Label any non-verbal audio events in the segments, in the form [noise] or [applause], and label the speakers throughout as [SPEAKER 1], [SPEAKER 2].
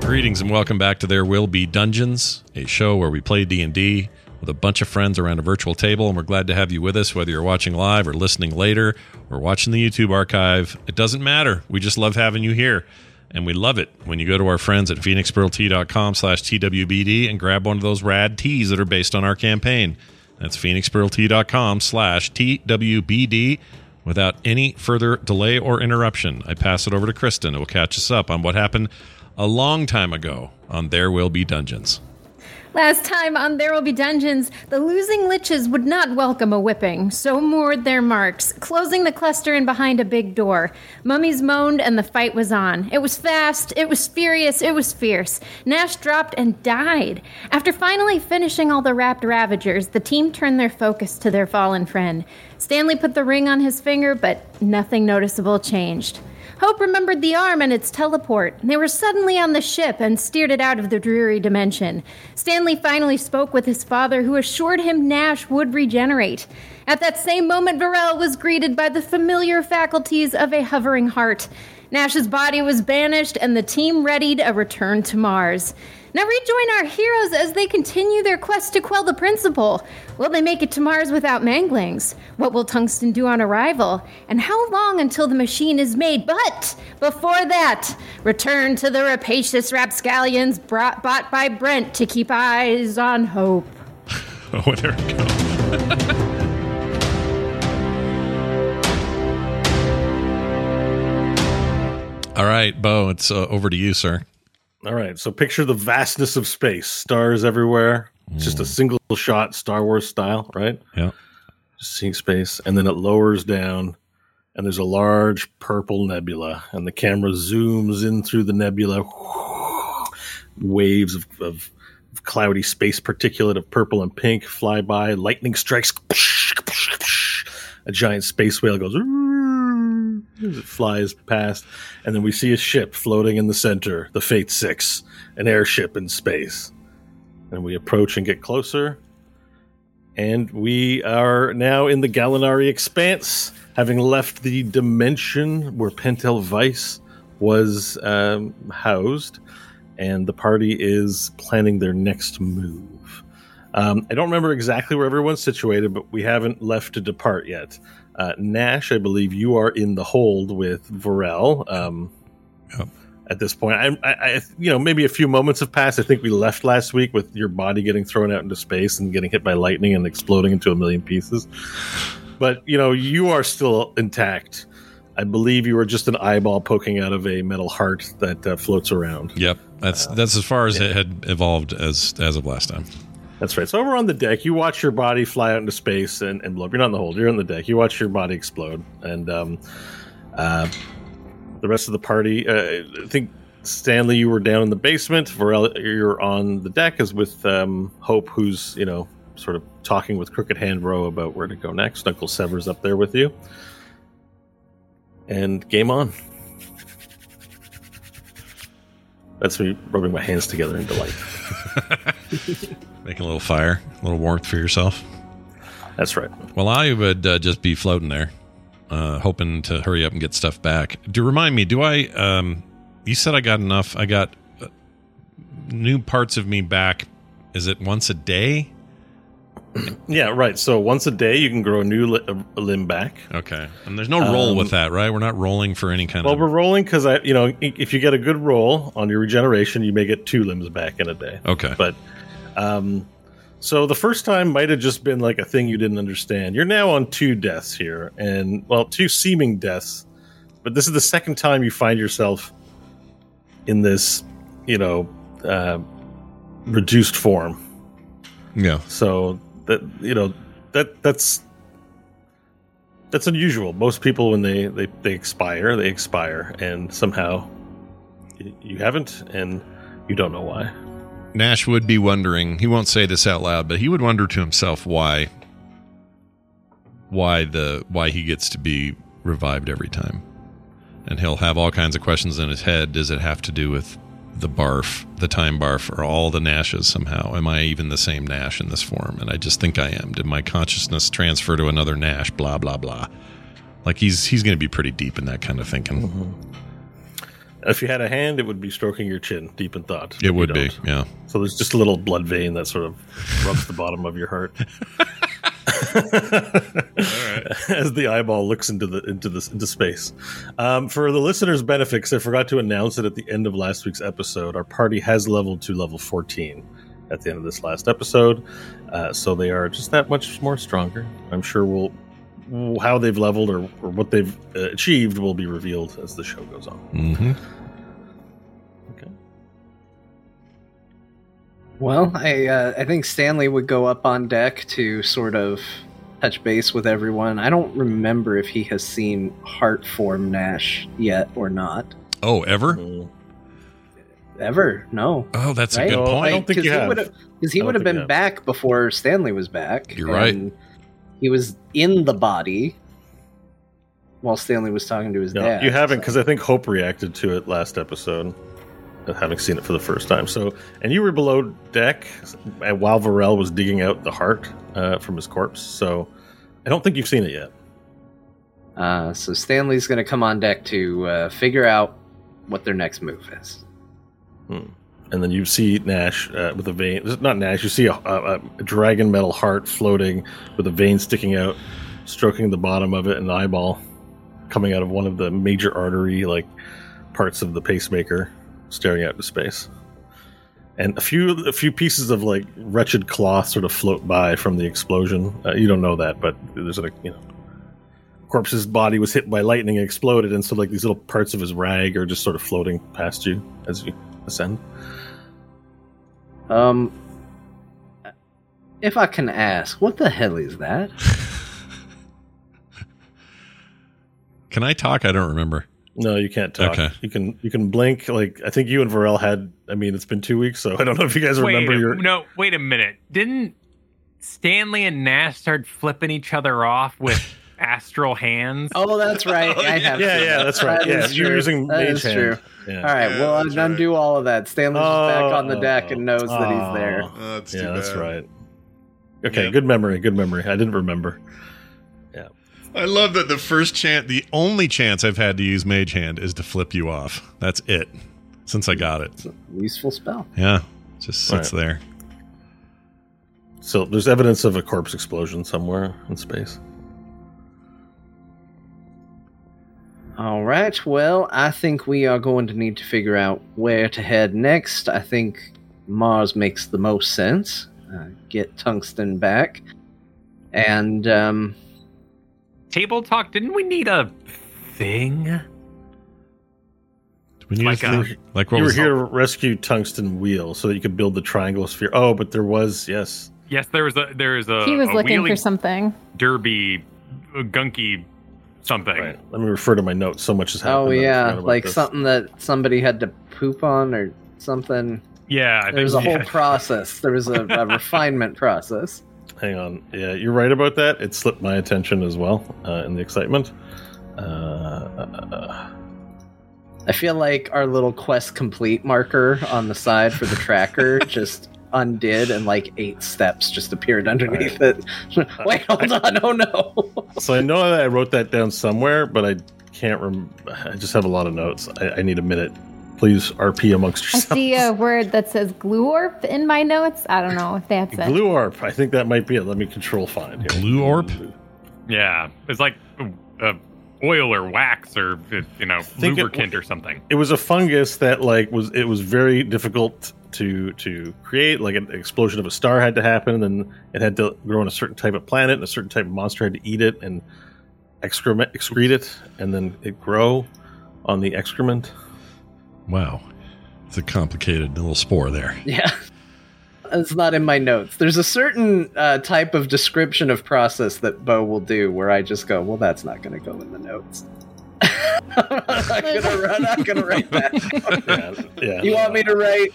[SPEAKER 1] Greetings and welcome back to There Will Be Dungeons, a show where we play D&D with a bunch of friends around a virtual table and we're glad to have you with us whether you're watching live or listening later or watching the YouTube archive. It doesn't matter. We just love having you here. And we love it when you go to our friends at phoenixpearltea.com slash TWBD and grab one of those rad teas that are based on our campaign. That's phoenixpearltea.com slash TWBD. Without any further delay or interruption, I pass it over to Kristen, who will catch us up on what happened a long time ago on There Will Be Dungeons. [laughs]
[SPEAKER 2] Last time on There Will Be Dungeons, the losing liches would not welcome a whipping, so moored their marks, closing the cluster in behind a big door. Mummies moaned, and the fight was on. It was fast, it was furious, it was fierce. Nash dropped and died. After finally finishing all the wrapped ravagers, the team turned their focus to their fallen friend. Stanley put the ring on his finger, but nothing noticeable changed. Hope remembered the arm and its teleport. They were suddenly on the ship and steered it out of the dreary dimension. Stanley finally spoke with his father, who assured him Nash would regenerate. At that same moment, Varel was greeted by the familiar faculties of a hovering heart. Nash's body was banished, and the team readied a return to Mars. Now rejoin our heroes as they continue their quest to quell the principle. Will they make it to Mars without manglings? What will Tungsten do on arrival? And how long until the machine is made? But before that, return to the rapacious rapscallions brought, bought by Brent to keep eyes on hope.
[SPEAKER 1] Oh, there we go. [laughs] All right, Bo, it's uh, over to you, sir.
[SPEAKER 3] All right. So picture the vastness of space, stars everywhere. It's just a single shot, Star Wars style, right?
[SPEAKER 1] Yeah.
[SPEAKER 3] Just seeing space. And then it lowers down, and there's a large purple nebula. And the camera zooms in through the nebula. [sighs] Waves of, of cloudy space particulate of purple and pink fly by. Lightning strikes. A giant space whale goes. as It flies past, and then we see a ship floating in the center, the Fate Six, an airship in space. And we approach and get closer, and we are now in the Gallinari Expanse, having left the dimension where Pentel Vice was um, housed, and the party is planning their next move. Um, I don't remember exactly where everyone's situated, but we haven't left to depart yet. Uh, Nash, I believe you are in the hold with Varel. Um,
[SPEAKER 1] Yep.
[SPEAKER 3] At this point, I, I, I, you know, maybe a few moments have passed. I think we left last week with your body getting thrown out into space and getting hit by lightning and exploding into a million pieces. But you know, you are still intact. I believe you are just an eyeball poking out of a metal heart that uh, floats around.
[SPEAKER 1] Yep. That's that's as far as it had evolved as as of last time.
[SPEAKER 3] That's right. So over on the deck, you watch your body fly out into space and, and blow up. You're not in the hold. You're on the deck. You watch your body explode, and um, uh, the rest of the party. Uh, I think Stanley, you were down in the basement. Varel, you're on the deck, is with um, Hope, who's you know sort of talking with Crooked Hand Row about where to go next. Uncle Sever's up there with you, and game on. That's me rubbing my hands together in delight.
[SPEAKER 1] Making a little fire, a little warmth for yourself.
[SPEAKER 3] That's right.
[SPEAKER 1] Well, I would uh, just be floating there, uh, hoping to hurry up and get stuff back. Do remind me? Do I? Um, you said I got enough. I got uh, new parts of me back. Is it once a day?
[SPEAKER 3] Yeah, right. So once a day, you can grow a new li- a limb back.
[SPEAKER 1] Okay. And there's no roll with that, right? We're not rolling for any kind
[SPEAKER 3] Um, Well,
[SPEAKER 1] of.
[SPEAKER 3] we're rolling because I, you know, i- if you get a good roll on your regeneration, you may get two limbs back in a day.
[SPEAKER 1] Okay.
[SPEAKER 3] But, um, so the first time might have just been like a thing you didn't understand. You're now on two deaths here, and well, two seeming deaths, but this is the second time you find yourself in this, you know, uh, reduced form.
[SPEAKER 1] yeah.
[SPEAKER 3] So that you know that that's that's unusual. Most people when they they, they expire, they expire, and somehow y- you haven't, and you don't know why.
[SPEAKER 1] Nash would be wondering. He won't say this out loud, but he would wonder to himself why why the why he gets to be revived every time. And he'll have all kinds of questions in his head. Does it have to do with the barf, the time barf, or all the Nashes somehow? Am I even the same Nash in this form? And I just think I am. Did my consciousness transfer to another Nash? Blah blah blah. Like he's he's going to be pretty deep in that kind of thinking.
[SPEAKER 3] If you had a hand, it would be stroking your chin, deep in thought.
[SPEAKER 1] It
[SPEAKER 3] You
[SPEAKER 1] would be,
[SPEAKER 3] don't.
[SPEAKER 1] yeah.
[SPEAKER 3] So there's just a little blood vein that sort of rubs the bottom of your heart. [laughs] As the eyeball looks into the into this into space. Um, for the listeners' benefit, 'cause I forgot to announce it at the end of last week's episode, our party has leveled to level 14 at the end of this last episode, uh, so they are just that much more stronger. I'm sure we'll how they've leveled or, or what they've uh, achieved will be revealed as the show goes on.
[SPEAKER 1] Mm-hmm.
[SPEAKER 3] Okay.
[SPEAKER 4] Well, I uh, I think Stanley would go up on deck to sort of touch base with everyone. I don't remember if he has seen heart form Nash yet or not.
[SPEAKER 1] Oh, ever?
[SPEAKER 3] Mm.
[SPEAKER 4] Ever? No.
[SPEAKER 1] Oh, that's a
[SPEAKER 4] Right?
[SPEAKER 1] good
[SPEAKER 3] No, I
[SPEAKER 1] point.
[SPEAKER 3] don't think you have.
[SPEAKER 4] Because
[SPEAKER 3] I
[SPEAKER 4] he
[SPEAKER 3] don't
[SPEAKER 4] would have
[SPEAKER 3] think you
[SPEAKER 4] been
[SPEAKER 3] have.
[SPEAKER 4] back before Stanley was back.
[SPEAKER 1] You're right.
[SPEAKER 4] and He was in the body while Stanley was talking to his
[SPEAKER 3] No,
[SPEAKER 4] dad.
[SPEAKER 3] you haven't, because I think Hope reacted to it last episode, of having seen it for the first time. So, and you were below deck uh, while Varel was digging out the heart uh, from his corpse. So, I don't think you've seen it yet.
[SPEAKER 4] Uh, so Stanley's going to come on deck to uh, figure out what their next move is.
[SPEAKER 3] And then you see Nash uh, with a vein, not Nash, you see a, a, a dragon metal heart floating with a vein sticking out, stroking the bottom of it, an eyeball coming out of one of the major artery like parts of the pacemaker, staring out into space. And a few a few pieces of like wretched cloth sort of float by from the explosion. Uh, you don't know that, but there's like you know, corpse's body was hit by lightning and exploded, and so like these little parts of his rag are just sort of floating past you as you ascend.
[SPEAKER 4] Um, if I can ask, what the hell is that?
[SPEAKER 1] Can I talk? I don't remember.
[SPEAKER 3] No, you can't talk.
[SPEAKER 1] Okay.
[SPEAKER 3] You can you can blink. Like I think you and Varel had. I mean, it's been two weeks, so I don't know if you guys remember
[SPEAKER 5] wait, a-
[SPEAKER 3] your.
[SPEAKER 5] no, wait a minute. Didn't Stanley and Nash start flipping each other off
[SPEAKER 3] [laughs]
[SPEAKER 5] with astral hands?
[SPEAKER 4] Oh, that's right. I have
[SPEAKER 3] Yeah,
[SPEAKER 4] seen
[SPEAKER 3] yeah,
[SPEAKER 4] that.
[SPEAKER 3] that's right.
[SPEAKER 4] That
[SPEAKER 3] yeah,
[SPEAKER 4] is
[SPEAKER 3] you're
[SPEAKER 4] true.
[SPEAKER 3] using
[SPEAKER 4] That
[SPEAKER 3] mage
[SPEAKER 4] is
[SPEAKER 3] hand.
[SPEAKER 4] true.
[SPEAKER 3] Yeah.
[SPEAKER 4] All right, well,
[SPEAKER 6] that's
[SPEAKER 4] I'll undo all of that. Stanley's just back on the deck and knows that
[SPEAKER 3] Oh.
[SPEAKER 4] he's there.
[SPEAKER 1] Uh,
[SPEAKER 6] Oh, that's too
[SPEAKER 3] Yeah, that's
[SPEAKER 6] bad.
[SPEAKER 3] right. Okay,
[SPEAKER 6] Yeah.
[SPEAKER 3] good memory. Good memory. I didn't remember.
[SPEAKER 1] I love that the first chance, the only chance I've had to use Mage Hand is to flip you off. That's it. Since I got it.
[SPEAKER 4] Useful spell.
[SPEAKER 1] Yeah. Just sits there.
[SPEAKER 3] So there's evidence of a corpse explosion somewhere in space.
[SPEAKER 4] All right, well, I think we are going to need to figure out where to head next. I think Mars makes the most sense. Uh, get Tungsten back. And, um,
[SPEAKER 5] Table talk. Didn't we need a thing?
[SPEAKER 1] Do we need
[SPEAKER 5] Like
[SPEAKER 1] a-
[SPEAKER 5] a-
[SPEAKER 1] like what
[SPEAKER 3] You were
[SPEAKER 1] was
[SPEAKER 3] here to rescue Tungsten Wheel so that you could build the triangle sphere. Oh, but there was yes.
[SPEAKER 5] Yes, there was a there was a,
[SPEAKER 7] he was
[SPEAKER 5] Uh, a
[SPEAKER 7] looking
[SPEAKER 5] wheelie
[SPEAKER 7] for something.
[SPEAKER 5] [laughs] derby, a gunky something.
[SPEAKER 3] Right. Let me refer to my notes. So much has happened.
[SPEAKER 4] oh,
[SPEAKER 3] that I
[SPEAKER 4] yeah,
[SPEAKER 3] forgot about
[SPEAKER 4] like
[SPEAKER 3] this.
[SPEAKER 4] something that somebody had to poop on or something.
[SPEAKER 5] Yeah, I
[SPEAKER 4] There was a
[SPEAKER 5] think
[SPEAKER 4] whole
[SPEAKER 5] yeah.
[SPEAKER 4] process, there was a,
[SPEAKER 5] [laughs]
[SPEAKER 4] a refinement process.
[SPEAKER 3] Hang on. Yeah, you're right about that. It slipped my attention as well uh, in the excitement. Uh, uh,
[SPEAKER 4] I feel like our little quest complete marker on the side for the
[SPEAKER 5] [laughs]
[SPEAKER 4] tracker just undid and like eight steps just appeared underneath it. [laughs] Wait, hold on. Oh no. [laughs]
[SPEAKER 3] uh. so I know that I wrote that down somewhere, but I can't rem I just have a lot of notes. I, I need a minute Please RP amongst
[SPEAKER 7] I
[SPEAKER 3] yourselves.
[SPEAKER 7] see a word that says glue orp in my notes. I don't know if that's it.
[SPEAKER 3] Glue orp. I think that might be it. Let me control find here.
[SPEAKER 1] Glue orp?
[SPEAKER 5] Yeah, it's like uh, oil or wax or uh, you know
[SPEAKER 3] think it-
[SPEAKER 5] lubricant or something.
[SPEAKER 3] It was a fungus that like was it was very difficult to to create. Like an explosion of a star had to happen, and then it had to grow on a certain type of planet, and a certain type of monster had to eat it and excrement excrete it, and then it grow on the excrement.
[SPEAKER 1] Wow. It's a complicated little spore there.
[SPEAKER 4] Yeah. It's not in my notes. There's a certain uh, type of description of process that Bo will do where I just go, well, that's not going to go in the notes. [laughs] I'm not going to I'm not gonna write
[SPEAKER 5] [laughs]
[SPEAKER 4] that.
[SPEAKER 3] Yeah, yeah.
[SPEAKER 4] You want me to write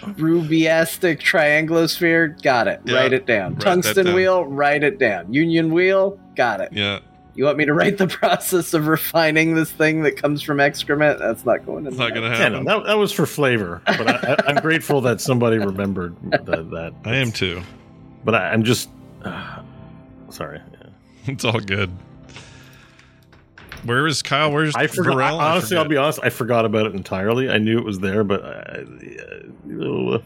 [SPEAKER 4] rubiastic trianglosphere? Got it.
[SPEAKER 1] Yeah.
[SPEAKER 4] Write it down.
[SPEAKER 1] Write that
[SPEAKER 4] Tungsten
[SPEAKER 1] down.
[SPEAKER 4] wheel? Write it down. Union wheel? Got it.
[SPEAKER 1] Yeah.
[SPEAKER 4] You want me to write the [laughs] process of refining this thing that comes from excrement? That's not going in the notes.
[SPEAKER 1] to
[SPEAKER 3] Yeah, no, that, that was for flavor, but I, I, I'm grateful that somebody remembered that. that
[SPEAKER 1] I am too. [laughs]
[SPEAKER 3] but I, I'm just uh, sorry.
[SPEAKER 1] It's all good. Where is Kyle? Where's
[SPEAKER 3] I forgot.
[SPEAKER 1] Varel?
[SPEAKER 3] I- honestly, I'll be
[SPEAKER 1] forget.
[SPEAKER 3] honest. I forgot about it entirely. I knew it was there, but I, I- uh,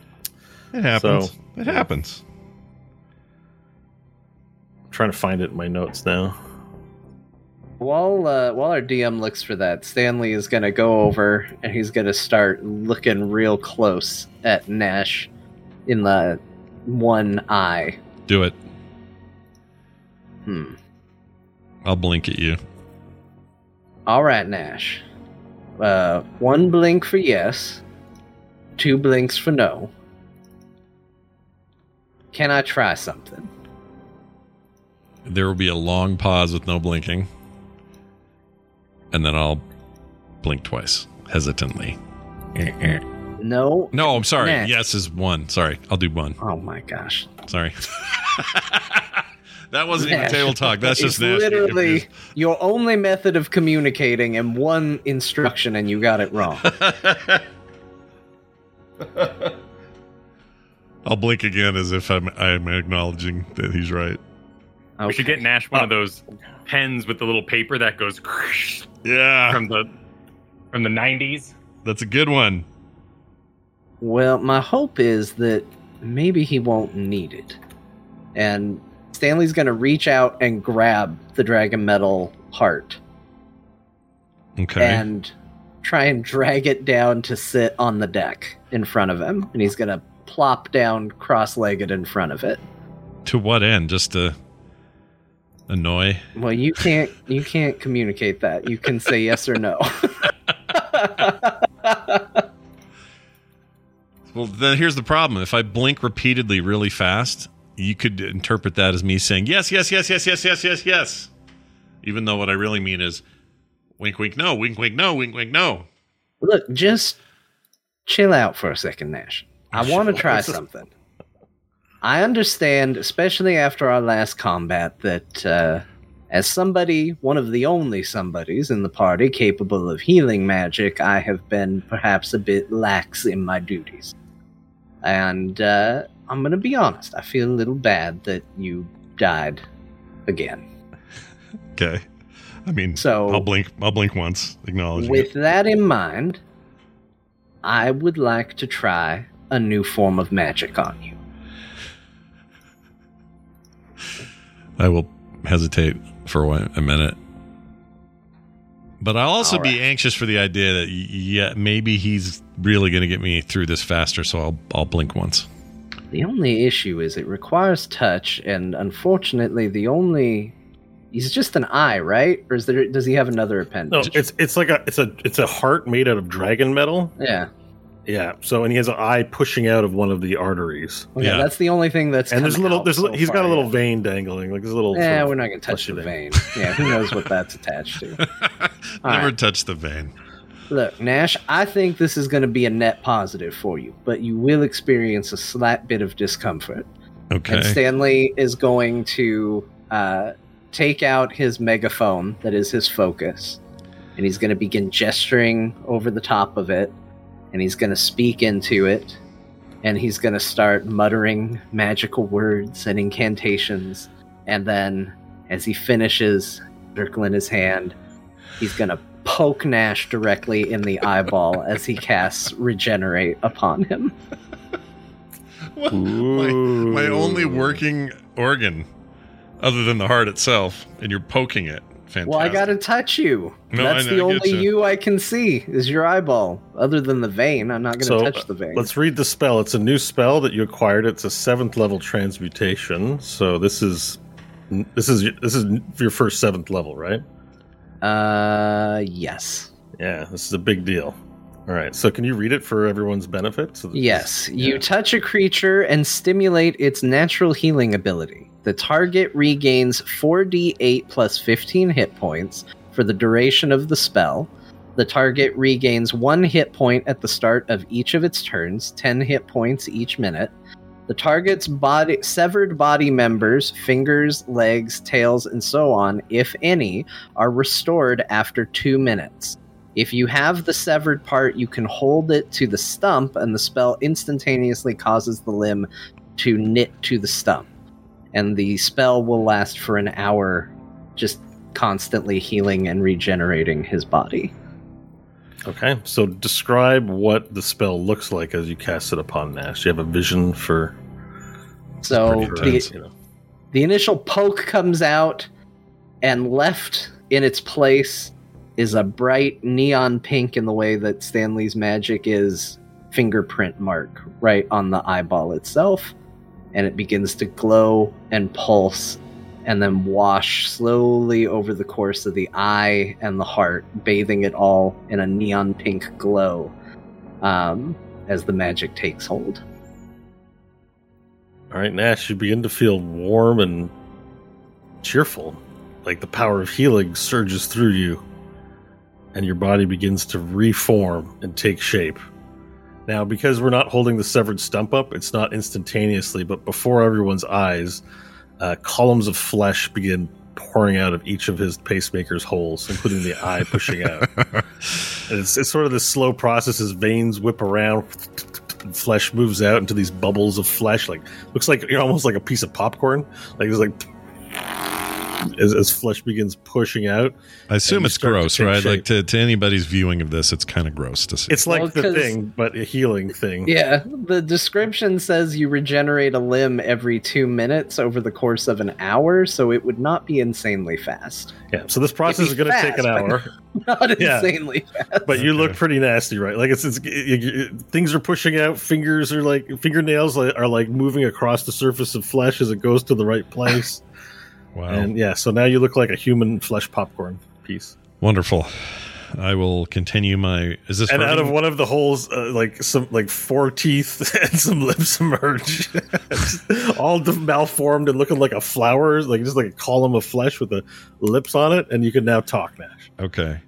[SPEAKER 1] It happens.
[SPEAKER 3] So-
[SPEAKER 1] it happens.
[SPEAKER 3] I'm trying to find it in my notes now.
[SPEAKER 4] While uh, while our DM looks for that, Stanley is going to go over and he's going to start looking real close at Nash in the one eye.
[SPEAKER 1] Do it.
[SPEAKER 4] Hmm.
[SPEAKER 1] I'll blink at you.
[SPEAKER 4] All right, Nash. Uh, one blink for yes, two blinks for no. Can I try something?
[SPEAKER 1] There will be a long pause with no blinking. And then I'll blink twice, hesitantly.
[SPEAKER 4] No.
[SPEAKER 1] No, I'm sorry.
[SPEAKER 4] Next.
[SPEAKER 1] Yes is one. Sorry. I'll do one.
[SPEAKER 4] Oh my gosh.
[SPEAKER 1] Sorry. [laughs] that wasn't even
[SPEAKER 4] Nash.
[SPEAKER 1] table talk. That's
[SPEAKER 4] It's
[SPEAKER 1] just Nash being
[SPEAKER 4] literally your only method of communicating and one instruction, and you got it wrong.
[SPEAKER 1] [laughs] I'll blink again as if I'm I'm acknowledging that he's right.
[SPEAKER 5] We should
[SPEAKER 4] Okay.
[SPEAKER 5] get Nash
[SPEAKER 3] Oh.
[SPEAKER 5] one of those pens with the little paper that goes [laughs]
[SPEAKER 1] Yeah,
[SPEAKER 5] from the from the '90s.
[SPEAKER 1] that's a good one.
[SPEAKER 4] Well, my hope is that maybe he won't need it. And Stanley's going to reach out and grab the dragon metal heart
[SPEAKER 1] Okay.
[SPEAKER 4] and try and drag it down to sit on the deck in front of him. And he's going to plop down cross legged in front of it.
[SPEAKER 1] to what end? Just to annoy?
[SPEAKER 4] Well, you can't you can't communicate that. You can say yes or no.
[SPEAKER 1] Well, then here's the problem. If I blink repeatedly really fast, you could interpret that as me saying yes, yes, yes, yes, yes, yes, yes, yes. Even though what I really mean is wink, wink, no, wink, wink, no, wink, wink, no.
[SPEAKER 4] Look, just chill out for a second, Nash. I want to try something. I understand, especially after our last combat, that uh, as somebody, one of the only somebodies in the party capable of healing magic, I have been perhaps a bit lax in my duties. And uh, I'm going to be honest, I feel a little bad that you died again.
[SPEAKER 1] Okay. I mean,
[SPEAKER 4] So-
[SPEAKER 1] I'll blink. I'll blink once,
[SPEAKER 3] Oh,
[SPEAKER 1] acknowledging
[SPEAKER 4] With
[SPEAKER 1] it.
[SPEAKER 4] that in mind, I would like to try a new form of magic on you.
[SPEAKER 1] I will hesitate for one, a minute. But I'll also
[SPEAKER 4] All
[SPEAKER 1] be anxious for the idea that y- yeah, maybe he's really going to get me through this faster. So I'll I'll blink once. [laughs]
[SPEAKER 4] The only issue is it requires touch, and unfortunately, the only. He's just an eye, right? Or is there? Does he have
[SPEAKER 3] No,
[SPEAKER 4] another appendage?
[SPEAKER 3] it's it's like a it's a it's a heart made out of dragon metal.
[SPEAKER 4] yeah.
[SPEAKER 3] Yeah. So and he has an eye pushing out of one of the arteries.
[SPEAKER 4] Okay,
[SPEAKER 1] Yeah.
[SPEAKER 4] that's the only thing that's.
[SPEAKER 3] And there's a
[SPEAKER 4] come
[SPEAKER 3] little
[SPEAKER 4] out
[SPEAKER 3] there's a
[SPEAKER 4] so
[SPEAKER 3] li- he's got
[SPEAKER 4] far,
[SPEAKER 3] a little
[SPEAKER 4] yeah.
[SPEAKER 3] vein dangling like there's a little.
[SPEAKER 4] Yeah,
[SPEAKER 3] sort of
[SPEAKER 4] Eh, [laughs] we're not gonna touch
[SPEAKER 3] fleshy
[SPEAKER 4] the vein. yeah, who knows what that's attached to? All
[SPEAKER 1] Never
[SPEAKER 4] right.
[SPEAKER 1] touch the vein.
[SPEAKER 4] Look, Nash, I think this is going to be a net positive for you, but you will experience a slight bit of discomfort.
[SPEAKER 1] Okay.
[SPEAKER 4] And Stanley is going to uh, take out his megaphone that is his focus, and he's going to begin gesturing over the top of it, and he's going to speak into it, and he's going to start muttering magical words and incantations, and then as he finishes, circling his hand, He's gonna poke Nash directly in the eyeball as he casts regenerate upon him.
[SPEAKER 1] What- my, my only working organ, other than the heart itself, and you're poking it. Fantastic.
[SPEAKER 4] Well, I gotta touch you.
[SPEAKER 1] No,
[SPEAKER 4] That's
[SPEAKER 1] I- I
[SPEAKER 4] the
[SPEAKER 1] get
[SPEAKER 4] only
[SPEAKER 1] you.
[SPEAKER 4] you. I can see is your eyeball. Other than the vein, I'm not gonna
[SPEAKER 3] So
[SPEAKER 4] touch the vein.
[SPEAKER 3] let's read the spell. It's a new spell that you acquired. It's a seventh level transmutation. So this is this is this is your first seventh level, right?
[SPEAKER 4] Uh, yes.
[SPEAKER 3] Yeah, this is a big deal. All right. So can you read it for everyone's benefit? So that-
[SPEAKER 4] Yes,
[SPEAKER 3] Yeah.
[SPEAKER 4] you touch a creature and stimulate its natural healing ability. The target regains 4d8 plus 15 hit points for the duration of the spell. The target regains 1 hit point at the start of each of its turns, 10 hit points each minute. The target's body severed body members, fingers, legs, tails, and so on, if any, are restored after 2 minutes. If you have the severed part, you can hold it to the stump, and the spell instantaneously causes the limb to knit to the stump. And the spell will last for an hour, just constantly healing and regenerating his body.
[SPEAKER 3] Okay. So describe what the spell looks like as you cast it upon Nash. Do you have a vision for?
[SPEAKER 4] So
[SPEAKER 3] for,
[SPEAKER 4] the,
[SPEAKER 3] you know,
[SPEAKER 4] the initial poke comes out, and left in its place is a bright neon pink in the way that Stanley's magic is fingerprint mark right on the eyeball itself. And it begins to glow and pulse and then wash slowly over the course of the eye and the heart, bathing it all in a neon pink glow um, as the magic takes hold.
[SPEAKER 3] All right, Nash, you begin to feel warm and cheerful. Like the power of healing surges through you, and your body begins to reform and take shape. Now, because we're not holding the severed stump up, it's not instantaneously, but before everyone's eyes, uh, columns of flesh begin pouring out of each of his pacemaker's holes, including the eye pushing out. And it's, it's sort of this slow process. His veins whip around, and flesh moves out into these bubbles of flesh. Like looks like you're almost like a piece of popcorn. Like it's like as, as flesh begins pushing out.
[SPEAKER 1] [laughs] I assume
[SPEAKER 3] you
[SPEAKER 1] it's
[SPEAKER 3] start to
[SPEAKER 1] gross,
[SPEAKER 3] take
[SPEAKER 1] right?
[SPEAKER 3] shape.
[SPEAKER 1] Like to, to anybody's viewing of this, it's kind of gross to see.
[SPEAKER 3] It's like
[SPEAKER 4] Well,
[SPEAKER 3] the
[SPEAKER 4] 'cause-
[SPEAKER 3] thing, but a healing thing.
[SPEAKER 4] Yeah, the description says you regenerate a limb every two minutes over the course of an hour, so it would not be insanely fast. [laughs]
[SPEAKER 3] Yeah, So this process
[SPEAKER 4] It'd
[SPEAKER 3] is
[SPEAKER 4] be
[SPEAKER 3] going to take
[SPEAKER 4] fast,
[SPEAKER 3] an
[SPEAKER 4] but-
[SPEAKER 3] hour,
[SPEAKER 4] [laughs] Not
[SPEAKER 3] Yeah. [laughs]
[SPEAKER 4] insanely fast.
[SPEAKER 3] but you look
[SPEAKER 1] Okay.
[SPEAKER 3] pretty nasty, right? Like it's, it's it, it- things are pushing out. Fingers are like fingernails like, are like moving across the surface of flesh as it goes to the right place.
[SPEAKER 1] wow,
[SPEAKER 3] and yeah, so now you look like a human flesh popcorn piece.
[SPEAKER 1] wonderful. I will continue my. Is this
[SPEAKER 3] and out
[SPEAKER 1] hurting?
[SPEAKER 3] of one of the holes, uh, like some like four teeth [laughs] and some lips emerge, [laughs] all de- malformed and looking like a flower, like just like a column of flesh with the lips on it. And you can now talk, Nash.
[SPEAKER 1] Okay.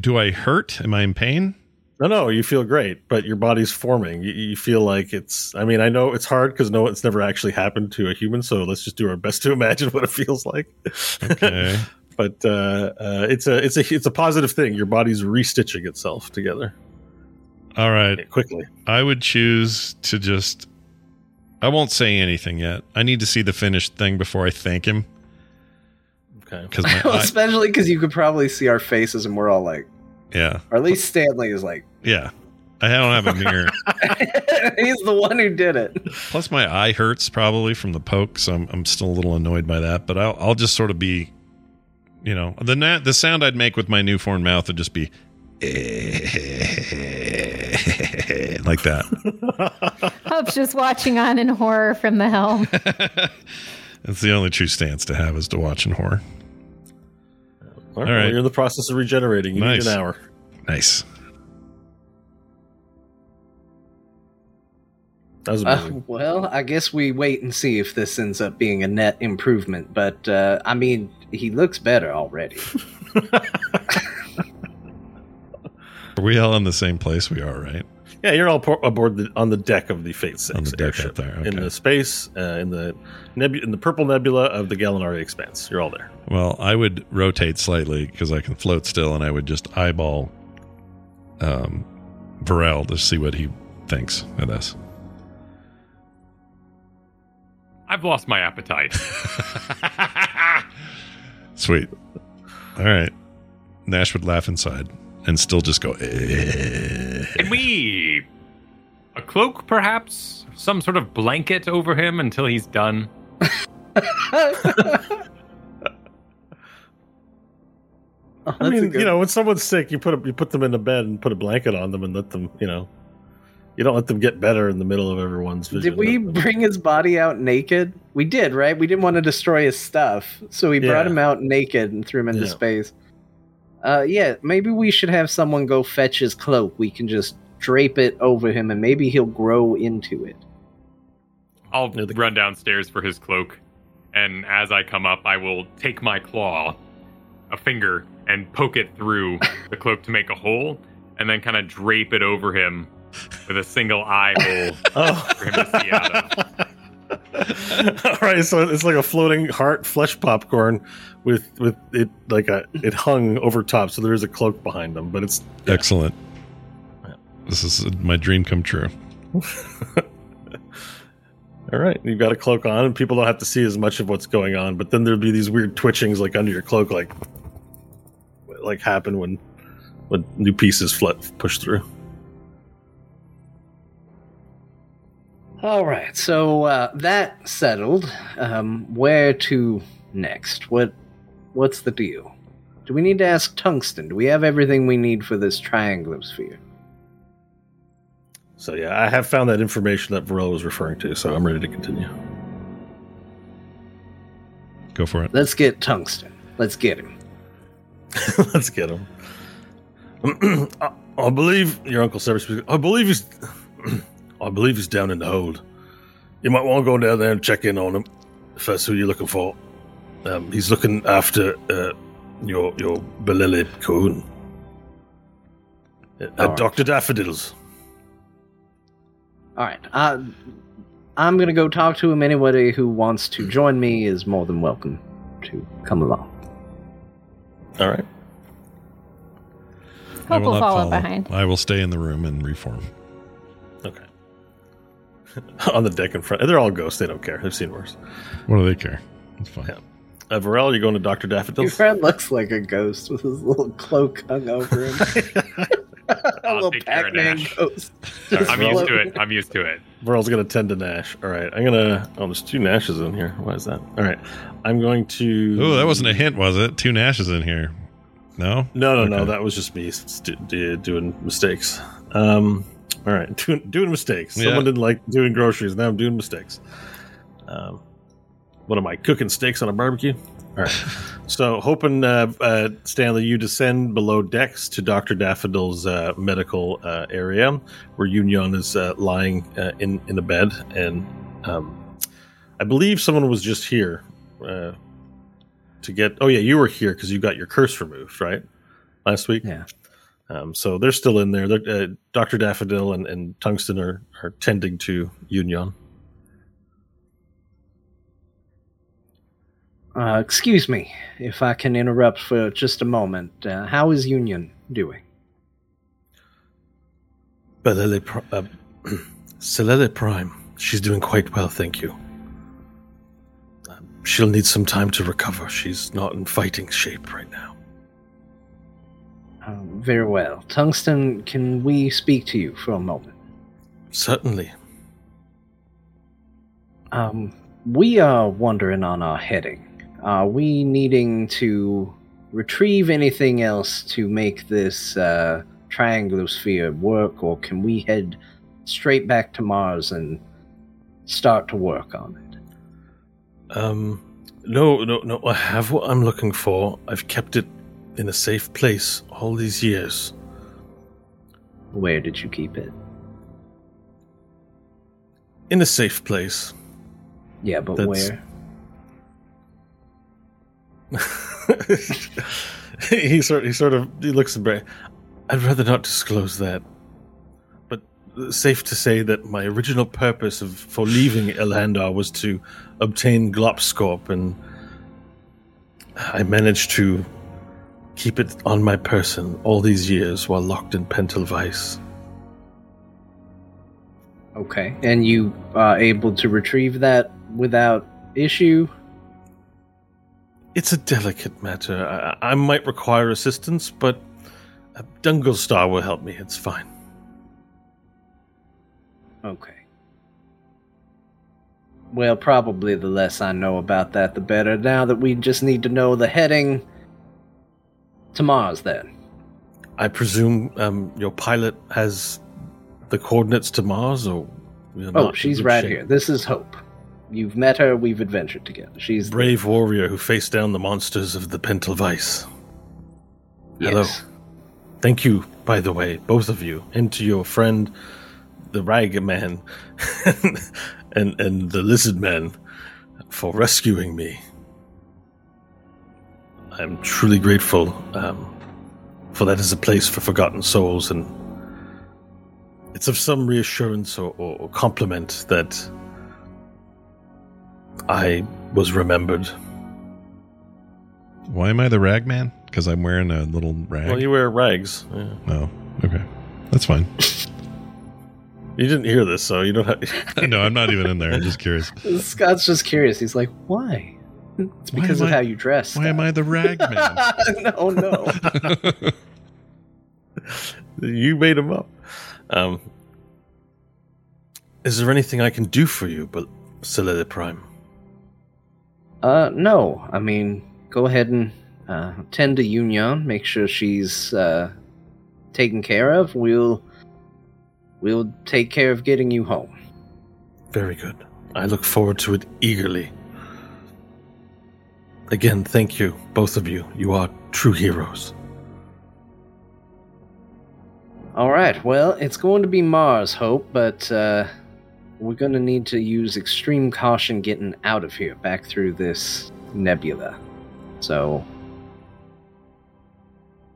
[SPEAKER 1] Do I hurt? Am I in
[SPEAKER 3] [laughs]
[SPEAKER 1] pain?
[SPEAKER 3] No, no, you feel great, but your body's forming. You, you feel like it's. I mean, I know it's hard because no, it's never actually happened to a human. So let's just do our best to [laughs] imagine what it feels like.
[SPEAKER 1] Okay.
[SPEAKER 3] [laughs] but uh, uh, it's a it's a it's a positive thing. Your body's restitching itself together
[SPEAKER 1] All right.
[SPEAKER 3] quickly.
[SPEAKER 1] I would choose to just. I won't say anything yet. I need to see the finished thing before I thank him
[SPEAKER 3] Okay.
[SPEAKER 1] because
[SPEAKER 3] [laughs]
[SPEAKER 1] my
[SPEAKER 4] Well,
[SPEAKER 1] eye,
[SPEAKER 4] Especially because you could probably see our faces, and we're all like,
[SPEAKER 1] yeah
[SPEAKER 4] or at least Stanley is like, [laughs]
[SPEAKER 1] yeah. I don't have a
[SPEAKER 3] [laughs]
[SPEAKER 1] mirror.
[SPEAKER 4] he's the one who did it.
[SPEAKER 1] Plus, my eye hurts probably from the poke, so I'm, I'm still a little annoyed by that. But I'll, I'll just sort of be, you know, the na- the sound I'd make with my new formed mouth would just be [laughs] like that.
[SPEAKER 3] [laughs]
[SPEAKER 7] Hope's just watching on in horror from the helm.
[SPEAKER 1] That's the only true stance to have is to watch in horror.
[SPEAKER 3] All
[SPEAKER 1] All
[SPEAKER 3] right.
[SPEAKER 1] right.
[SPEAKER 3] Well, you're in the process of regenerating. You
[SPEAKER 1] Nice.
[SPEAKER 3] need an hour.
[SPEAKER 1] Nice.
[SPEAKER 3] That was
[SPEAKER 4] Uh,
[SPEAKER 3] amazing.
[SPEAKER 4] well, I guess we wait and see if this ends up being a net improvement, but uh, I mean, he looks better
[SPEAKER 3] [laughs]
[SPEAKER 4] already. [laughs]
[SPEAKER 1] Are we all in the same place? We are, right?
[SPEAKER 3] yeah, you're all po- aboard the, on the deck of the Fate Six
[SPEAKER 1] On the deck
[SPEAKER 3] airship
[SPEAKER 1] up there,
[SPEAKER 3] in
[SPEAKER 1] okay.
[SPEAKER 3] the space uh, in the nebu- in the purple nebula of the Gallinari Expanse. You're all there.
[SPEAKER 1] Well, I would rotate slightly because I can float still, and I would just eyeball um, Varel to see what he thinks of this.
[SPEAKER 5] I've lost my appetite.
[SPEAKER 1] [laughs] Sweet. All right. Nash would laugh inside and still just go, "Eh."
[SPEAKER 5] Can we. A cloak, perhaps? Some sort of blanket over him until he's done?
[SPEAKER 3] I
[SPEAKER 4] Oh, that's a
[SPEAKER 3] mean,
[SPEAKER 4] good-
[SPEAKER 3] you know, [laughs] when someone's sick, you put a, you put them in the bed and put a blanket on them and let them, you know, you don't let them get better in the middle of everyone's vision.
[SPEAKER 4] Did we
[SPEAKER 3] of them.
[SPEAKER 4] bring his body out naked? We did, right? We didn't want to destroy his stuff, so we brought
[SPEAKER 3] Yeah.
[SPEAKER 4] him out naked and threw him into
[SPEAKER 3] Yeah.
[SPEAKER 4] space. Uh, yeah, maybe we should have someone go fetch his cloak. We can just drape it over him, and maybe he'll grow into it.
[SPEAKER 5] I'll
[SPEAKER 3] Yeah, the-
[SPEAKER 5] run downstairs for his cloak, and as I come up, I will take my claw, a finger, and poke it through the cloak to make a hole, and then kind of drape it over him with a single eye hole for him to see out of.
[SPEAKER 3] Oh. [laughs] All right, so it's like a floating heart flesh popcorn with with it like a it hung over top, so there is a cloak behind them, but it's
[SPEAKER 1] Excellent. This is my dream come true.
[SPEAKER 3] all right. You've got a cloak on, and people don't have to see as much of what's going on. But then there'd be these weird twitchings like under your cloak, like like happen when when new pieces fl- push through.
[SPEAKER 4] All right, so uh, that settled. Um, where to next? What? What's the deal? Do we need to ask Tungsten? Do we have everything we need for this triangular sphere?
[SPEAKER 3] So yeah, I have found that information that Varel was referring to, so I'm ready to continue.
[SPEAKER 1] Go for it.
[SPEAKER 4] Let's get Tungsten. Let's get him.
[SPEAKER 3] [laughs] Let's get him. [clears throat] I, I believe your uncle Severus. I believe he's. [clears throat] I believe he's down in the hold. You might want to go down there and check in on him. If that's who you're looking for, um, he's looking after uh, your your Belili Coon. Uh,
[SPEAKER 4] All right.
[SPEAKER 3] Doctor Daffodils.
[SPEAKER 4] All right. Uh, I'm going to go talk to him. Anybody who wants to join me is more than welcome to come along.
[SPEAKER 3] All right.
[SPEAKER 1] I
[SPEAKER 7] Hope will
[SPEAKER 1] not
[SPEAKER 7] follow behind.
[SPEAKER 1] I will stay in the room and reform.
[SPEAKER 3] Okay. [laughs] on the deck in front. They're all ghosts. They don't care. They've seen worse.
[SPEAKER 1] What do they care? It's fine.
[SPEAKER 3] Yeah. Uh, Varel, you going to Doctor
[SPEAKER 4] [laughs] Your
[SPEAKER 3] Daffodils?
[SPEAKER 4] friend looks like a ghost with his little cloak hung over him. [laughs] a
[SPEAKER 5] I'll
[SPEAKER 4] little
[SPEAKER 5] take care of
[SPEAKER 4] Pac-Man
[SPEAKER 5] Nash.
[SPEAKER 4] ghost.
[SPEAKER 5] Sorry, [laughs] I'm used to
[SPEAKER 4] floating.
[SPEAKER 5] it. I'm used to it.
[SPEAKER 3] Verl's gonna tend to Nash. All right, I'm gonna. Oh, there's two Nashes in here. Why is that? All right, I'm going to.
[SPEAKER 1] Oh, that wasn't a hint, was it? Two Nashes in here. No?
[SPEAKER 3] No, no, no.
[SPEAKER 1] Okay.
[SPEAKER 3] That was just me st- d- doing mistakes. Um, all right, [laughs] doing, doing mistakes.
[SPEAKER 1] Yeah.
[SPEAKER 3] Someone didn't like doing groceries. Now I'm doing mistakes. Um, what am I cooking steaks on a barbecue? All right. so hoping uh, uh, Stanley, you descend below decks to Doctor Daffodil's uh, medical uh, area, where Union is uh, lying uh, in in a bed, and um, I believe someone was just here. Uh, to get oh yeah you were here because you got your curse removed right last week
[SPEAKER 4] Yeah.
[SPEAKER 3] um, so they're still in there They're- uh, dr daffodil and, and tungsten are, are tending to union
[SPEAKER 4] Uh, excuse me if I can interrupt for just a moment. Uh, how is Union doing?
[SPEAKER 3] Belele Pri- uh, [clears throat] Selele prime she's doing quite well thank you Um, she'll need some time to recover she's not in fighting shape right now
[SPEAKER 4] Um, very well. Tungsten, can we speak to you for a moment?
[SPEAKER 3] certainly
[SPEAKER 4] Um, we are wandering on our heading. Are we needing to retrieve anything else to make this uh, triangular sphere work, or can we head straight back to Mars and start to work on it?
[SPEAKER 3] Um, no, no, no. I have what I'm looking for. I've kept it in a safe place all these years.
[SPEAKER 4] Where did you keep it?
[SPEAKER 3] In a safe place.
[SPEAKER 4] Yeah, but
[SPEAKER 3] That's-
[SPEAKER 4] where?
[SPEAKER 3] [laughs] he sort, he sort of, he looks embarrassed. I'd rather not disclose that. But safe to say that my original purpose of for leaving Elandar was to obtain Glopscorp, and I managed to keep it on my person all these years while locked in Pentelweiss.
[SPEAKER 4] Okay. And you are able to retrieve that without issue?
[SPEAKER 3] It's a delicate matter. I, I might require assistance, but a Dungle Star will help me. It's fine.
[SPEAKER 4] Okay. Well, probably the less I know about that, the better. Now that we just need to know the heading to Mars, then.
[SPEAKER 3] I presume um, your pilot has the coordinates to Mars, or we are not
[SPEAKER 4] Oh,
[SPEAKER 3] in
[SPEAKER 4] she's
[SPEAKER 3] good
[SPEAKER 4] right
[SPEAKER 3] shape.
[SPEAKER 4] here. This is Hope. You've met her. We've adventured together. She's
[SPEAKER 3] Brave warrior who faced down the monsters of the Pental Vice. hello.
[SPEAKER 4] Yes.
[SPEAKER 3] Thank you, by the way, both of you, and to your friend, the Rag Man, [laughs] and and the Lizard Man, for rescuing me. I'm truly grateful, um, for that is a place for forgotten souls, and it's of some reassurance or, or, or compliment that I was remembered.
[SPEAKER 1] Why am I the rag man? Because I'm wearing a little rag.
[SPEAKER 3] Well, you wear rags. Yeah.
[SPEAKER 1] no. Okay. That's fine. [laughs]
[SPEAKER 3] You didn't hear this, so you don't have.
[SPEAKER 1] no, I'm not even in there. I'm just curious. [laughs]
[SPEAKER 4] [laughs] Scott's just curious. He's like, why? It's
[SPEAKER 1] Why
[SPEAKER 4] because
[SPEAKER 1] am
[SPEAKER 4] of
[SPEAKER 1] I-
[SPEAKER 4] how you dress.
[SPEAKER 1] Why am I the rag man? [laughs]
[SPEAKER 4] [laughs] no, no.
[SPEAKER 3] You made him up. Um, is there anything I can do for you, but Celida Prime?
[SPEAKER 4] Uh, no. I mean, go ahead and uh, tend to Union. Make sure she's uh, taken care of. We'll we'll take care of getting you home.
[SPEAKER 3] Very good. I look forward to it eagerly. Again, thank you, both of you. You are true heroes.
[SPEAKER 4] All right. Well, it's going to be Mars, Hope, but uh, we're going to need to use extreme caution getting out of here, back through this nebula. So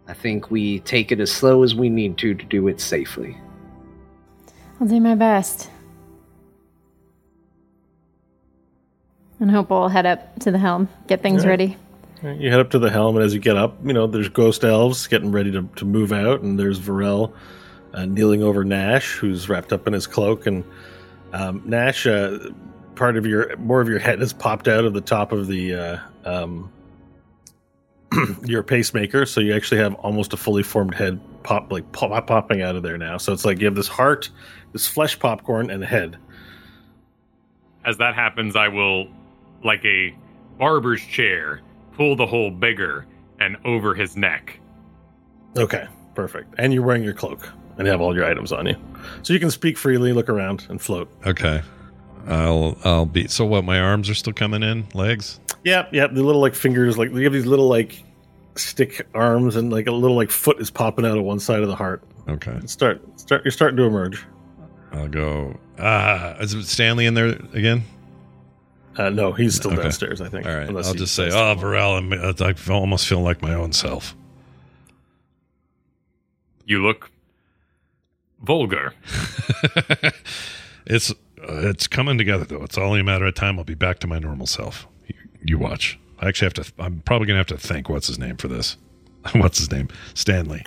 [SPEAKER 4] I think we take it as slow as we need to to do it safely.
[SPEAKER 7] I'll do my best. And hope we'll head up to the helm, get things ready.
[SPEAKER 3] You head up to the helm, and as you get up, you know, there's ghost elves getting ready to, to move out, and there's Varel uh, kneeling over Nash, who's wrapped up in his cloak. And um, Nash, uh, part of your, more of your head has popped out of the top of the, uh, um, [clears throat] your pacemaker. So you actually have almost a fully formed head pop, like pop, pop- popping out of there now. So it's like you have this heart, this flesh popcorn, and a head.
[SPEAKER 5] As that happens, I will, like a barber's chair, pull the hole bigger and over his neck.
[SPEAKER 3] Okay, perfect. And you're wearing your cloak and have all your items on you. So you can speak freely, look around, and float.
[SPEAKER 1] Okay. I'll I'll be so what my arms are still coming in, legs?
[SPEAKER 3] Yep, yep. The little like fingers, like they have these little like stick arms, and like a little like foot is popping out of one side of the heart.
[SPEAKER 1] Okay.
[SPEAKER 3] It's start, start. You're starting to emerge.
[SPEAKER 1] I'll go ah is Stanley in there again?
[SPEAKER 3] Uh, no, he's still
[SPEAKER 1] Okay.
[SPEAKER 3] downstairs. I think.
[SPEAKER 1] All right.
[SPEAKER 3] Unless
[SPEAKER 1] I'll
[SPEAKER 3] he-
[SPEAKER 1] just say, "Oh, Varel, I'm, uh, I f- almost feel like my own self."
[SPEAKER 5] You look vulgar.
[SPEAKER 1] [laughs] it's uh, it's coming together though. It's only a matter of time. I'll be back to my normal self. You, you watch. I actually have to. I'm probably gonna have to thank what's his name for this. [laughs] what's his name? Stanley.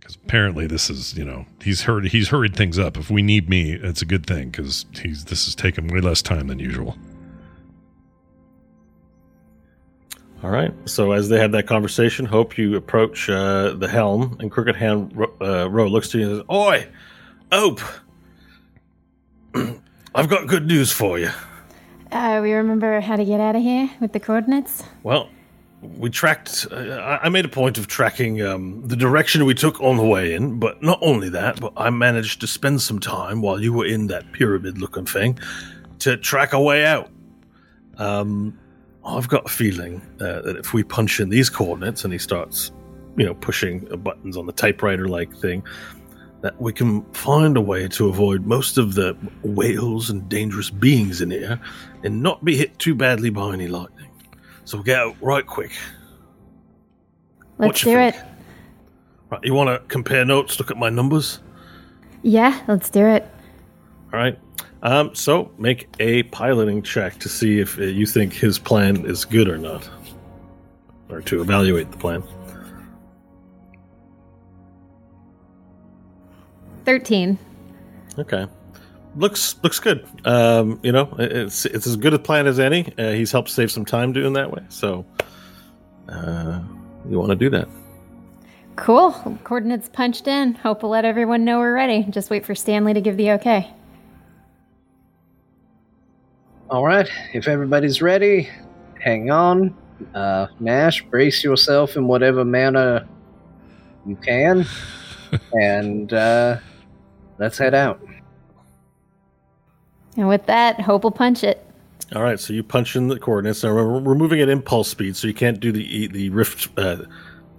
[SPEAKER 1] Because apparently this is you know he's hurried he's hurried things up. If we need me, it's a good thing because he's this is taking way less time than usual. oh.
[SPEAKER 3] All right. So as they have that conversation, hope you approach uh, the helm, and Crooked Hand Ro- uh, Row looks to you and says, "Oi, Ope, [clears throat] I've got good news for you.
[SPEAKER 7] Uh, we remember how to get out of here with the coordinates.
[SPEAKER 3] Well, we tracked. Uh, I I made a point of tracking um, the direction we took on the way in, but not only that, but I managed to spend some time while you were in that pyramid-looking thing to track our way out. Um, I've got a feeling uh, that if we punch in these coordinates, and he starts, you know, pushing uh, buttons on the typewriter-like thing. That we can find a way to avoid most of the whales and dangerous beings in here and not be hit too badly by any lightning. So we'll get out right quick.
[SPEAKER 7] Let's
[SPEAKER 3] you
[SPEAKER 7] do
[SPEAKER 3] think?
[SPEAKER 7] it.
[SPEAKER 3] Right, you want to compare notes? Look at my numbers.
[SPEAKER 7] Yeah, let's do it.
[SPEAKER 3] All right. Um, so make a piloting check to see if uh, you think his plan is good or not, or to evaluate the plan.
[SPEAKER 7] 13.
[SPEAKER 3] Okay. looks looks good. Um, you know, it- it's it's as good a plan as any. Uh, he's helped save some time doing that way, so uh, you want to do that.
[SPEAKER 7] Cool. Coordinates punched in. Hope we'll let everyone know we're ready. Just wait for Stanley to give the okay.
[SPEAKER 4] All right, if everybody's ready, hang on. Uh, Nash, brace yourself in whatever manner you can, and uh, let's head out.
[SPEAKER 7] And with that, Hope will punch it.
[SPEAKER 3] All right, so you punch in the coordinates. Now remember, we're moving at impulse speed, so you can't do the the rift uh,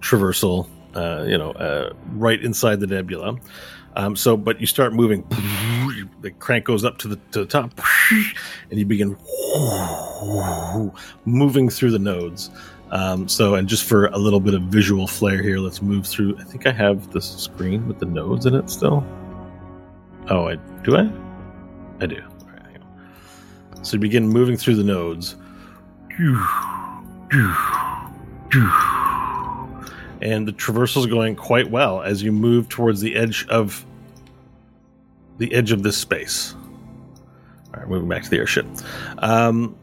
[SPEAKER 3] traversal. Uh, you know, uh, right inside the nebula. Um, so, but you start moving. [laughs] The crank goes up to the to the top, [laughs] and you begin [laughs] moving through the nodes. Um, so, and just for a little bit of visual flair here, let's move through. I think I have the screen with the nodes in it still. Oh, I do I? I do. All right, hang on. So you begin moving through the nodes. And the traversal is going quite well as you move towards the edge of the edge of this space. All right, moving back to the airship. Um,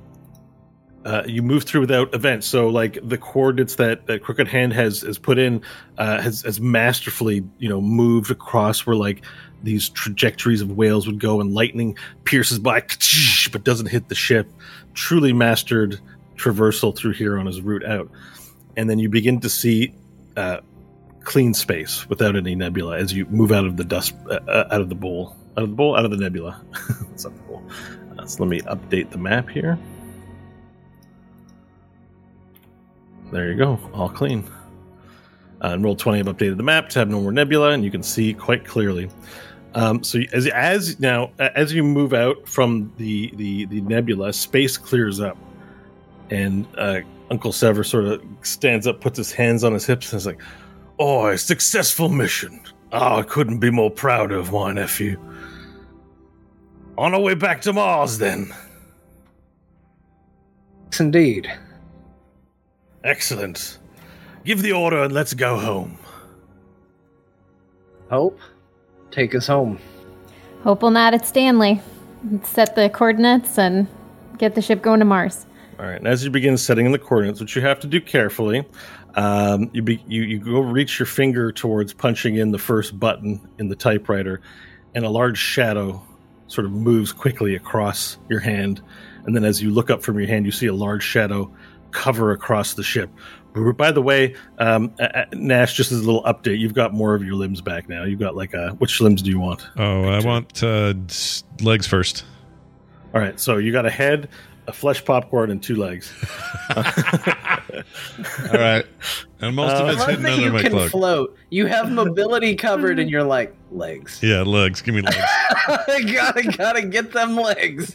[SPEAKER 3] uh, you move through without events, so like the coordinates that, that Crooked Hand has has put in uh, has has masterfully you know moved across where like these trajectories of whales would go, and lightning pierces by [laughs] but doesn't hit the ship. Truly mastered traversal through here on his route out, and then you begin to see uh, clean space without any nebula as you move out of the dust, uh, uh, out of the bowl, out of the bowl, out of the nebula. [laughs] it's not the bowl. Uh, so let me update the map here. There you go, all clean. Uh, in roll twenty, I've updated the map to have no more nebula, and you can see quite clearly. Um, so as as now as you move out from the the, the nebula, space clears up, and uh, Uncle Sever sort of stands up, puts his hands on his hips, and is like, "Oh, a successful mission! Oh, I couldn't be more proud of my nephew." On our way back to Mars, then.
[SPEAKER 4] Yes, indeed.
[SPEAKER 3] Excellent. Give the order and let's go home.
[SPEAKER 4] Hope, take us home.
[SPEAKER 7] Hope will nod at Stanley, set the coordinates, and get the ship going to Mars.
[SPEAKER 3] All right, and as you begin setting in the coordinates, which you have to do carefully, um, you, be, you you go reach your finger towards punching in the first button in the typewriter, and a large shadow sort of moves quickly across your hand, and then as you look up from your hand, you see a large shadow cover across the ship. By the way, um, uh, uh, Nash, just as a little update, you've got more of your limbs back now. You've got like a which limbs do you want?
[SPEAKER 1] Oh, I want uh, s- legs first.
[SPEAKER 3] All right, so you got a head, a flesh popcorn, and two legs.
[SPEAKER 1] All right. [laughs] And most of
[SPEAKER 3] Uh,
[SPEAKER 1] it's
[SPEAKER 4] I love
[SPEAKER 1] hidden
[SPEAKER 4] that
[SPEAKER 1] under
[SPEAKER 4] you
[SPEAKER 1] my
[SPEAKER 4] can
[SPEAKER 1] cloak.
[SPEAKER 4] float. You have [laughs] mobility covered, and you're like [laughs] legs.
[SPEAKER 1] yeah, legs. Give me legs.
[SPEAKER 4] gotta gotta get them legs.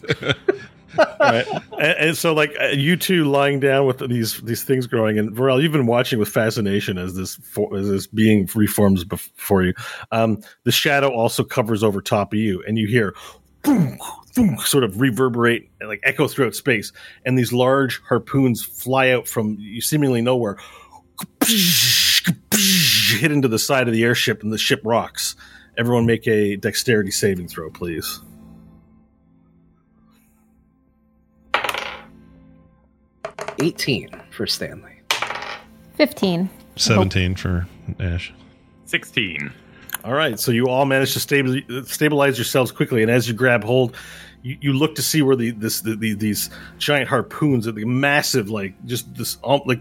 [SPEAKER 3] right. and, and so like uh, you two lying down with these these things growing and Varel, you've been watching with fascination as this for, as this being reforms before you um, the shadow also covers over top of you and you hear [clears throat] boom, boom, sort of reverberate and like echo throughout space and these large harpoons fly out from you seemingly nowhere hit into the side of the airship and the ship rocks everyone make a dexterity saving throw please
[SPEAKER 4] Eighteen for Stanley.
[SPEAKER 7] 15.
[SPEAKER 1] 17 for Ash.
[SPEAKER 5] 16.
[SPEAKER 3] All right, so you all manage to stabilize, stabilize yourselves quickly, and as you grab hold, you, you look to see where the this the, the, these giant harpoons, the massive, like just this, um, like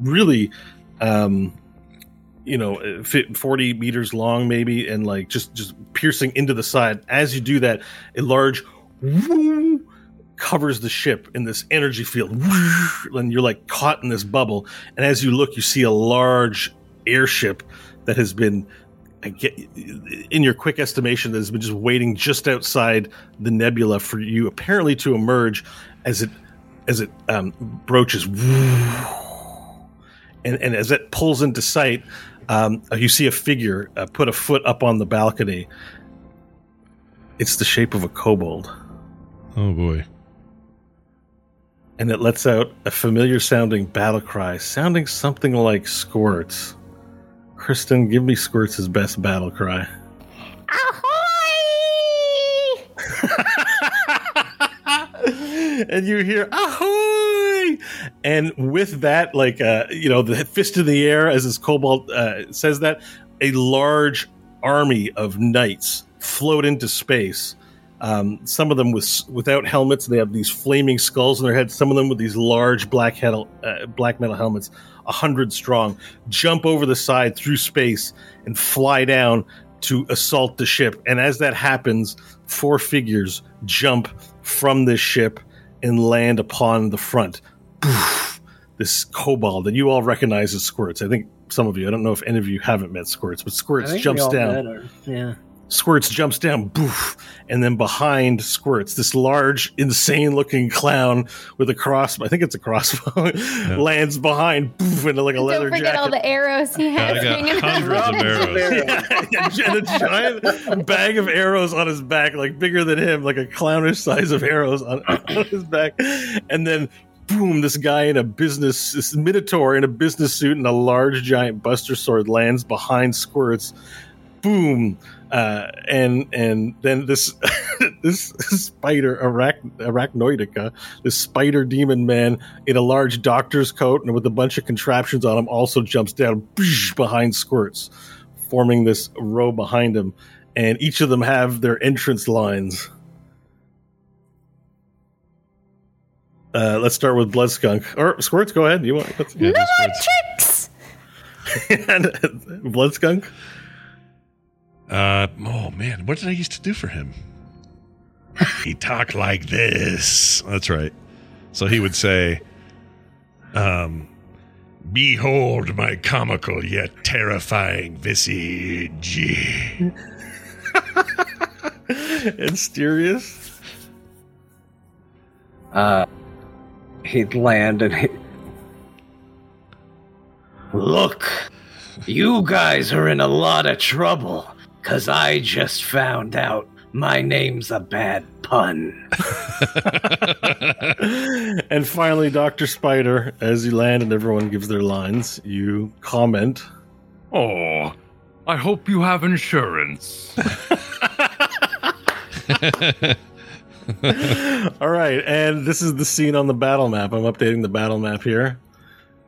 [SPEAKER 3] really, um, you know, uh, fi- forty meters long, maybe, and like just just piercing into the side. As you do that, a large woo covers the ship in this energy field, [laughs] and you're like caught in this bubble. And as you look, you see a large airship that has been I get in your quick estimation that has been just waiting just outside the nebula for you apparently to emerge as it as it um, broaches [sighs] and, and as it pulls into sight um, you see a figure uh, put a foot up on the balcony it's the shape of a kobold
[SPEAKER 1] Oh, boy.
[SPEAKER 3] and it lets out a familiar sounding battle cry sounding something like squirts kristen give me squirts' best battle cry
[SPEAKER 7] Ahoy!
[SPEAKER 3] [laughs] and you hear ahoy and with that like uh you know the fist in the air as this cobalt uh, says that a large army of knights float into space um, some of them with s- without helmets they have these flaming skulls in their heads some of them with these large black head, uh, black metal helmets a hundred strong jump over the side through space and fly down to assault the ship and as that happens four figures jump from this ship and land upon the front. Poof. this kobold that you all recognize as Squirts. I think some of you, I don't know if any of you haven't met Squirts, but Squirts jumps down.
[SPEAKER 4] Yeah.
[SPEAKER 3] Squirts jumps down, boof, and then behind Squirts, this large, insane-looking clown with a cross—I think it's a [laughs] crossbow—lands behind, boof, into like a
[SPEAKER 7] Don't
[SPEAKER 3] leather
[SPEAKER 7] forget
[SPEAKER 3] jacket.
[SPEAKER 7] all the arrows he
[SPEAKER 1] I
[SPEAKER 7] has
[SPEAKER 1] got
[SPEAKER 3] [laughs]
[SPEAKER 7] hanging out.
[SPEAKER 1] hundreds of arrows.
[SPEAKER 3] Yeah, [laughs] and a giant bag of arrows on his back, like bigger than him, like a clownish size of arrows on, [coughs] on his back. And then, boom, this guy in a business, this minotaur in a business suit and a large giant buster sword lands behind Squirts. Boom. Uh, and and then this [laughs] this spider arach- arachnoidica, this spider demon man in a large doctor's coat and with a bunch of contraptions on him, also jumps down behind Squirts forming this row behind him, and each of them have their entrance lines. Uh, let's start with Bloodskunk or Squirts. Go ahead. You want let's,
[SPEAKER 1] Yeah, just
[SPEAKER 7] Little
[SPEAKER 1] words.
[SPEAKER 7] tricks!
[SPEAKER 3] and [laughs] Bloodskunk?
[SPEAKER 1] Uh, oh man, what did I used to do for him? he talked like this. That's right. So he would say, um, "Behold my comical yet terrifying visage."
[SPEAKER 3] and Sterius.
[SPEAKER 4] Uh, he'd land and he. Look, you guys are in a lot of trouble, because I just found out my name's a bad pun.
[SPEAKER 3] and finally, Doctor Spider. As you land and everyone gives their lines, you comment.
[SPEAKER 5] Oh, I hope you have insurance.
[SPEAKER 3] [laughs] All right, and this is the scene on the battle map. I'm updating the battle map here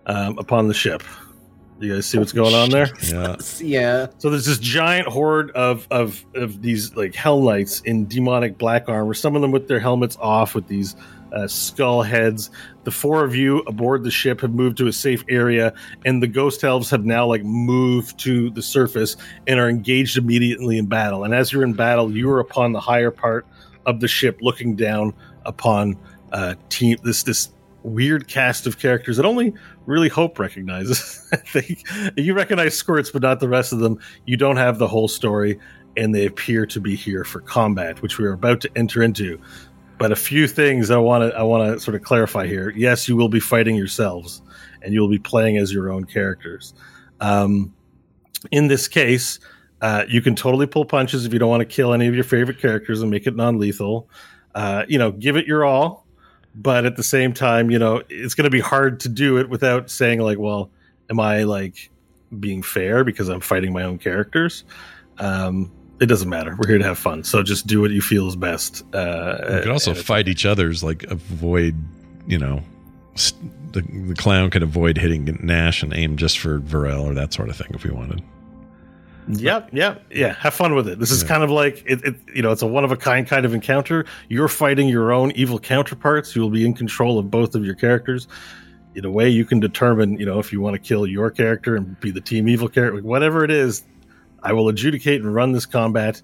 [SPEAKER 3] um, upon the ship. You guys see what's going on there?
[SPEAKER 1] yeah.
[SPEAKER 4] [laughs] Yeah.
[SPEAKER 3] So there's this giant horde of of of these like hell knights in demonic black armor. Some of them with their helmets off, with these uh, skull heads. The four of you aboard the ship have moved to a safe area, and the ghost elves have now like moved to the surface and are engaged immediately in battle. And as you're in battle, you are upon the higher part of the ship, looking down upon uh, team this this weird cast of characters that only really Hope recognizes. [laughs] I think you recognize Squirts, but not the rest of them. You don't have the whole story, and they appear to be here for combat, which we are about to enter into. But a few things I want to I want to sort of clarify here. Yes, you will be fighting yourselves, and you will be playing as your own characters. Um, in this case, uh, you can totally pull punches if you don't want to kill any of your favorite characters and make it non-lethal. Uh, you know, give it your all but at the same time, you know, it's going to be hard to do it without saying like, well, am I like being fair because I'm fighting my own characters? Um, it doesn't matter. We're here to have fun, so just do what you feel is best. Uh,
[SPEAKER 1] You could also
[SPEAKER 3] and it's-
[SPEAKER 1] fight each other's, like avoid, you know, st- the, the clown could avoid hitting Nash and aim just for Varel or that sort of thing if we wanted.
[SPEAKER 3] Yep, yep, yeah. Have fun with it. This is
[SPEAKER 1] Yeah.
[SPEAKER 3] kind of like it, it. You know, it's a one of a kind kind of encounter. You're fighting your own evil counterparts. You will be in control of both of your characters. In a way, you can determine, you know, if you want to kill your character and be the team evil character, whatever it is. I will adjudicate and run this combat,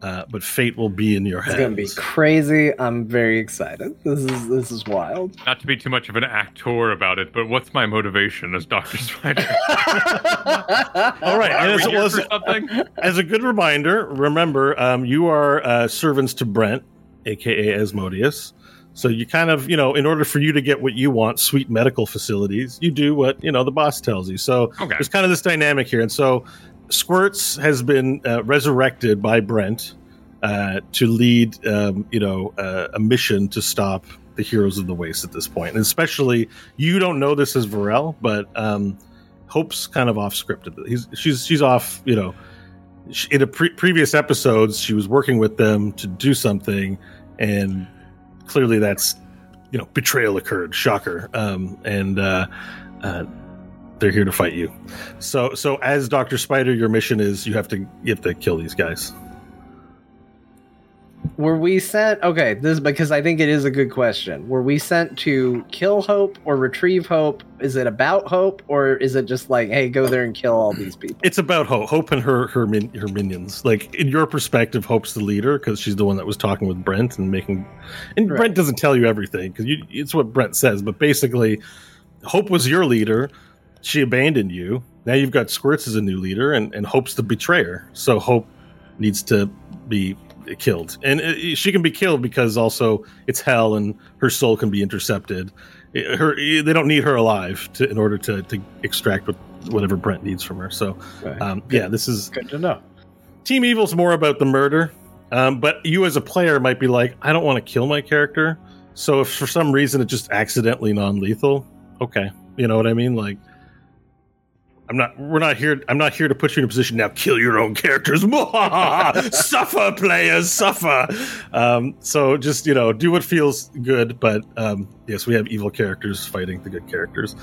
[SPEAKER 3] uh, but fate will be in your
[SPEAKER 4] It's
[SPEAKER 3] hands.
[SPEAKER 4] gonna be crazy. I'm very excited. This is this is wild. [laughs]
[SPEAKER 5] Not to be too much of an actor about it, but what's my motivation as Doctor Spider?
[SPEAKER 3] All right,
[SPEAKER 5] Are
[SPEAKER 3] and
[SPEAKER 5] we
[SPEAKER 3] as,
[SPEAKER 5] here
[SPEAKER 3] well,
[SPEAKER 5] for something?
[SPEAKER 3] as a good reminder, remember um, you are uh, servants to Brent, aka Asmodeus. So you kind of, you know, in order for you to get what you want, sweet medical facilities, you do what you know the boss tells you. So
[SPEAKER 5] Okay.
[SPEAKER 3] there's kind of this dynamic here, and so Squirts has been uh, resurrected by Brent uh, to lead, um, you know, uh, a mission to stop the heroes of the waste at this point, and especially you don't know this as Varel, but um, Hope's kind of off scripted. He's she's she's off, you know. sh in a pre- previous episodes, she was working with them to do something, and clearly that's you know, betrayal occurred. Shocker. Um, and uh, uh, they're here to fight you. So, so as Doctor Spider, your mission is you have to you have to kill these guys.
[SPEAKER 4] Were we sent? Okay, this is because I think it is a good question. Were we sent to kill Hope or retrieve Hope? Is it about Hope or is it just like, hey, go there and kill all these people?
[SPEAKER 3] It's about Hope, Hope and her her min, her minions. Like in your perspective, Hope's the leader because she's the one that was talking with Brent and making. And
[SPEAKER 4] Right.
[SPEAKER 3] Brent doesn't tell you everything because it's what Brent says. But basically, Hope was your leader. She abandoned you. Now you've got Squirts as a new leader, and and Hope's the betrayer. So Hope needs to be killed, and uh, she can be killed because also it's hell, and her soul can be intercepted. Her they don't need her alive to, in order to to extract what whatever Brent needs from her. So.
[SPEAKER 4] Okay.
[SPEAKER 3] Um, yeah, this is
[SPEAKER 4] Uh, good to know.
[SPEAKER 3] Team Evil's more about the murder, um, but you as a player might be like, I don't want to kill my character. So if for some reason it's just accidentally non-lethal, okay, you know what I mean? Like, I'm not. We're not here. I'm not here to put you in a position now. Kill your own characters. [laughs] suffer, players, suffer. Um, so just you know, do what feels good. But um, yes, we have evil characters fighting the good characters.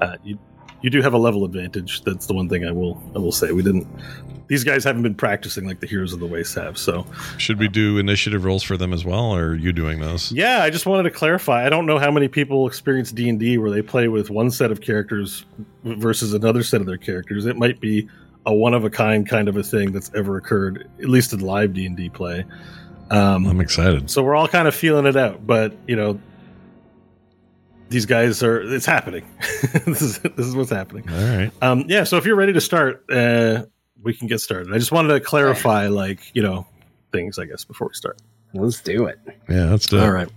[SPEAKER 3] Uh, you you do have a level advantage. That's the one thing I will I will say. We didn't. These guys haven't been practicing like the heroes of the waste have. So
[SPEAKER 1] Should we do initiative rolls for them as well, or are you doing those?
[SPEAKER 3] yeah, I just wanted to clarify. I don't know how many people experience D and D where they play with one set of characters versus another set of their characters. It might be a one of a kind kind of a thing that's ever occurred, at least in live D and D play. Um,
[SPEAKER 1] I'm excited.
[SPEAKER 3] so we're all kind of feeling it out, but you know, these guys are. It's happening. [laughs] this is this is what's happening.
[SPEAKER 1] All right.
[SPEAKER 3] Um, yeah, so if you're ready to start, uh, we can get started. I just wanted to clarify, like you know, things I guess before we start.
[SPEAKER 4] Let's do it.
[SPEAKER 1] Yeah, that's the.
[SPEAKER 3] right.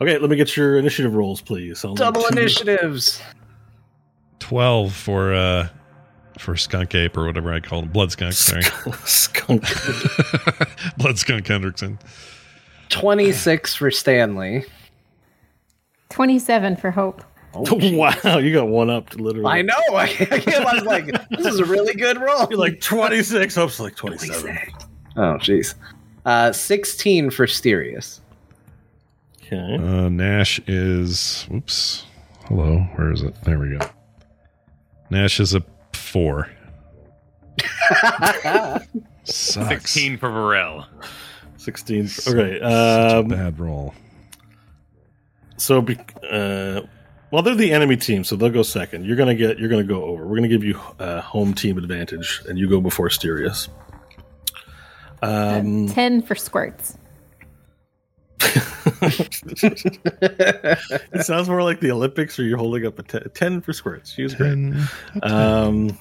[SPEAKER 3] Okay, let me get your initiative rolls, please. I'll need
[SPEAKER 4] Double
[SPEAKER 3] two-
[SPEAKER 4] initiatives.
[SPEAKER 1] 12 for uh for skunk ape or whatever I called him. Blood skunk, sorry.
[SPEAKER 3] [laughs] Skunk.
[SPEAKER 1] [laughs] Blood skunk Hendrickson.
[SPEAKER 4] 26 for Stanley.
[SPEAKER 7] 27 for Hope.
[SPEAKER 1] Oh,
[SPEAKER 3] wow, you got one up, literally.
[SPEAKER 4] I know. [laughs] I, I was like, this is a really good roll.
[SPEAKER 3] You're like 26. Hope's like 27.
[SPEAKER 4] Oh, jeez. Uh, 16 for [laughs] Sterius.
[SPEAKER 3] Okay.
[SPEAKER 1] Uh Nash is whoops. Hello, where is it? There we go. Nash is a [laughs] 4. Sucks.
[SPEAKER 5] 16 for Varel.
[SPEAKER 3] 16.
[SPEAKER 1] Okay.
[SPEAKER 3] Okay.
[SPEAKER 1] Such a
[SPEAKER 3] Um,
[SPEAKER 1] bad roll.
[SPEAKER 3] so, be, uh, well, they're the enemy team, so they'll go second. You're gonna get. You're gonna go over. We're gonna give you uh, home team advantage, and you go before Sterius. Um,
[SPEAKER 7] 10 for Squirts.
[SPEAKER 3] it sounds more like the Olympics, where you're holding up a te- 10 for squirts. She was great.
[SPEAKER 1] Ten.
[SPEAKER 3] Um,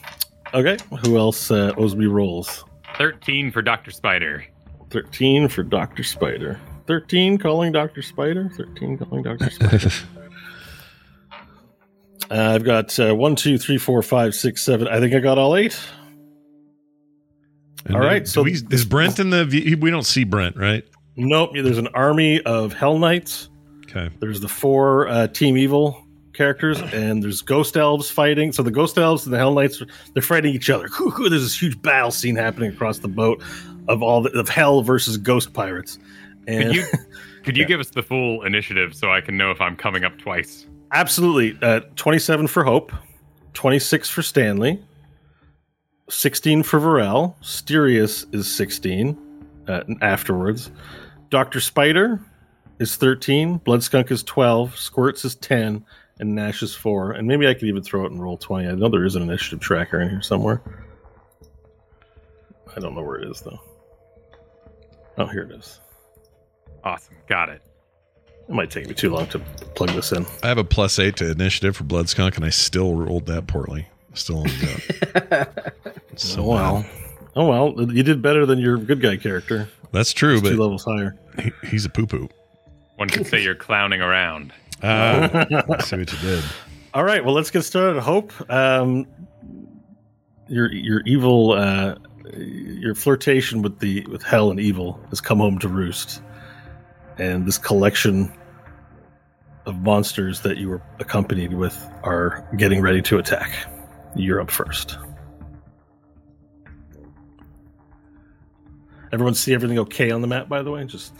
[SPEAKER 3] okay, who else uh, owes me rolls?
[SPEAKER 5] 13 for Dr. Spider.
[SPEAKER 3] 13 for Dr. Spider. 13 calling Dr. Spider. 13 calling Dr. Spider. uh, I've got uh, one, two, three, four, five, six, seven. I think I got all eight.
[SPEAKER 1] And
[SPEAKER 3] All right,
[SPEAKER 1] do
[SPEAKER 3] so-
[SPEAKER 1] we, is Brent in the v- we don't see Brent, right?
[SPEAKER 3] Nope, there's an army of Hell Knights.
[SPEAKER 1] Okay.
[SPEAKER 3] There's the four uh, Team Evil characters, and there's Ghost Elves fighting. So the Ghost Elves and the Hell Knights, they're fighting each other. There's this huge battle scene happening across the boat of all the, of Hell versus Ghost Pirates. And [laughs]
[SPEAKER 5] Could you could you give us the full initiative so I can know if I'm coming up twice?
[SPEAKER 3] Absolutely. Uh, 27 for Hope, 26 for Stanley, 16 for Varel. Sterius is 16 uh, afterwards. Dr. Spider is 13. Bloodskunk is 12. Squirts is 10. And Nash is 4. And maybe I could even throw it in roll 20. I know there is an initiative tracker in here somewhere. I don't know where it is, though. Oh, here it is.
[SPEAKER 5] Awesome. Got it.
[SPEAKER 3] It might take me too long to plug this in.
[SPEAKER 1] I have a plus 8 to initiative for blood skunk and I still rolled that poorly. Still on the
[SPEAKER 4] [laughs]
[SPEAKER 1] gut. so wow.
[SPEAKER 3] Oh well, you did better than your good guy character.
[SPEAKER 1] That's true, but
[SPEAKER 3] Two levels higher.
[SPEAKER 1] he, he's a poo poo.
[SPEAKER 5] One could say you're clowning around.
[SPEAKER 1] Uh, [laughs] I see what you did.
[SPEAKER 3] All right, well, let's get started. Hope, um, your your evil, uh, your flirtation with the with hell and evil has come home to roost, and this collection of monsters that you were accompanied with are getting ready to attack. You're up first. Everyone see everything okay on the map, by the way? Just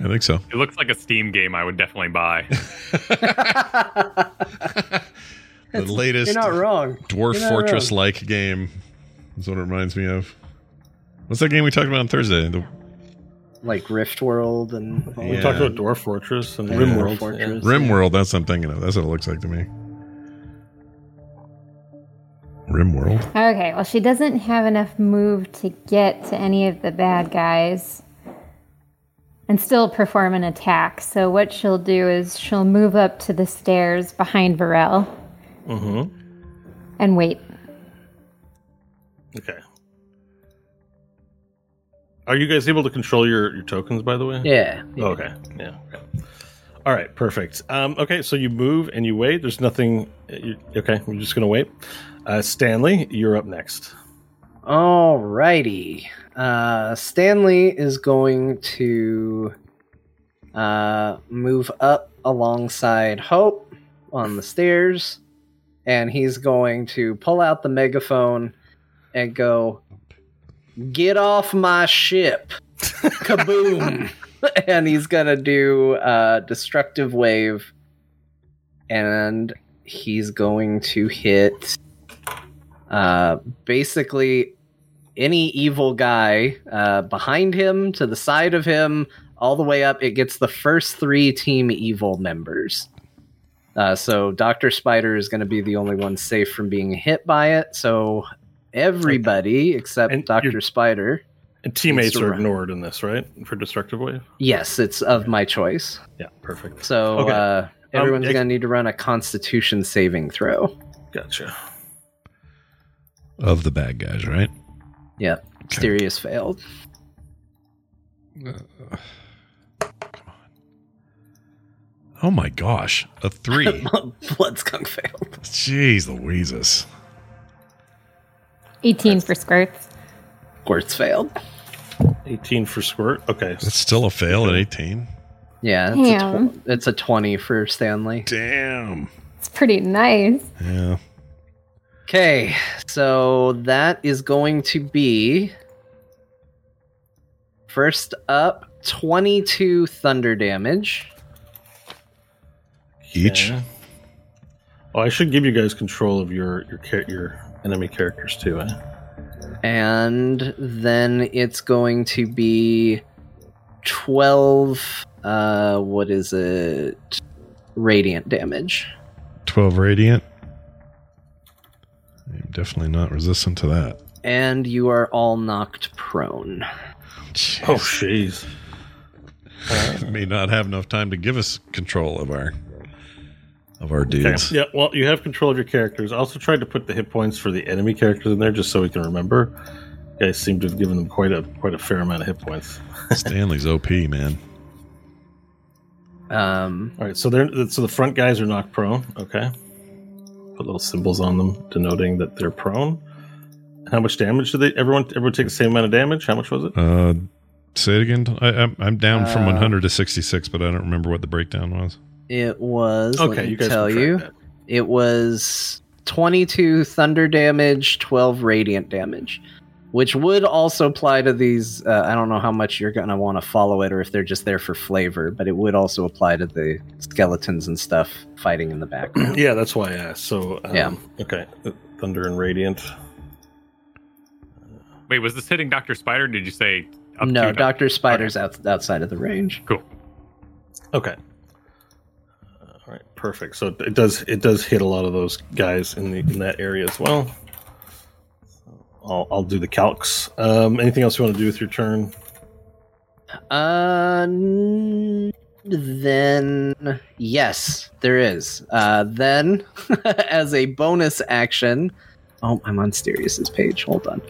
[SPEAKER 1] I think so.
[SPEAKER 5] It looks like a Steam game I would definitely buy.
[SPEAKER 1] The latest
[SPEAKER 4] You're not wrong.
[SPEAKER 1] Dwarf
[SPEAKER 4] You're not
[SPEAKER 1] Fortress
[SPEAKER 4] wrong.
[SPEAKER 1] like game is what it reminds me of. What's that game we talked about on Thursday? The
[SPEAKER 4] Like Rift World and all
[SPEAKER 3] We
[SPEAKER 1] Yeah.
[SPEAKER 4] that.
[SPEAKER 3] talked about Dwarf Fortress and
[SPEAKER 4] Yeah.
[SPEAKER 3] Rim World.
[SPEAKER 4] Fortress.
[SPEAKER 1] Rim World. That's what I'm thinking of. That's what it looks like to me. Rim World.
[SPEAKER 7] Okay, well, she doesn't have enough move to get to any of the bad guys and still perform an attack. So, what she'll do is she'll move up to the stairs behind Varel
[SPEAKER 3] Mm-hmm.
[SPEAKER 7] and wait.
[SPEAKER 3] Okay. Are you guys able to control your, your tokens, by the way? Oh,
[SPEAKER 4] Yeah.
[SPEAKER 3] Okay. Yeah. okay. All right. Perfect. Um, okay. So you move and you wait. There's nothing. uh, You, okay. We're just gonna wait. Uh, Stanley, you're up next.
[SPEAKER 4] Alrighty. Uh, Stanley is going to uh, move up alongside Hope on the stairs, and he's going to pull out the megaphone and go, Get off my ship! Kaboom! [laughs] and he's going to do uh, Destructive Wave, and he's going to hit. Uh, basically any evil guy uh, behind him, to the side of him, all the way up. It gets the first three Team Evil members. Uh, so Dr. Spider is going to be the only one safe from being hit by it. So everybody except
[SPEAKER 3] And
[SPEAKER 4] Dr.
[SPEAKER 3] you're-
[SPEAKER 4] Spider.
[SPEAKER 3] And teammates
[SPEAKER 4] It's
[SPEAKER 3] are
[SPEAKER 4] right.
[SPEAKER 3] ignored in this, right? For destructive wave.
[SPEAKER 4] Yes, it's of my choice.
[SPEAKER 3] Yeah. Perfect.
[SPEAKER 4] So
[SPEAKER 3] Okay. Um,
[SPEAKER 4] uh, everyone's
[SPEAKER 3] ex-
[SPEAKER 4] going to need to run a Constitution saving throw.
[SPEAKER 3] Gotcha.
[SPEAKER 1] Of the bad guys, right?
[SPEAKER 4] Yep. Mysterious failed. [laughs]
[SPEAKER 1] Oh my gosh. A
[SPEAKER 4] [laughs]
[SPEAKER 1] three.
[SPEAKER 4] Bloodskunk failed.
[SPEAKER 1] Jeez Louises.
[SPEAKER 7] 18 for skirts.
[SPEAKER 4] Quartz failed.
[SPEAKER 3] 18 for squirt. Okay.
[SPEAKER 1] That's still a fail at 18.
[SPEAKER 4] Yeah, it's, a
[SPEAKER 7] Damn.
[SPEAKER 4] tw- it's a 20 for Stanley.
[SPEAKER 1] Damn.
[SPEAKER 7] It's pretty nice.
[SPEAKER 1] Yeah.
[SPEAKER 4] Okay, so that is going to be first up 22 thunder damage.
[SPEAKER 1] Each.
[SPEAKER 3] Yeah. Oh, I should give you guys control of your your cha- your enemy characters too. Eh?
[SPEAKER 4] And then it's going to be 12 uh what is it? Radiant damage.
[SPEAKER 1] 12 radiant. I'm definitely not resistant to that.
[SPEAKER 4] And you are all knocked prone.
[SPEAKER 1] Jeez.
[SPEAKER 3] Oh,
[SPEAKER 1] [laughs]
[SPEAKER 3] jeez.
[SPEAKER 1] May not have enough time to give us control of our of our dudes.
[SPEAKER 3] Yeah, well, you have control of your characters. I also tried to put the hit points for the enemy characters in there just so we can remember. You guys seem to have given them quite a quite a fair amount of hit points.
[SPEAKER 1] Stanley's OP, man.
[SPEAKER 4] Um
[SPEAKER 3] All right, so they're so the front guys are knocked prone. Okay, put little symbols on them denoting that they're prone. How much damage did they? Everyone, everyone take the same amount of damage. How much was it?
[SPEAKER 1] Uh, say it again. I, I'm, I'm down from
[SPEAKER 4] Uh,
[SPEAKER 1] 100 to 66, but I don't remember what the breakdown was.
[SPEAKER 4] it was let
[SPEAKER 3] okay,
[SPEAKER 4] me
[SPEAKER 3] you guys
[SPEAKER 4] tell
[SPEAKER 3] can track
[SPEAKER 4] you.
[SPEAKER 3] that.
[SPEAKER 4] It was 22 thunder damage, 12 radiant damage, which would also apply to these. Uh, I don't know how much you're going to want to follow it or if they're just there for flavor, but it would also apply to the skeletons and stuff fighting in the background.
[SPEAKER 3] Yeah, that's why I asked. So um,
[SPEAKER 4] Yeah.
[SPEAKER 3] okay, uh, thunder and radiant.
[SPEAKER 5] Wait, was this hitting Dr. Spider? Did you say up
[SPEAKER 4] no,
[SPEAKER 5] to Doc-
[SPEAKER 4] Dr. Spider's out, outside of the range.
[SPEAKER 5] Cool.
[SPEAKER 3] Okay. Uh, All right, perfect. So it- it does it does hit a lot of those guys in the in that area as well. I'll, I'll do the calcs. Um, anything else you want to do with your turn?
[SPEAKER 4] Uh, n- then yes, there is. Uh, then [laughs] as a bonus action, oh, I'm on Sirius's page. Hold on.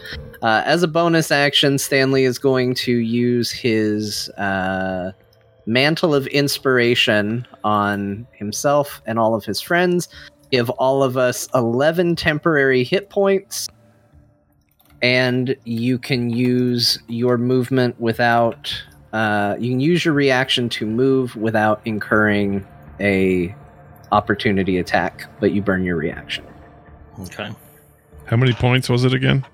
[SPEAKER 4] Uh, as a bonus action, Stanley is going to use his uh, mantle of inspiration on himself and all of his friends. Give all of us 11 temporary hit points. And you can use your movement without. Uh, you can use your reaction to move without incurring a opportunity attack, but you burn your reaction.
[SPEAKER 3] Okay.
[SPEAKER 1] How many points was it again?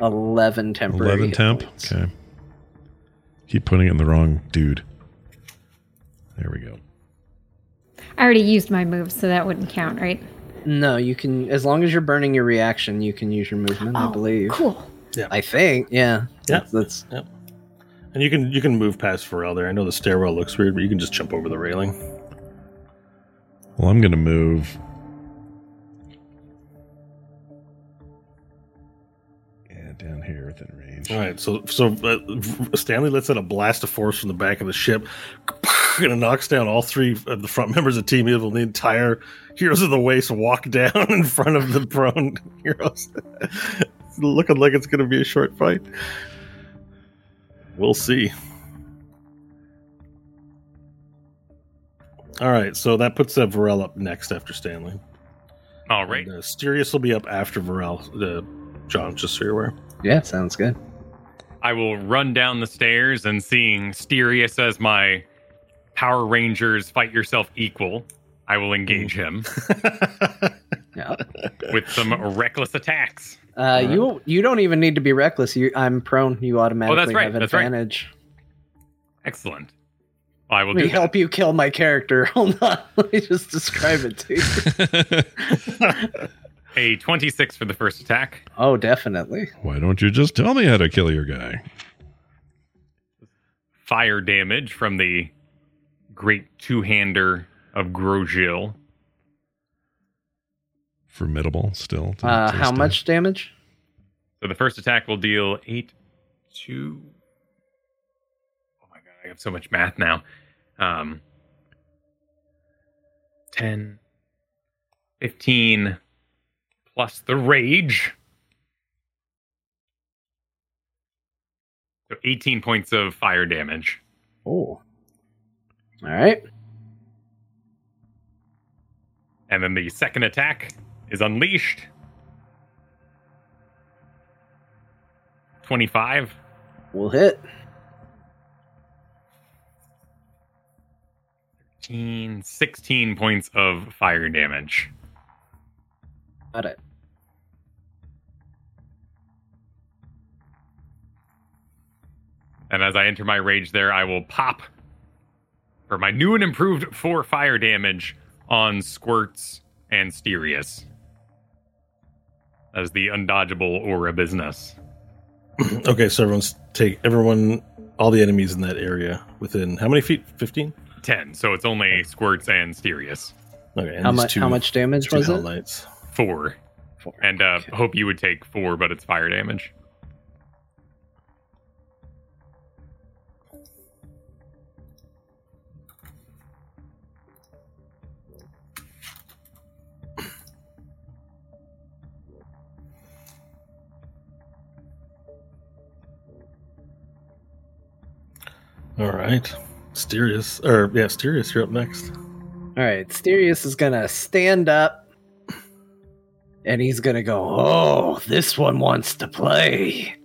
[SPEAKER 4] 11 temporary.
[SPEAKER 1] 11
[SPEAKER 4] hit
[SPEAKER 1] temp.
[SPEAKER 4] points.
[SPEAKER 1] Okay. Keep putting it in the wrong dude. There we go.
[SPEAKER 7] I already used my move, so that wouldn't count, right?
[SPEAKER 4] No, you can. As long as you're burning your reaction, you can use your movement. I believe.
[SPEAKER 7] Cool.
[SPEAKER 4] I think. Yeah.
[SPEAKER 3] Yeah.
[SPEAKER 4] That's, that's
[SPEAKER 3] And you can you can move past Pharrell there. I know the stairwell looks weird, but you can just jump over the railing.
[SPEAKER 1] Well, I'm going to move. Yeah, down here within range.
[SPEAKER 3] All right, so so uh, Stanley lets out a blast of force from the back of the ship, [laughs] and it knocks down all three of the front members of Team Evil. And the entire Heroes of the Waste walk down [laughs] in front of the prone [laughs] heroes. it's looking like it's going to be a short fight. We'll see. All right, so that puts uh, Varel up next after Stanley.
[SPEAKER 5] All Oh, right.
[SPEAKER 3] And, uh, Sirius will be up after Varel. Uh, John, just so you're aware. [laughs]
[SPEAKER 4] yeah. Sounds good.
[SPEAKER 5] I will run down the stairs and seeing Sterius as my Power Rangers fight yourself equal, I will engage him
[SPEAKER 4] Yeah.
[SPEAKER 5] with some reckless attacks.
[SPEAKER 4] Uh, you you don't even need to be reckless. You I'm prone. You automatically
[SPEAKER 5] right,
[SPEAKER 4] have
[SPEAKER 5] Oh, that's right.
[SPEAKER 4] advantage.
[SPEAKER 5] Excellent. I will
[SPEAKER 4] Let
[SPEAKER 5] do
[SPEAKER 4] me
[SPEAKER 5] that.
[SPEAKER 4] help you kill my character. [laughs] Hold on. Let me just describe it to you.
[SPEAKER 5] a 26 for the first attack.
[SPEAKER 4] oh, definitely.
[SPEAKER 1] Why don't you just tell me how to kill your guy?
[SPEAKER 5] Fire damage from the great two-hander of Grosjil.
[SPEAKER 1] Formidable still. to-
[SPEAKER 4] Uh,
[SPEAKER 1] to
[SPEAKER 4] how
[SPEAKER 1] stay.
[SPEAKER 4] much damage?
[SPEAKER 5] So the first attack will deal 8 2 Oh my god, I have so much math now. Um 10 15 plus the rage. So 18 points of fire damage.
[SPEAKER 4] Oh. All right.
[SPEAKER 5] And then the second attack is unleashed. 25
[SPEAKER 4] We'll hit.
[SPEAKER 5] 15, 16 points of fire damage.
[SPEAKER 4] Got it.
[SPEAKER 5] And as I enter my rage there, I will pop for my new and improved 4 fire damage on Squirts and Sterius. That is the undodgeable aura business.
[SPEAKER 3] Okay, so everyone's take everyone, all the enemies in that area within how many feet? Fifteen.
[SPEAKER 5] 10, so it's only Squirts and Sterius.
[SPEAKER 3] Okay. And
[SPEAKER 4] How
[SPEAKER 3] these
[SPEAKER 4] much?
[SPEAKER 3] two-
[SPEAKER 4] How much damage
[SPEAKER 3] two
[SPEAKER 4] was
[SPEAKER 3] Hell
[SPEAKER 4] it?
[SPEAKER 3] Knights.
[SPEAKER 5] 4.
[SPEAKER 4] Four.
[SPEAKER 5] And uh, hope you would take 4, but it's fire damage.
[SPEAKER 4] [laughs]
[SPEAKER 3] All right. Sterius, or yeah, Sterius, you're up next. [laughs]
[SPEAKER 4] All right, Sterius is gonna stand up, and he's gonna go. Oh, this one wants to play,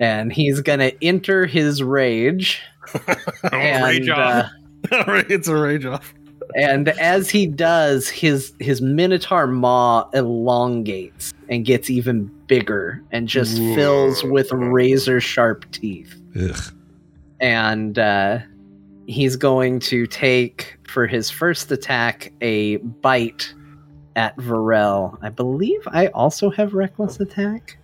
[SPEAKER 4] and he's gonna enter his rage.
[SPEAKER 5] Oh,
[SPEAKER 4] and,
[SPEAKER 5] rage
[SPEAKER 4] uh,
[SPEAKER 5] off.
[SPEAKER 3] all right, it's a rage off.
[SPEAKER 4] and as he does, his his minotaur maw elongates and gets even bigger, and just fills with razor sharp teeth.
[SPEAKER 1] Ugh.
[SPEAKER 4] and uh, he's going to take for his first attack a bite at Varel. I believe I also have reckless attack.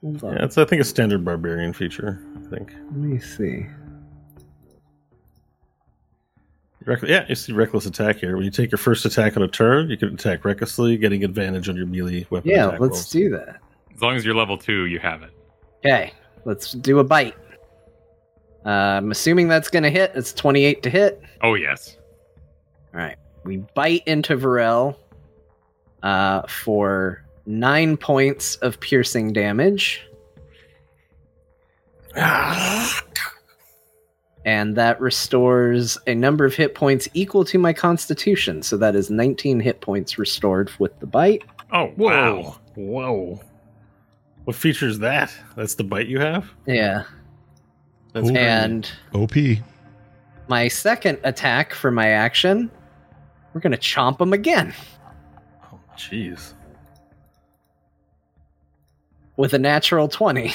[SPEAKER 4] Hold on,
[SPEAKER 3] Yeah, it's I think a standard barbarian feature. I think.
[SPEAKER 4] let me see.
[SPEAKER 3] Rec- yeah, you see reckless attack here. When you take your first attack on a turn, you can attack recklessly, getting advantage on your melee weapon.
[SPEAKER 4] Yeah,
[SPEAKER 3] attack
[SPEAKER 4] let's
[SPEAKER 3] rolls.
[SPEAKER 4] do that.
[SPEAKER 5] As long as you're level 2, you have it.
[SPEAKER 4] Okay, let's do a bite. Uh, I'm assuming that's going to hit. It's 28 to hit.
[SPEAKER 5] Oh, yes.
[SPEAKER 4] All right, we bite into Varel uh, for nine points of piercing damage.
[SPEAKER 3] [sighs]
[SPEAKER 4] and that restores a number of hit points equal to my constitution. So that is 19 hit points restored with the bite.
[SPEAKER 5] Oh,
[SPEAKER 3] Whoa,
[SPEAKER 5] wow.
[SPEAKER 3] whoa. What feature is that? That's the bite you have.
[SPEAKER 4] Yeah.
[SPEAKER 3] That's
[SPEAKER 1] Ooh.
[SPEAKER 3] crazy.
[SPEAKER 4] And
[SPEAKER 1] OP.
[SPEAKER 4] my second attack for my action, we're going to chomp him again
[SPEAKER 3] Oh, jeez.
[SPEAKER 4] with a natural 20.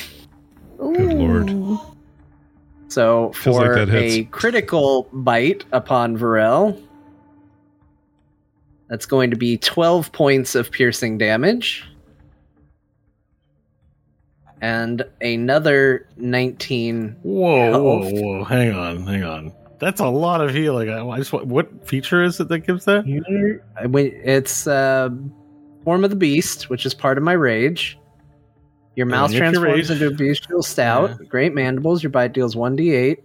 [SPEAKER 7] Ooh.
[SPEAKER 1] Good lord.
[SPEAKER 4] So
[SPEAKER 1] Feels like
[SPEAKER 4] for
[SPEAKER 1] that hits.
[SPEAKER 4] a critical bite upon Varel, that's going to be 12 points of piercing damage. And another 19.
[SPEAKER 3] Whoa, whoa,
[SPEAKER 4] Health.
[SPEAKER 3] whoa! Hang on, hang on. That's a lot of healing. I, I just want, what feature is it that gives that?
[SPEAKER 4] I went- It's uh, Form of the Beast, which is part of my rage. Your
[SPEAKER 3] And
[SPEAKER 4] mouth
[SPEAKER 3] if you're raged-
[SPEAKER 4] transforms into a bestial stout. Great mandibles. Your bite deals 1d8.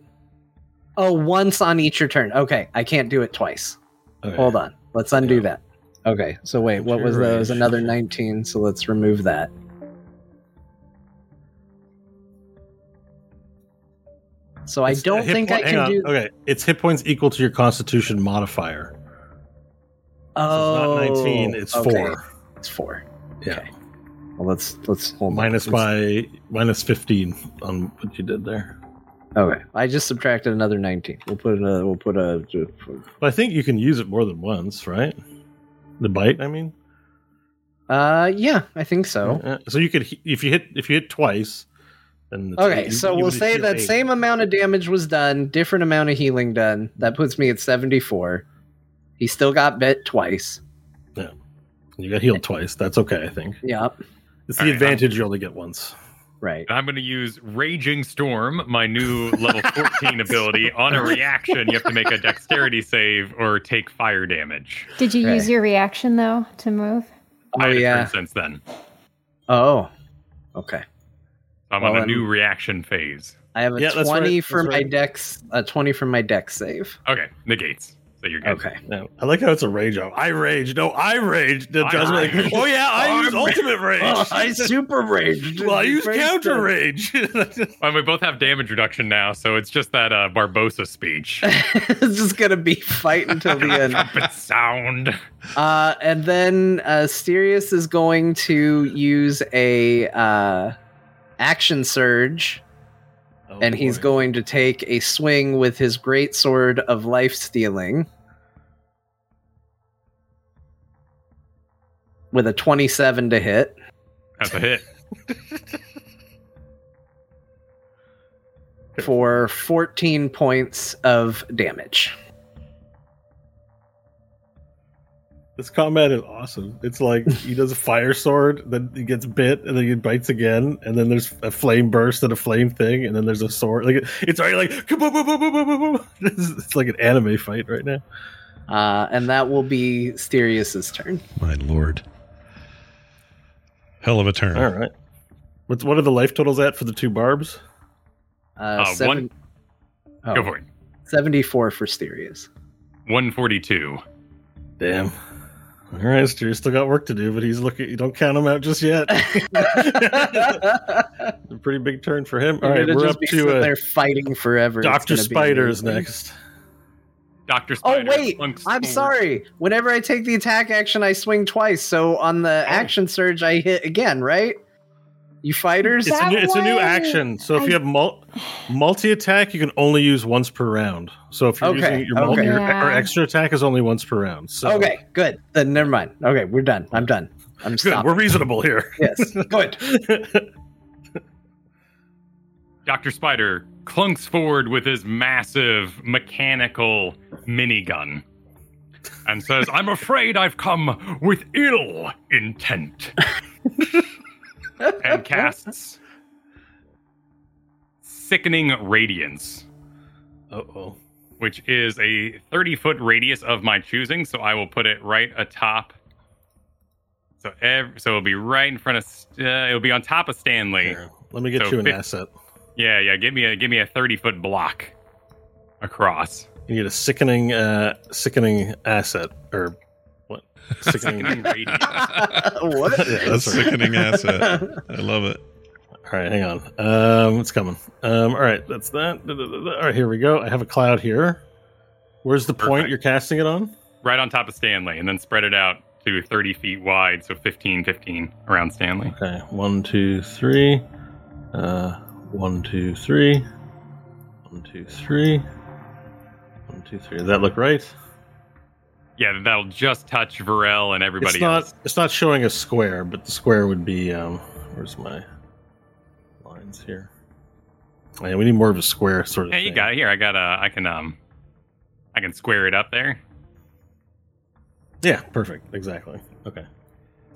[SPEAKER 4] Oh, once on each your turn. Okay, I can't do it twice.
[SPEAKER 3] Okay.
[SPEAKER 4] Hold on. Let's undo that. Okay. So wait, what was that? It was
[SPEAKER 3] Duration.
[SPEAKER 4] another 19, so let's remove that. So I
[SPEAKER 3] It's-
[SPEAKER 4] don't
[SPEAKER 3] hit
[SPEAKER 4] think
[SPEAKER 3] point-
[SPEAKER 4] I
[SPEAKER 3] hang
[SPEAKER 4] can
[SPEAKER 3] on.
[SPEAKER 4] do
[SPEAKER 3] Okay, it's hit points equal to your Constitution modifier.
[SPEAKER 4] Oh.
[SPEAKER 3] so it's not 19. It's
[SPEAKER 4] okay.
[SPEAKER 3] four.
[SPEAKER 4] It's 4.
[SPEAKER 3] Yeah,
[SPEAKER 4] Okay. Well, let's let's hold on.
[SPEAKER 3] minus my minus 15 on what you did there.
[SPEAKER 4] Okay. I just subtracted another 19. We'll put another we'll put a
[SPEAKER 3] But I think you can use it more than once, right? The bite, I mean.
[SPEAKER 4] Uh yeah, I think so.
[SPEAKER 3] Uh, So you could he- if you hit if you hit twice, then it's-
[SPEAKER 4] Okay,
[SPEAKER 3] you-
[SPEAKER 4] so
[SPEAKER 3] you
[SPEAKER 4] we'll
[SPEAKER 3] would
[SPEAKER 4] say
[SPEAKER 3] achieve
[SPEAKER 4] that
[SPEAKER 3] eight.
[SPEAKER 4] same amount of damage was done, different amount of healing done. That puts me at 74. He still got bit twice.
[SPEAKER 3] You got healed twice. That's okay, I think.
[SPEAKER 4] Yep.
[SPEAKER 3] It's
[SPEAKER 5] All
[SPEAKER 3] the
[SPEAKER 5] right, I'm-
[SPEAKER 3] advantage you only get once.
[SPEAKER 4] Right.
[SPEAKER 5] And I'm going to use Raging Storm, my
[SPEAKER 4] [laughs]
[SPEAKER 5] new level 14 ability. On a reaction, you have to make a dexterity save or take fire damage.
[SPEAKER 7] Did you
[SPEAKER 4] Okay.
[SPEAKER 7] use your reaction though to move?
[SPEAKER 5] I
[SPEAKER 4] Oh,
[SPEAKER 5] had a
[SPEAKER 4] yeah.
[SPEAKER 5] turn since then. So
[SPEAKER 4] Oh. Okay.
[SPEAKER 5] I'm
[SPEAKER 4] Well,
[SPEAKER 5] on a
[SPEAKER 4] I'm-
[SPEAKER 5] new reaction phase.
[SPEAKER 4] I have a
[SPEAKER 3] Yeah, that's
[SPEAKER 4] 20
[SPEAKER 3] right,
[SPEAKER 4] for
[SPEAKER 3] that's
[SPEAKER 4] my
[SPEAKER 3] right.
[SPEAKER 4] dex a 20 for my dex save.
[SPEAKER 5] Okay, negates. So you're good.
[SPEAKER 4] [laughs] Okay.
[SPEAKER 3] No, I like how it's a rage. off. I rage. No, I rage. The
[SPEAKER 5] I
[SPEAKER 3] judgment.
[SPEAKER 5] rage.
[SPEAKER 3] [laughs] oh yeah, I
[SPEAKER 5] I
[SPEAKER 3] use [laughs]
[SPEAKER 5] rage.
[SPEAKER 3] ultimate rage. Oh,
[SPEAKER 4] super raged.
[SPEAKER 3] well, I use counter rage.
[SPEAKER 5] [laughs] Well, we both have damage reduction now, so it's just that uh, Barbosa
[SPEAKER 4] [laughs]
[SPEAKER 5] speech.
[SPEAKER 4] [laughs] it's just going to be fight
[SPEAKER 3] [laughs]
[SPEAKER 4] until the end.
[SPEAKER 5] But sound.
[SPEAKER 4] Uh, and then uh, Sirius is going to use a uh, action surge,
[SPEAKER 3] Oh,
[SPEAKER 4] and he's
[SPEAKER 3] boy.
[SPEAKER 4] going to take a swing with his great sword of life stealing with a 27 to hit.
[SPEAKER 5] That's a hit.
[SPEAKER 4] for 14 points of damage.
[SPEAKER 3] This combat is awesome. It's like he does a fire sword, then he gets bit, and then he bites again, and then there's a flame burst and a flame thing, and then there's a sword. Like it's already like [laughs] kaboom, boom, boom, boom, boom, boom, boom. This is- It's like an anime fight right now.
[SPEAKER 4] Uh, and that will be Sirius's turn.
[SPEAKER 1] My lord. Hell of a turn.
[SPEAKER 3] All right. What's what are the life totals at for the two barbs?
[SPEAKER 4] Uh,
[SPEAKER 5] Uh,
[SPEAKER 4] seven- oh,
[SPEAKER 5] Go for it.
[SPEAKER 4] 74 for Sirius. [laughs]
[SPEAKER 5] 142.
[SPEAKER 3] Damn. All right, Stu still got work to do, but he's looking. You don't count him out just
[SPEAKER 4] [laughs]
[SPEAKER 3] yet.
[SPEAKER 4] All
[SPEAKER 3] a pretty big turn for him. All right, we're up to uh,
[SPEAKER 4] they're fighting forever. It's
[SPEAKER 3] Doctor
[SPEAKER 4] gonna be
[SPEAKER 3] Spider is
[SPEAKER 4] amazing.
[SPEAKER 3] next.
[SPEAKER 5] Dr.
[SPEAKER 4] Oh
[SPEAKER 5] Spider.
[SPEAKER 4] wait,
[SPEAKER 5] plunks
[SPEAKER 4] I'm
[SPEAKER 5] forward.
[SPEAKER 4] sorry. Whenever I take the attack action, I swing twice. So on the action surge, I hit again, right? You fighters?
[SPEAKER 3] It's a,
[SPEAKER 7] That
[SPEAKER 3] new, it's a new
[SPEAKER 7] one,
[SPEAKER 3] action. So if
[SPEAKER 7] I-
[SPEAKER 3] you have mul- multi attack, you can only use once per round. So if you're
[SPEAKER 4] Okay,
[SPEAKER 3] using your, multi
[SPEAKER 4] okay.
[SPEAKER 3] your
[SPEAKER 7] Yeah.
[SPEAKER 3] or extra attack is only once per round. So
[SPEAKER 4] Okay, good. Then never mind. Okay, we're done. I'm done. I'm
[SPEAKER 3] good. We're
[SPEAKER 4] stopped.
[SPEAKER 3] reasonable here. [laughs]
[SPEAKER 4] Yes, good.
[SPEAKER 5] Dr. Spider clunks forward with his massive mechanical minigun and says, I'm afraid I've come with ill intent. and casts Sickening Radiance,
[SPEAKER 3] uh oh.
[SPEAKER 5] which is a 30 foot radius of my choosing. So I will put it right atop. So, ev- so it'll be right in front of, St- uh, it'll be on top of Stanley.
[SPEAKER 3] Let me get
[SPEAKER 5] So
[SPEAKER 3] you an
[SPEAKER 5] fif-
[SPEAKER 3] asset.
[SPEAKER 5] Yeah, yeah. Give me a give me a thirty foot block across.
[SPEAKER 3] You need a sickening, uh, sickening asset or
[SPEAKER 5] [laughs]
[SPEAKER 3] what? Sickening.
[SPEAKER 5] Radius.
[SPEAKER 4] what?
[SPEAKER 3] Yeah, that's right.
[SPEAKER 1] Sickening asset. I love it.
[SPEAKER 3] All right, hang on. Um, it's coming. Um, all right, that's that. Da, da, da, da. All right, here we go. I have a cloud here. Where's the point
[SPEAKER 5] Perfect.
[SPEAKER 3] you're casting it on?
[SPEAKER 5] right on top of Stanley, and then spread it out to thirty feet wide, so 15, 15 around Stanley.
[SPEAKER 3] Okay, one, two, three. Uh, one, two, three. One, two, three. One, two, three. Does that look right?
[SPEAKER 5] Yeah, that'll just touch Varel and everybody
[SPEAKER 3] it's not.
[SPEAKER 5] else.
[SPEAKER 3] It's not showing a square, but the square would be. Um, where's my lines here? Yeah, we need more of a square sort of
[SPEAKER 5] Yeah, you
[SPEAKER 3] thing.
[SPEAKER 5] got it. Here, I got. Uh, I can. Um, I can square it up there.
[SPEAKER 3] Yeah, perfect. Exactly. Okay.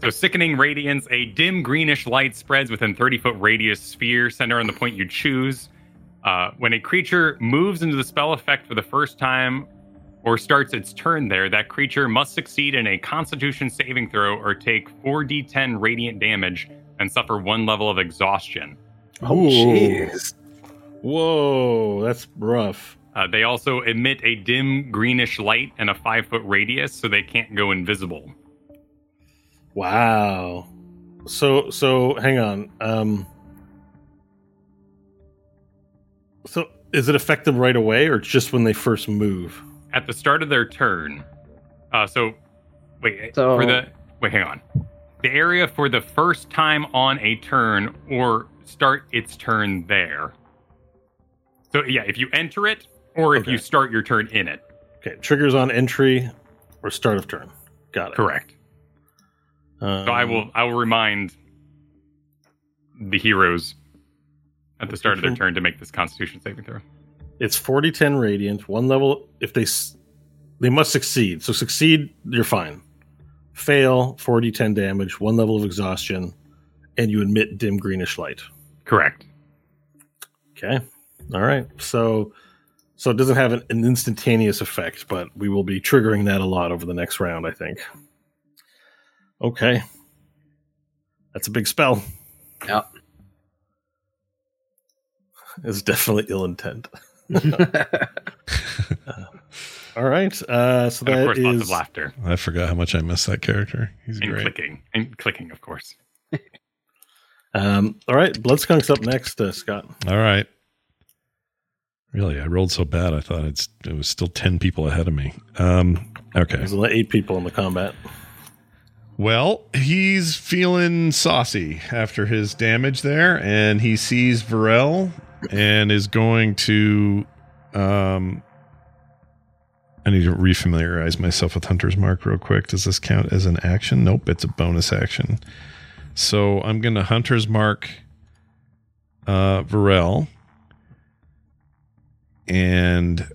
[SPEAKER 5] So sickening radiance, a dim greenish light spreads within 30 foot radius sphere centered on the point you choose. Uh, when a creature moves into the spell effect for the first time or starts its turn there, that creature must succeed in a constitution saving throw or take 4d10 radiant damage and suffer one level of exhaustion.
[SPEAKER 4] [laughs]
[SPEAKER 3] [laughs]
[SPEAKER 4] Oh, jeez.
[SPEAKER 3] Whoa, that's rough.
[SPEAKER 5] Uh, they also emit a dim greenish light and a five foot radius, so they can't go invisible.
[SPEAKER 3] Wow. So so hang on. Um So is it affect them right away or just when they first move?
[SPEAKER 5] At the start of their turn, uh, so wait
[SPEAKER 4] So-
[SPEAKER 5] for the wait, hang on. The area for the first time on a turn or start its turn there. So yeah, if you enter it or if
[SPEAKER 3] Okay.
[SPEAKER 5] you start your turn in it,
[SPEAKER 3] Okay, triggers on entry or start of turn. Got it.
[SPEAKER 5] correct.
[SPEAKER 3] Um,
[SPEAKER 5] So I will I will remind the heroes at the start of their turn to make this Constitution saving throw.
[SPEAKER 3] It's 40 10 radiant, one level if they s- they must succeed. So succeed, you're fine. Fail, 40 10 damage, one level of exhaustion, and you emit dim greenish light.
[SPEAKER 5] Correct.
[SPEAKER 3] Okay. All right. So so it doesn't have an, an instantaneous effect, but we will be triggering that a lot over the next round, I think. Okay. That's a big spell.
[SPEAKER 4] Yep.
[SPEAKER 3] [laughs] It's definitely ill intent. All right. Uh, so
[SPEAKER 5] And
[SPEAKER 3] that
[SPEAKER 5] of course lots of
[SPEAKER 3] is-
[SPEAKER 5] laughter.
[SPEAKER 8] I forgot how much I missed that character. He's
[SPEAKER 5] And
[SPEAKER 8] great.
[SPEAKER 5] clicking. And clicking, of course.
[SPEAKER 3] um, all right. Bloodskunk's up next, uh, Scott.
[SPEAKER 8] All right. Really, I rolled so bad. I thought it's it was still ten people ahead of me. Um. Okay.
[SPEAKER 3] There's only eight people in the combat.
[SPEAKER 1] Well, he's feeling saucy after his damage there, and he sees Varel and is going to. Um, I need to refamiliarize myself with Hunter's Mark real quick. Does this count as an action? Nope, it's a bonus action. So I'm going to Hunter's Mark uh, Varel, and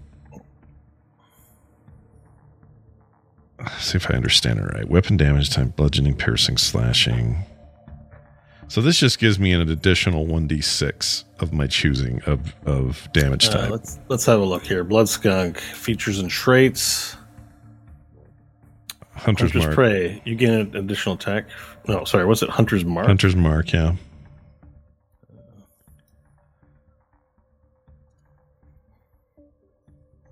[SPEAKER 1] see if I understand it right. Weapon damage time, bludgeoning, piercing, slashing. So this just gives me an additional one d six of my choosing of of damage
[SPEAKER 3] Uh,
[SPEAKER 1] type.
[SPEAKER 3] let's let's have a look here. Bloodskunk features and traits.
[SPEAKER 1] Hunter's,
[SPEAKER 3] Hunter's
[SPEAKER 1] mark.
[SPEAKER 3] prey. You gain an additional attack. No, sorry. What's it? Hunter's mark.
[SPEAKER 1] Hunter's mark. Yeah.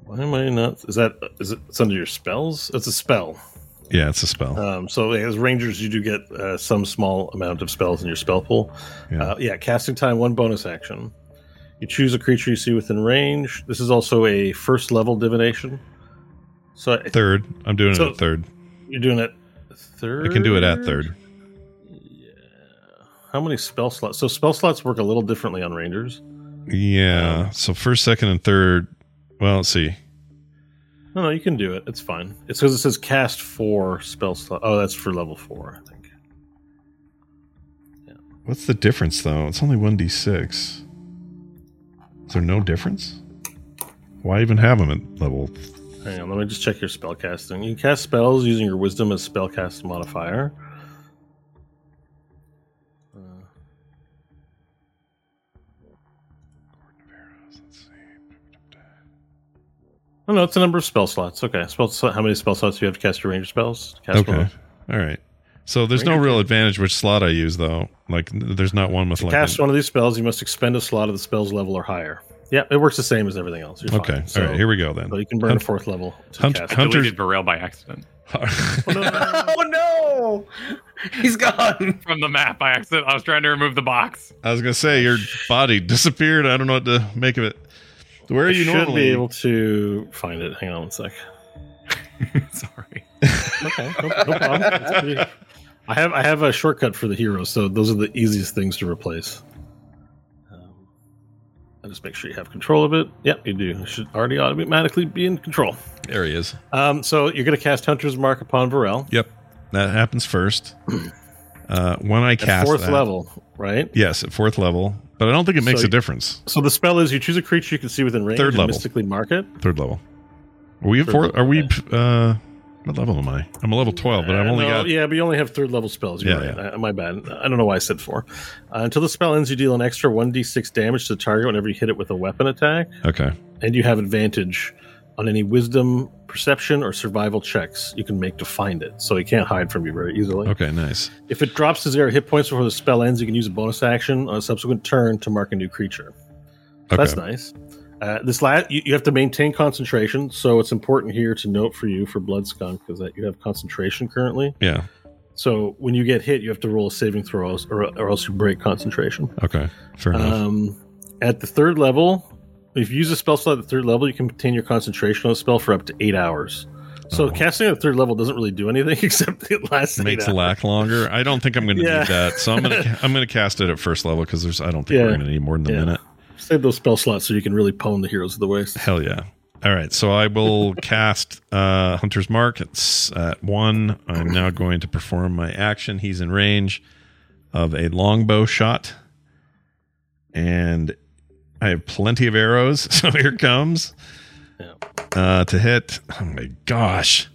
[SPEAKER 3] Why am I not? Is that is it? It's under your spells. It's a spell.
[SPEAKER 1] Yeah, it's a spell.
[SPEAKER 3] Um, so as rangers, you do get uh, some small amount of spells in your spell pool.
[SPEAKER 1] Yeah.
[SPEAKER 3] Uh, yeah, casting time, one bonus action. You choose a creature you see within range. This is also a first level divination. So I-
[SPEAKER 1] third. I'm doing
[SPEAKER 3] So-
[SPEAKER 1] it at third.
[SPEAKER 3] you're doing it third.
[SPEAKER 1] I can do it at third.
[SPEAKER 3] How many spell slots? So spell slots work a little differently on rangers.
[SPEAKER 1] Yeah. So first, second, and third. Well, let's see.
[SPEAKER 3] No, no, you can do it. It's fine. It's because it says cast four spell slot. Oh, that's for level four, I think.
[SPEAKER 1] What's the difference though? It's only one d six. Is there no difference? Why even have them at level?
[SPEAKER 3] Hang on, let me just check your spell casting. You can cast spells using your wisdom as spell cast modifier. Uh, Oh, no, it's a number of spell slots. Okay, spell slot, how many spell slots do you have to cast your ranger spells? Cast
[SPEAKER 1] Okay.
[SPEAKER 3] one.
[SPEAKER 1] All right. So there's no real advantage which slot I use though. Like n- there's not one with
[SPEAKER 3] To
[SPEAKER 1] like.
[SPEAKER 3] cast
[SPEAKER 1] an-
[SPEAKER 3] one of these spells, you must expend a slot of the spell's level or higher. Yeah, it works the same as everything else. You're
[SPEAKER 1] okay.
[SPEAKER 3] fine. So,
[SPEAKER 1] All right. Here we go then.
[SPEAKER 3] so you can
[SPEAKER 1] [laughs]
[SPEAKER 3] burn
[SPEAKER 1] Hunt-
[SPEAKER 3] a fourth level to
[SPEAKER 1] Hunt-
[SPEAKER 3] cast.
[SPEAKER 1] Hunter's-
[SPEAKER 5] Deleted Varel by accident.
[SPEAKER 4] oh no! He's gone.
[SPEAKER 5] From the map by accident. I was trying to remove the box.
[SPEAKER 3] [laughs]
[SPEAKER 1] I was gonna say your body disappeared. I don't know what to make of it. Where are
[SPEAKER 3] I
[SPEAKER 1] you
[SPEAKER 3] should
[SPEAKER 1] normally?
[SPEAKER 3] be able to find it. Hang on one sec.
[SPEAKER 5] Sorry.
[SPEAKER 3] Okay, no, no [laughs] problem. That's pretty- I have I have a shortcut for the heroes, so those are the easiest things to replace. Um, I just make sure you have control of it. Yep, you do. It should already automatically be in control.
[SPEAKER 1] there he is.
[SPEAKER 3] Um, so you're going to cast Hunter's Mark upon Varel
[SPEAKER 1] Yep. That happens first. Uh, when I
[SPEAKER 3] at
[SPEAKER 1] cast
[SPEAKER 3] fourth
[SPEAKER 1] that-
[SPEAKER 3] level, right?
[SPEAKER 1] Yes, at fourth level. but I don't think it makes
[SPEAKER 3] So-
[SPEAKER 1] a difference.
[SPEAKER 3] So the spell is you choose a creature you can see within range
[SPEAKER 1] Third
[SPEAKER 3] and
[SPEAKER 1] level.
[SPEAKER 3] mystically mark it.
[SPEAKER 1] Third level. Are we at
[SPEAKER 3] Third
[SPEAKER 1] four?
[SPEAKER 3] level,
[SPEAKER 1] Are we?
[SPEAKER 3] okay.
[SPEAKER 1] uh What level am I? I'm a level twelve, but I've
[SPEAKER 3] Uh,
[SPEAKER 1] only
[SPEAKER 3] no,
[SPEAKER 1] got.
[SPEAKER 3] yeah, but you only have third level spells. You're
[SPEAKER 1] Yeah,
[SPEAKER 3] right. Uh, my bad. I don't know why I said four. Uh, until the spell ends, you deal an extra one d six damage to the target whenever you hit it with a weapon attack,
[SPEAKER 1] Okay.
[SPEAKER 3] and you have advantage on any Wisdom, Perception, or Survival checks you can make to find it. So he can't hide from you very easily.
[SPEAKER 1] Okay. Nice.
[SPEAKER 3] If it drops to zero hit points before the spell ends, you can use a bonus action on a subsequent turn to mark a new creature. So
[SPEAKER 1] Okay.
[SPEAKER 3] That's nice. Uh, this last, you, you have to maintain concentration, so it's important here to note for you for Blood Skunk is that you have concentration currently.
[SPEAKER 1] Yeah.
[SPEAKER 3] So when you get hit, you have to roll a saving throw, else- or, or else you break concentration.
[SPEAKER 1] Okay. Fair enough.
[SPEAKER 3] Um, at the third level, if you use a spell slot at the third level, you can maintain your concentration on a spell for up to eight hours. So
[SPEAKER 1] Oh.
[SPEAKER 3] casting at the third level doesn't really do anything [laughs] except it lasts. eight
[SPEAKER 1] Makes it
[SPEAKER 3] hours.
[SPEAKER 1] lack longer. I don't think I'm going to
[SPEAKER 3] Yeah.
[SPEAKER 1] need that, so I'm going to
[SPEAKER 3] [laughs]
[SPEAKER 1] I'm going to cast it at first level because there's I don't think we're
[SPEAKER 3] Yeah.
[SPEAKER 1] going to need more than a
[SPEAKER 3] Yeah.
[SPEAKER 1] minute.
[SPEAKER 3] Save those spell slots so you can really pwn the heroes of the waste.
[SPEAKER 1] Hell yeah. All right, so I will cast uh, Hunter's Mark. It's at one. I'm now going to perform my action. He's in range of a longbow shot, and I have plenty of arrows. [laughs] So here comes
[SPEAKER 3] Yeah.
[SPEAKER 1] uh, to hit. Oh my gosh!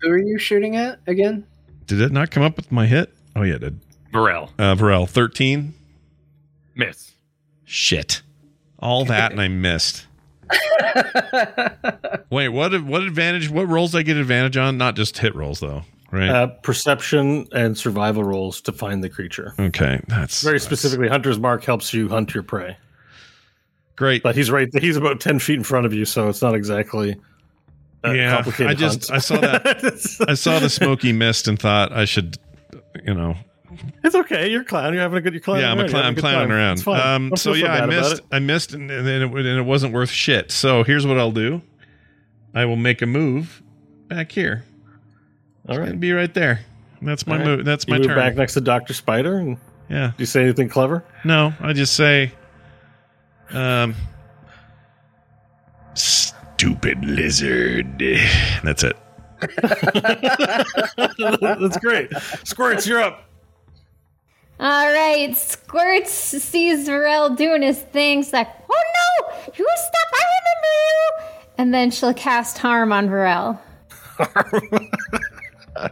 [SPEAKER 4] Who are you shooting at again?
[SPEAKER 1] Did it not come up with my hit? Oh yeah, it did.
[SPEAKER 5] Varel,
[SPEAKER 1] Uh, Varel, thirteen.
[SPEAKER 5] miss.
[SPEAKER 1] Shit. All that and I
[SPEAKER 3] [laughs]
[SPEAKER 1] missed. Wait, what what advantage what rolls do I get advantage on? Not just hit rolls though, right?
[SPEAKER 3] Uh, perception and survival rolls to find the creature.
[SPEAKER 1] okay, that's
[SPEAKER 3] Very
[SPEAKER 1] that's
[SPEAKER 3] specifically, Hunter's Mark helps you hunt your prey.
[SPEAKER 1] Great.
[SPEAKER 3] But he's right; he's about ten feet in front of you, so it's not exactly. A
[SPEAKER 1] yeah,
[SPEAKER 3] complicated
[SPEAKER 1] I just I
[SPEAKER 3] hunt.
[SPEAKER 1] saw that
[SPEAKER 3] [laughs]
[SPEAKER 1] I saw the smoky mist and thought I should you know.
[SPEAKER 3] it's okay. You're a clown. You're having a good. You're clowning
[SPEAKER 1] yeah, I'm a
[SPEAKER 3] around.
[SPEAKER 1] clown, I'm
[SPEAKER 3] You're having a good
[SPEAKER 1] clowning
[SPEAKER 3] time.
[SPEAKER 1] around.
[SPEAKER 3] It's fine.
[SPEAKER 1] Um
[SPEAKER 3] Don't
[SPEAKER 1] so
[SPEAKER 3] feel
[SPEAKER 1] yeah, I
[SPEAKER 3] bad about
[SPEAKER 1] missed I missed and, and then it, w- and it wasn't worth shit. So here's what I'll do. I will make a move back here.
[SPEAKER 3] it. All right,
[SPEAKER 1] It'd be right there. That's my
[SPEAKER 3] All right.
[SPEAKER 1] move. That's
[SPEAKER 3] you
[SPEAKER 1] my
[SPEAKER 3] move
[SPEAKER 1] turn.
[SPEAKER 3] back next to Doctor Spider, and do
[SPEAKER 1] Yeah.
[SPEAKER 3] you say anything clever?
[SPEAKER 1] No, I just say, um,
[SPEAKER 6] [laughs]
[SPEAKER 1] stupid lizard. That's it.
[SPEAKER 3] That's great. Squirts, you're up.
[SPEAKER 7] All right, Squirts sees Varel doing his thing. She's like, oh no, you stop, I remember you. And then she'll cast harm on Varel.
[SPEAKER 3] Uh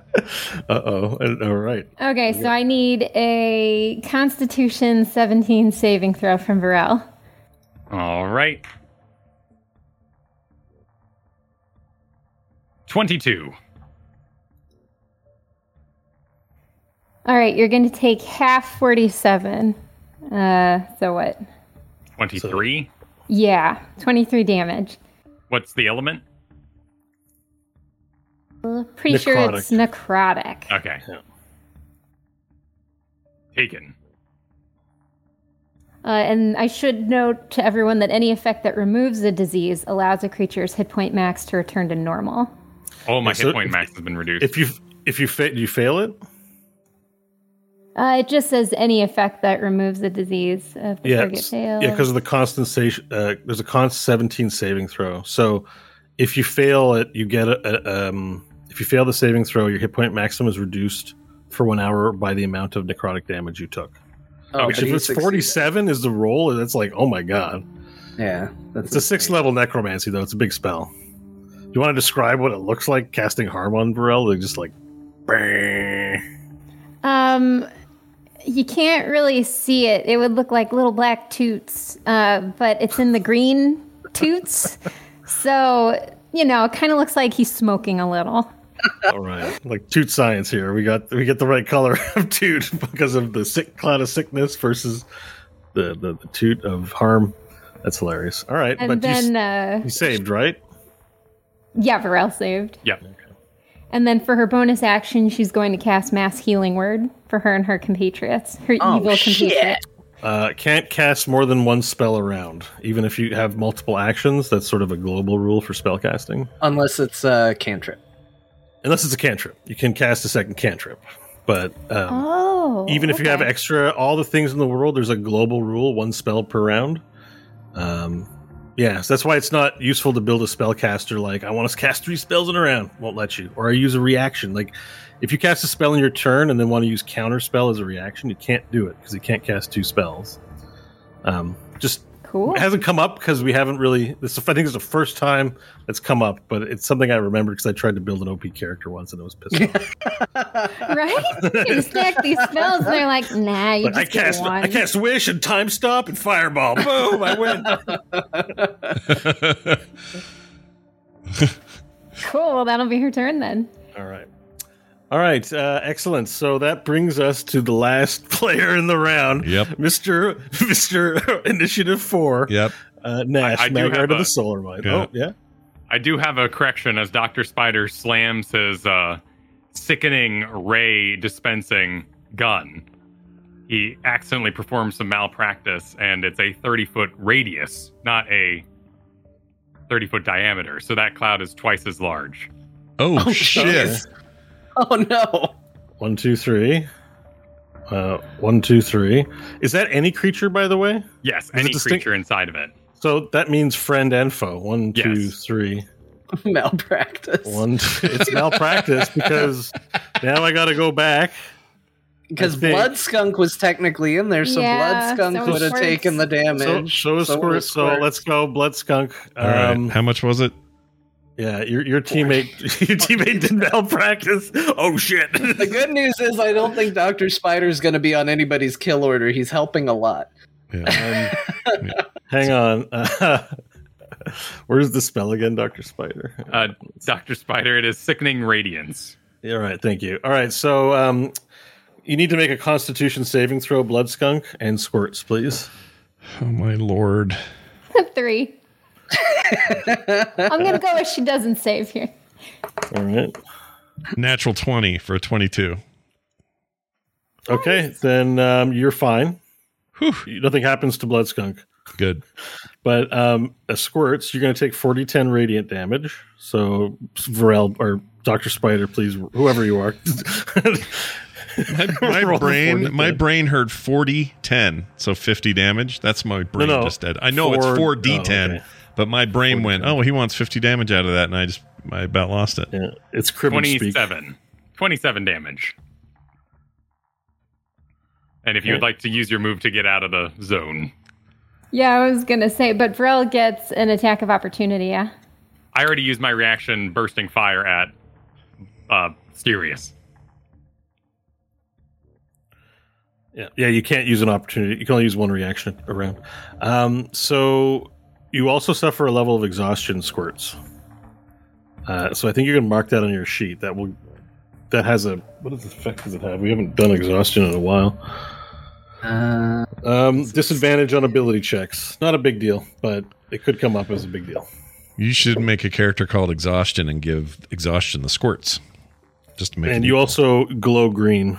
[SPEAKER 3] oh. All right.
[SPEAKER 7] Okay, so I need a Constitution 17 saving throw from Varel.
[SPEAKER 5] All right. 22.
[SPEAKER 7] All right, you're going to take half 47. Uh, so what?
[SPEAKER 5] 23.
[SPEAKER 7] Yeah, 23 damage.
[SPEAKER 5] What's the element?
[SPEAKER 7] Pretty sure it's necrotic.
[SPEAKER 5] Okay. Taken.
[SPEAKER 7] Uh, and I should note to everyone that any effect that removes a disease allows a creature's hit point max to return to normal.
[SPEAKER 5] Oh, my
[SPEAKER 3] Yeah, so
[SPEAKER 5] hit point
[SPEAKER 3] if-
[SPEAKER 5] max has been reduced.
[SPEAKER 3] If you if you fa- do you fail it?
[SPEAKER 7] Uh, it just says any effect that removes a disease of the
[SPEAKER 3] Yeah,
[SPEAKER 7] target
[SPEAKER 3] it's-
[SPEAKER 7] fail.
[SPEAKER 3] yeah, because of the constant station. Uh, there's a const 17 saving throw. So if you fail it, you get a, a um. If you fail the saving throw, your hit point maximum is reduced for one hour by the amount of necrotic damage you took.
[SPEAKER 4] Oh,
[SPEAKER 3] Which,
[SPEAKER 4] but
[SPEAKER 3] if
[SPEAKER 4] he
[SPEAKER 3] it's
[SPEAKER 4] succeeded.
[SPEAKER 3] 47, is the roll. That's like, oh my god!
[SPEAKER 4] Yeah, that's
[SPEAKER 3] It's a six
[SPEAKER 4] insane.
[SPEAKER 3] level necromancy though. It's a big spell. You want to describe what it looks like casting harm on Varel? They're just like, "Bang."
[SPEAKER 7] Um, you can't really see it. It would look like little black toots, uh, but it's in the green
[SPEAKER 3] [laughs]
[SPEAKER 7] toots. So, you know, it kind of looks like he's smoking a little.
[SPEAKER 3] all right, like toot science here. We got we get the right color [laughs] of toot because of the sick cloud of sickness versus the the, the toot of harm. That's hilarious. All right,
[SPEAKER 7] And
[SPEAKER 3] but you,
[SPEAKER 7] then,
[SPEAKER 3] s-
[SPEAKER 7] uh,
[SPEAKER 3] you saved right?
[SPEAKER 7] yeah, Varel saved.
[SPEAKER 5] yep.
[SPEAKER 7] And then for her bonus action, she's going to cast Mass Healing Word for her and her compatriots, her
[SPEAKER 4] Oh,
[SPEAKER 7] evil
[SPEAKER 4] shit.
[SPEAKER 7] compatriots.
[SPEAKER 3] Uh, can't cast more than one spell around, even if you have multiple actions. That's sort of a global rule for spell casting.
[SPEAKER 4] Unless it's uh, cantrip. [laughs]
[SPEAKER 3] unless it's a cantrip. You can cast a second cantrip, but um,
[SPEAKER 7] Oh.
[SPEAKER 3] even if you have
[SPEAKER 7] okay.
[SPEAKER 3] extra, all the things in the world, there's a global rule: one spell per round. Um, yeah, so that's why it's not useful to build a spellcaster like I want to cast three spells in a round. Won't let you. Or I use a reaction. Like if you cast a spell in your turn and then want to use counter spell as a reaction, you can't do it because you can't cast two spells. Um, just
[SPEAKER 7] Cool.
[SPEAKER 3] it hasn't come up because we haven't really. This I think it's the first time that's come up, but it's something I remember because I tried to build an OP character once and it was pissed off.
[SPEAKER 7] [laughs]
[SPEAKER 3] [laughs]
[SPEAKER 7] Right? you stack these spells, and they're like, nah, you
[SPEAKER 3] Like,
[SPEAKER 7] just
[SPEAKER 3] I
[SPEAKER 7] get
[SPEAKER 3] cast,
[SPEAKER 7] one.
[SPEAKER 3] I cast wish and time stop and fireball. Boom! I win.
[SPEAKER 6] [laughs]
[SPEAKER 7] Cool. That'll be her turn then.
[SPEAKER 3] All right. All right. Uh, excellent. So that brings us to the last [laughs] player in the round.
[SPEAKER 1] Yep.
[SPEAKER 3] Mister [laughs] Mister Initiative Four.
[SPEAKER 1] Yep.
[SPEAKER 3] Uh, Nash,
[SPEAKER 5] I- I do
[SPEAKER 3] Magnard
[SPEAKER 5] have
[SPEAKER 3] of the
[SPEAKER 5] a-
[SPEAKER 3] Solar Mind.
[SPEAKER 1] Yeah.
[SPEAKER 3] Oh yeah.
[SPEAKER 5] I do have a correction as Dr. Spider slams his uh, sickening ray dispensing gun. He accidentally performs some malpractice, and it's a 30 foot radius, not a 30 foot diameter. So that cloud is twice as large.
[SPEAKER 1] Oh, shit.
[SPEAKER 4] Oh no! [laughs]
[SPEAKER 3] One, two, three. Uh, one, two, three. Is that any creature, by the way?
[SPEAKER 5] Yes,
[SPEAKER 3] it
[SPEAKER 5] any
[SPEAKER 3] distinct?
[SPEAKER 5] creature inside of it.
[SPEAKER 3] So that means friend and foe. One,
[SPEAKER 5] Yes.
[SPEAKER 3] two, three.
[SPEAKER 4] Malpractice.
[SPEAKER 3] One. Two. It's malpractice
[SPEAKER 5] [laughs]
[SPEAKER 3] because now I got to go back.
[SPEAKER 4] Because
[SPEAKER 3] I think-
[SPEAKER 4] Blood Skunk was technically in there, so
[SPEAKER 7] Yeah,
[SPEAKER 4] Blood Skunk
[SPEAKER 7] so
[SPEAKER 4] would have
[SPEAKER 7] Squirts.
[SPEAKER 4] taken the
[SPEAKER 3] So,
[SPEAKER 4] damage.
[SPEAKER 3] so, is
[SPEAKER 4] So
[SPEAKER 3] squirt.
[SPEAKER 4] was
[SPEAKER 3] So
[SPEAKER 4] Squirts.
[SPEAKER 3] let's go, blood skunk.
[SPEAKER 1] All right.
[SPEAKER 3] Um,
[SPEAKER 1] How much was it?
[SPEAKER 3] Yeah, your your teammate [laughs] your teammate did malpractice. Oh shit.
[SPEAKER 4] The good news is, I don't think Doctor Spider's going to be on anybody's kill order. He's helping a lot.
[SPEAKER 1] Yeah. Um,
[SPEAKER 3] [laughs] Hang on. Uh, where's the spell again, Doctor Spider?
[SPEAKER 5] Uh, Dr. Spider, it is sickening radiance.
[SPEAKER 3] Yeah, all right, thank you. All right, so um you need to make a constitution saving throw, blood skunk, and squirts, please.
[SPEAKER 6] Oh my lord.
[SPEAKER 7] Three. I'm going to go if she doesn't save here.
[SPEAKER 3] All right.
[SPEAKER 6] Natural 20 for a 22.
[SPEAKER 3] Okay, then um, you're fine. Nothing happens to blood skunk.
[SPEAKER 6] Good.
[SPEAKER 3] But um, a squirts, you're going to take 40 10 radiant damage. So, Varel or Dr. Spider, please, whoever you are. [laughs]
[SPEAKER 6] My
[SPEAKER 3] Roll the
[SPEAKER 6] brain
[SPEAKER 3] 40,
[SPEAKER 6] my
[SPEAKER 3] then.
[SPEAKER 6] brain heard 40 10, so 50 damage. That's my brain
[SPEAKER 3] no.
[SPEAKER 6] just did. I know it's
[SPEAKER 3] Four-
[SPEAKER 6] 4d10,
[SPEAKER 3] oh, okay.
[SPEAKER 6] but my brain went, "Oh, he wants 50 damage out of that." And I just I about lost it.
[SPEAKER 3] Yeah, it's cribbage speak.
[SPEAKER 5] 27. 27 damage. And if you would like to use your move to get out of the zone,
[SPEAKER 7] Yeah, I was going to say, but Vrell gets an attack of opportunity, yeah?
[SPEAKER 5] I already used my reaction bursting fire at uh Sirius.
[SPEAKER 3] Yeah. yeah, you can't use an opportunity. You can only use one reaction around. Um, so, you also suffer a level of exhaustion squirts. Uh, so, I think you can mark that on your sheet. That will. That has a. What does effect does it have? We haven't done exhaustion in a while.
[SPEAKER 4] Uh,
[SPEAKER 3] Um, disadvantage on ability checks. Not a big deal, but it could come up as a big deal.
[SPEAKER 6] You should make a character called Exhaustion and give Exhaustion the squirts. Just to make
[SPEAKER 3] And
[SPEAKER 6] it
[SPEAKER 3] you also glow green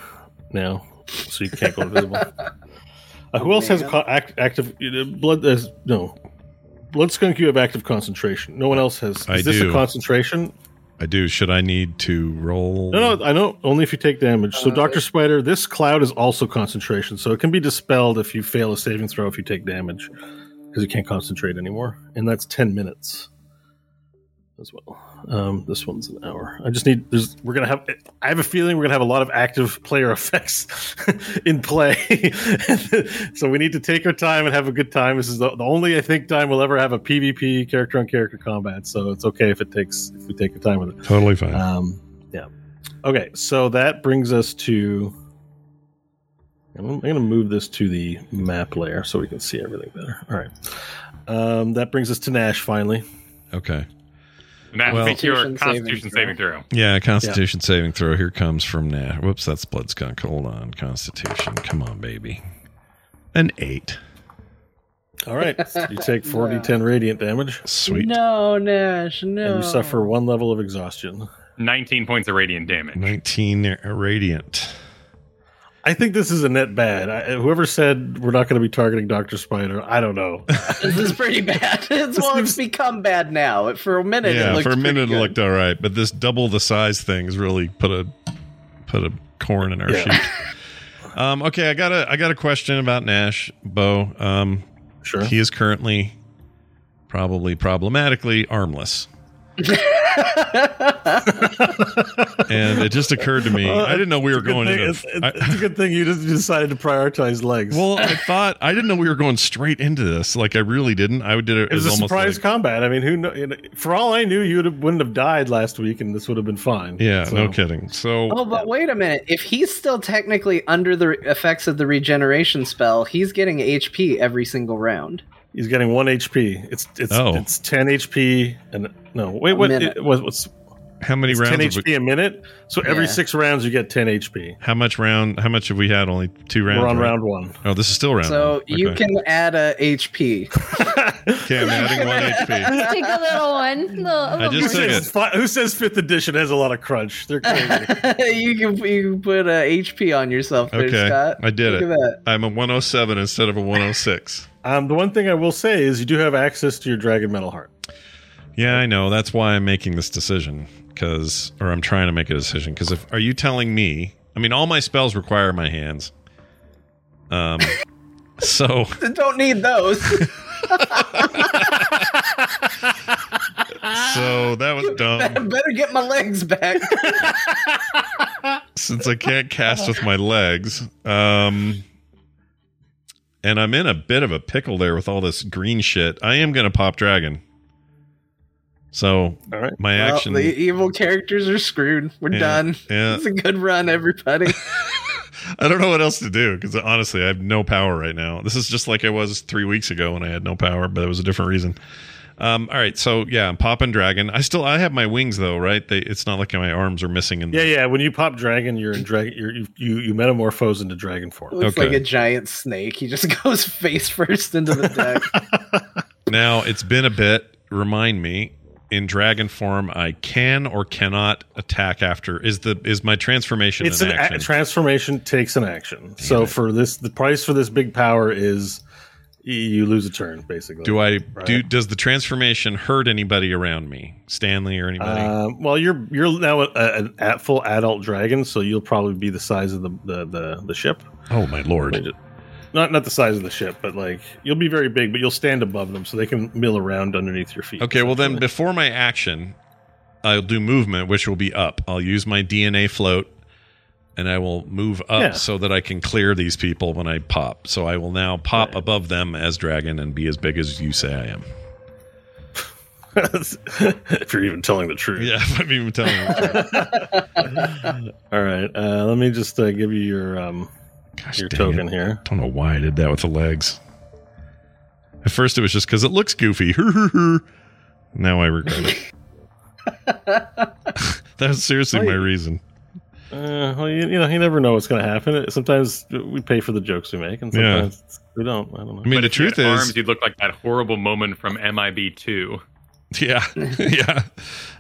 [SPEAKER 3] now, so you can't go invisible. Uh, who else has co- act- active uh, blood? Uh, no, blood skunk. You have active concentration. No one else has. Is
[SPEAKER 6] I
[SPEAKER 3] this
[SPEAKER 6] do.
[SPEAKER 3] a concentration?
[SPEAKER 6] I do. Should I need to roll?
[SPEAKER 3] No, no. I know only if you take damage. So, Doctor Spider, this cloud is also concentration, so it can be dispelled if you fail a saving throw if you take damage because you can't concentrate anymore, and that's ten minutes as well. Um, this one's an hour. I just need. There's, we're gonna have. I have a feeling we're gonna have a lot of active player [laughs] effects in play, [laughs] so we need to take our time and have a good time. This is the, the only I think time we'll ever have a PvP character on character combat. So it's okay if it takes if we take the time with it.
[SPEAKER 6] Totally fine.
[SPEAKER 3] Um, yeah. Okay, so that brings us to. I'm I'm gonna move this to the map layer so we can see everything better. All right. Um, that brings us to Nash finally.
[SPEAKER 6] okay.
[SPEAKER 5] And that
[SPEAKER 6] Well-
[SPEAKER 5] makes your
[SPEAKER 4] Constitution saving
[SPEAKER 5] constitution
[SPEAKER 4] throw.
[SPEAKER 5] saving throw.
[SPEAKER 6] Yeah, Constitution saving throw. Here comes from Nash. Whoops, that's blood skunk. Hold on, Constitution. Come on, baby. An eight.
[SPEAKER 3] All [laughs] right, you take 40 10 radiant damage,
[SPEAKER 6] Sweet.
[SPEAKER 4] no, Nash, no.
[SPEAKER 3] and you suffer one level of exhaustion.
[SPEAKER 5] Nineteen points of radiant damage.
[SPEAKER 6] Nineteen radiant.
[SPEAKER 3] I think this is a net bad. I, whoever said we're not going to be targeting Doctor Spider, I don't [laughs] know.
[SPEAKER 4] [laughs] This is pretty bad. [laughs] It's, well, it's become bad now. For a minute, it
[SPEAKER 6] yeah,
[SPEAKER 4] looked
[SPEAKER 6] for a minute
[SPEAKER 4] pretty
[SPEAKER 6] it
[SPEAKER 4] good.
[SPEAKER 6] looked all right, but this double the size thing has really put a put a corn in our sheet. [laughs] um, okay, I got a I got a question about Nash, Bo. Um,
[SPEAKER 3] Sure.
[SPEAKER 6] He is currently probably problematically armless.
[SPEAKER 1] and it just occurred to me. I didn't know we were
[SPEAKER 3] Good
[SPEAKER 1] going.
[SPEAKER 3] thing-
[SPEAKER 1] Into,
[SPEAKER 3] it's,
[SPEAKER 1] I-
[SPEAKER 3] [laughs] it's a good thing you just decided to
[SPEAKER 1] [laughs]
[SPEAKER 3] prioritize legs.
[SPEAKER 1] well, I thought I didn't know we were going straight into this. Like I really didn't. I did it.
[SPEAKER 3] it was a
[SPEAKER 1] almost
[SPEAKER 3] surprise
[SPEAKER 1] like-
[SPEAKER 3] combat. I mean, who know, you know, for all I knew, you would have, wouldn't have died last week, and this would have been fine.
[SPEAKER 1] yeah,
[SPEAKER 3] So-
[SPEAKER 1] no kidding. So
[SPEAKER 4] Oh, but wait a minute. If he's still technically under the effects of the regeneration spell, he's getting HP every single round.
[SPEAKER 3] He's getting one HP. It's it's
[SPEAKER 1] Oh.
[SPEAKER 3] it's ten HP and no wait
[SPEAKER 4] A
[SPEAKER 3] what
[SPEAKER 4] minute.
[SPEAKER 3] it was what's
[SPEAKER 1] how many
[SPEAKER 3] it's ten
[SPEAKER 1] rounds? Have we,
[SPEAKER 3] HP a minute. So every
[SPEAKER 4] Yeah.
[SPEAKER 3] six rounds you get ten HP.
[SPEAKER 1] how much round? How much have we had? Only two rounds.
[SPEAKER 3] We're on
[SPEAKER 1] right?
[SPEAKER 3] round one.
[SPEAKER 1] Oh, this is still round.
[SPEAKER 4] So
[SPEAKER 1] one.
[SPEAKER 4] you
[SPEAKER 1] Okay.
[SPEAKER 4] can add a HP.
[SPEAKER 1] Okay, I'm adding one HP.
[SPEAKER 7] Take a little one. Little, a little
[SPEAKER 1] just
[SPEAKER 3] Who
[SPEAKER 1] said
[SPEAKER 7] more.
[SPEAKER 1] it.
[SPEAKER 3] says, fi- who says fifth edition has a lot of crunch? They're
[SPEAKER 4] [laughs]
[SPEAKER 3] crazy.
[SPEAKER 4] [laughs] you can you can put a HP on yourself there,
[SPEAKER 1] Okay,
[SPEAKER 4] Scott.
[SPEAKER 1] I did
[SPEAKER 4] Look
[SPEAKER 1] it.
[SPEAKER 4] At that.
[SPEAKER 1] I'm a 107 instead of a 106.
[SPEAKER 3] um, the one thing I will say is you do have access to your dragon metal heart.
[SPEAKER 1] Yeah, I know. That's why I'm making this decision because, or I'm trying to make a decision because if are you telling me? I mean, all my spells require my hands. Um, [laughs] so
[SPEAKER 4] Don't
[SPEAKER 1] [laughs]
[SPEAKER 4] need those. [laughs]
[SPEAKER 1] so that was dumb.
[SPEAKER 4] Better get my legs back.
[SPEAKER 1] Since I can't cast with my legs, um, and I'm in a bit of a pickle there with all this green shit. I am gonna pop dragon. So
[SPEAKER 3] All right.
[SPEAKER 1] my
[SPEAKER 4] Well,
[SPEAKER 1] action.
[SPEAKER 4] the evil characters are screwed. We're
[SPEAKER 1] Yeah,
[SPEAKER 4] done.
[SPEAKER 1] yeah.
[SPEAKER 4] It's a good
[SPEAKER 1] [laughs]
[SPEAKER 4] run, everybody.
[SPEAKER 1] I don't know what else to do because honestly, I have no power right now. This is just like I was three weeks ago when I had no power, but it was a different reason. Um, all right, so yeah, I'm popping dragon. I still I have my wings though, right? They, it's not like my arms are missing. In the,
[SPEAKER 3] Yeah, yeah. When you pop dragon, you're in dragon. You're, you you you metamorphose into dragon form.
[SPEAKER 4] Looks
[SPEAKER 1] Okay.
[SPEAKER 4] like a giant snake. He just [laughs] goes face first into the deck.
[SPEAKER 1] [laughs] Now it's been a bit. Remind me in dragon form, I can or cannot attack after. Is the is my transformation
[SPEAKER 3] It's
[SPEAKER 1] an,
[SPEAKER 3] an a-
[SPEAKER 1] action?
[SPEAKER 3] transformation takes an action. so for this, the price for this big power is y- you lose a turn basically.
[SPEAKER 1] do I do? Does the transformation hurt anybody around me, Stanley or anybody?
[SPEAKER 3] Um, well, you're you're now a, a, an at full adult dragon, so you'll probably be the size of the the, the, the ship.
[SPEAKER 1] oh my lord!
[SPEAKER 3] Not not the size of the ship, but like you'll be very big, but you'll stand above them, so they can mill around underneath your feet.
[SPEAKER 1] Okay, well then
[SPEAKER 3] essentially.
[SPEAKER 1] before my action, I'll do movement, which will be up. I'll use my DNA float and I will move up
[SPEAKER 3] Yeah.
[SPEAKER 1] so that I can clear these people when I pop. So I will now pop above them as dragon and be as big as you say I am.
[SPEAKER 3] [laughs] if you're even telling the truth.
[SPEAKER 1] [laughs] Yeah, I'm even telling you.
[SPEAKER 3] All right. Uh, let me just uh, give you your um
[SPEAKER 1] Gosh,
[SPEAKER 3] your
[SPEAKER 1] dang
[SPEAKER 3] token
[SPEAKER 1] it.
[SPEAKER 3] here.
[SPEAKER 1] Don't know why I did that with the legs. At first it was just because it looks goofy. [laughs] now I regret it. [laughs] That's seriously my reason.
[SPEAKER 3] Uh, well, you, you know, you never know what's going to happen. Sometimes we pay for the jokes we make, and
[SPEAKER 1] Yeah.
[SPEAKER 3] sometimes we don't. I don't know.
[SPEAKER 1] I mean, the
[SPEAKER 5] If you had
[SPEAKER 1] truth is,
[SPEAKER 5] arms, you'd look like that horrible moment from MIB two.
[SPEAKER 1] [laughs] Yeah, yeah,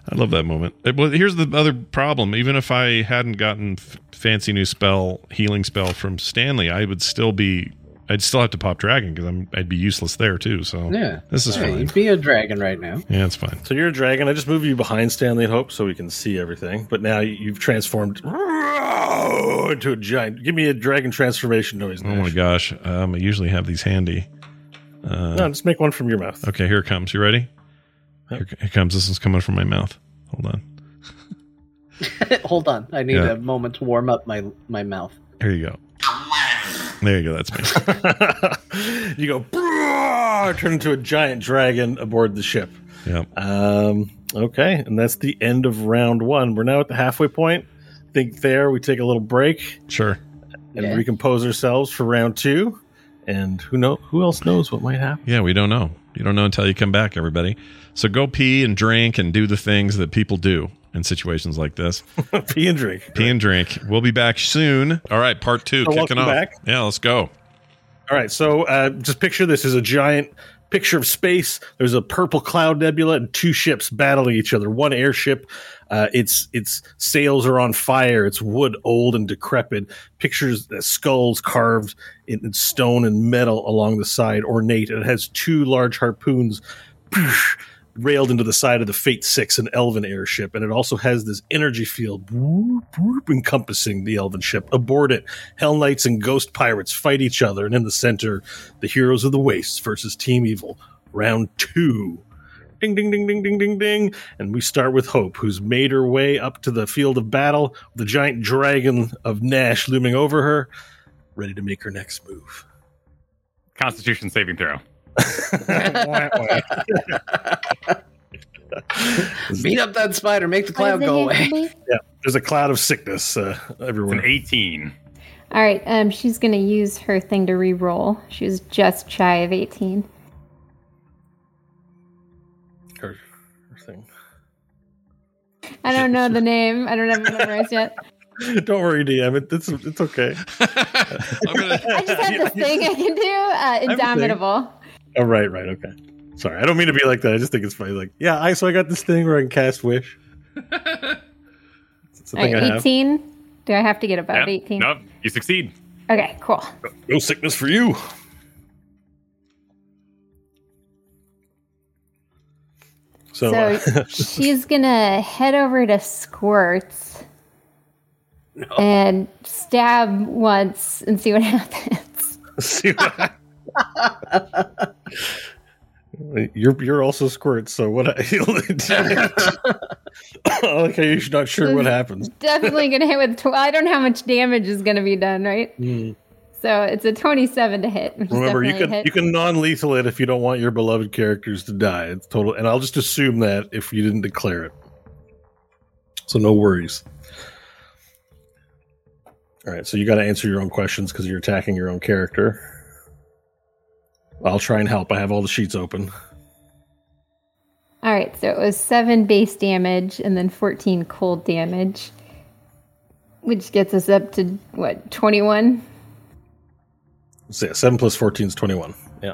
[SPEAKER 1] I love that moment. Uh, Well, here's the other problem. Even if I hadn't gotten f- fancy new spell, healing spell from Stanley, I would still be. I'd still have to pop dragon because I'm. I'd be useless there too. So
[SPEAKER 4] Yeah.
[SPEAKER 1] this is
[SPEAKER 4] Hey,
[SPEAKER 1] fine.
[SPEAKER 4] you'd be a dragon right now. [laughs]
[SPEAKER 1] Yeah, it's fine.
[SPEAKER 3] so you're a dragon. I just moved you behind Stanley and Hope so we can see everything. But now you've transformed [laughs] into a giant. Give me a dragon transformation noise.
[SPEAKER 1] Oh my
[SPEAKER 3] Nash.
[SPEAKER 1] gosh, um, I usually have these handy.
[SPEAKER 3] No, just make one from your mouth.
[SPEAKER 1] Okay, here it comes. You ready? Here, here comes. This is coming from my mouth. Hold on.
[SPEAKER 4] Hold on. I need
[SPEAKER 1] Yeah.
[SPEAKER 4] a moment to warm up my my mouth.
[SPEAKER 1] Here you go. There you go. That's
[SPEAKER 4] [laughs]
[SPEAKER 1] me.
[SPEAKER 3] [laughs] you go "Brrrr," turn into a giant dragon aboard the ship.
[SPEAKER 1] Yeah.
[SPEAKER 3] Um, okay, and that's the end of round one. We're now at the halfway point. I think there we take a little break.
[SPEAKER 1] Sure.
[SPEAKER 3] and
[SPEAKER 4] Yeah.
[SPEAKER 3] recompose ourselves for round two. And who know who else knows what
[SPEAKER 1] [laughs]
[SPEAKER 3] might happen?
[SPEAKER 1] Yeah, we don't know. You don't know until you come back, everybody. So go pee and drink and do the things that people do in situations like this.
[SPEAKER 3] Pee and drink.
[SPEAKER 1] Pee and drink. We'll be back soon. All right, part two
[SPEAKER 3] So
[SPEAKER 1] kicking
[SPEAKER 3] welcome
[SPEAKER 1] off.
[SPEAKER 3] back.
[SPEAKER 1] Yeah, let's go.
[SPEAKER 3] All right, so uh, just picture this is a giant picture of space. There's a purple cloud nebula and two ships battling each other. One airship, uh, its its sails are on fire. It's wood, old and decrepit. Pictures uh, skulls carved in, in stone and metal along the side, ornate. And it has two large harpoons. railed into the side of the Fate Six, an Elven airship, and it also has this energy field whoop, whoop, encompassing the Elven ship. Aboard it, Hell Knights and Ghost Pirates fight each other, and in the center, the Heroes of the Wastes versus Team Evil. Round two. Ding, ding, ding, ding, ding, ding, ding. And we start with Hope, who's made her way up to the field of battle with the giant dragon of Nash looming over her, ready to make her next
[SPEAKER 5] [laughs]
[SPEAKER 3] move.
[SPEAKER 5] Constitution saving throw.
[SPEAKER 4] Beat up that spider, make the cloud go away. [laughs]
[SPEAKER 3] Yeah, there's a cloud of sickness uh,
[SPEAKER 5] It's an
[SPEAKER 3] everywhere.
[SPEAKER 5] 18.
[SPEAKER 7] All right, um, she's going to use her thing to re-roll. She was just shy of 18.
[SPEAKER 3] Her- her thing. [laughs]
[SPEAKER 7] I don't know the name. I don't have it memorized yet.
[SPEAKER 3] Don't worry, DM. It, it's it's okay.
[SPEAKER 1] I'm gonna,
[SPEAKER 7] [laughs] I just have this thing I can do. Uh, indomitable.
[SPEAKER 3] Oh, right, right, okay. Sorry, I don't mean to be like that. I just think it's funny. Like, yeah, I so I got this thing where I can cast wish. it's a
[SPEAKER 7] All
[SPEAKER 3] thing I
[SPEAKER 7] right,
[SPEAKER 3] have.
[SPEAKER 7] 18. Do I have to get above
[SPEAKER 5] Yeah.
[SPEAKER 7] 18?
[SPEAKER 5] Nope, you succeed.
[SPEAKER 7] Okay, cool.
[SPEAKER 3] No sickness for you. So,
[SPEAKER 7] So
[SPEAKER 3] uh,
[SPEAKER 7] she's gonna head over to Squirts and stab once and see what [laughs] happens.
[SPEAKER 3] [laughs] see what [laughs] you're you're also squirt. So what? I, [laughs] I like how you're not sure what happens.
[SPEAKER 7] Definitely gonna hit with. Tw- I don't know how much damage is gonna be done, right? So it's a twenty-seven to hit. which is
[SPEAKER 3] Hmm. Remember, you
[SPEAKER 7] definitely a
[SPEAKER 3] can
[SPEAKER 7] hit.
[SPEAKER 3] you can non-lethal it if you don't want your beloved characters to die. It's total, and I'll just assume that if you didn't declare it. So no worries. All right, so you got to answer your own questions because you're attacking your own character. I'll try and help. I have all the sheets open.
[SPEAKER 7] All right, so it was seven base damage and then fourteen cold damage, which gets us up to what twenty-one.
[SPEAKER 3] So yeah, seven plus fourteen is twenty-one. Yeah.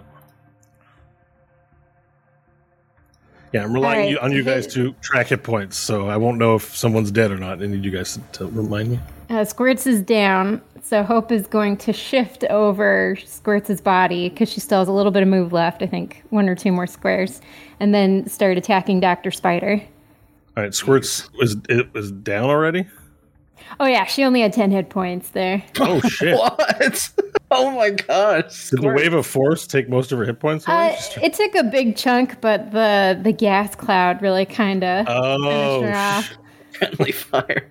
[SPEAKER 3] Yeah, I'm relying
[SPEAKER 7] All right.
[SPEAKER 3] you- on you guys to track hit points, so I won't know if someone's dead or not. I need you guys to, to remind me.
[SPEAKER 7] Uh, Squirts is down, so Hope is going to shift over Squirts' body because she still has a little bit of move left. I think one or two more squares, and then start attacking Doctor Spider.
[SPEAKER 3] All right, Squirts was it was down
[SPEAKER 4] [laughs]
[SPEAKER 3] already.
[SPEAKER 7] Oh yeah, she only had ten hit points there.
[SPEAKER 3] Oh shit!
[SPEAKER 4] What? [laughs] Oh my gosh.
[SPEAKER 3] Did the wave of force take most of her hit points away?
[SPEAKER 7] Uh, it took a big chunk, but the the gas cloud really kind of
[SPEAKER 3] oh,
[SPEAKER 7] finished her off.
[SPEAKER 3] sh-
[SPEAKER 4] Friendly [laughs] fire.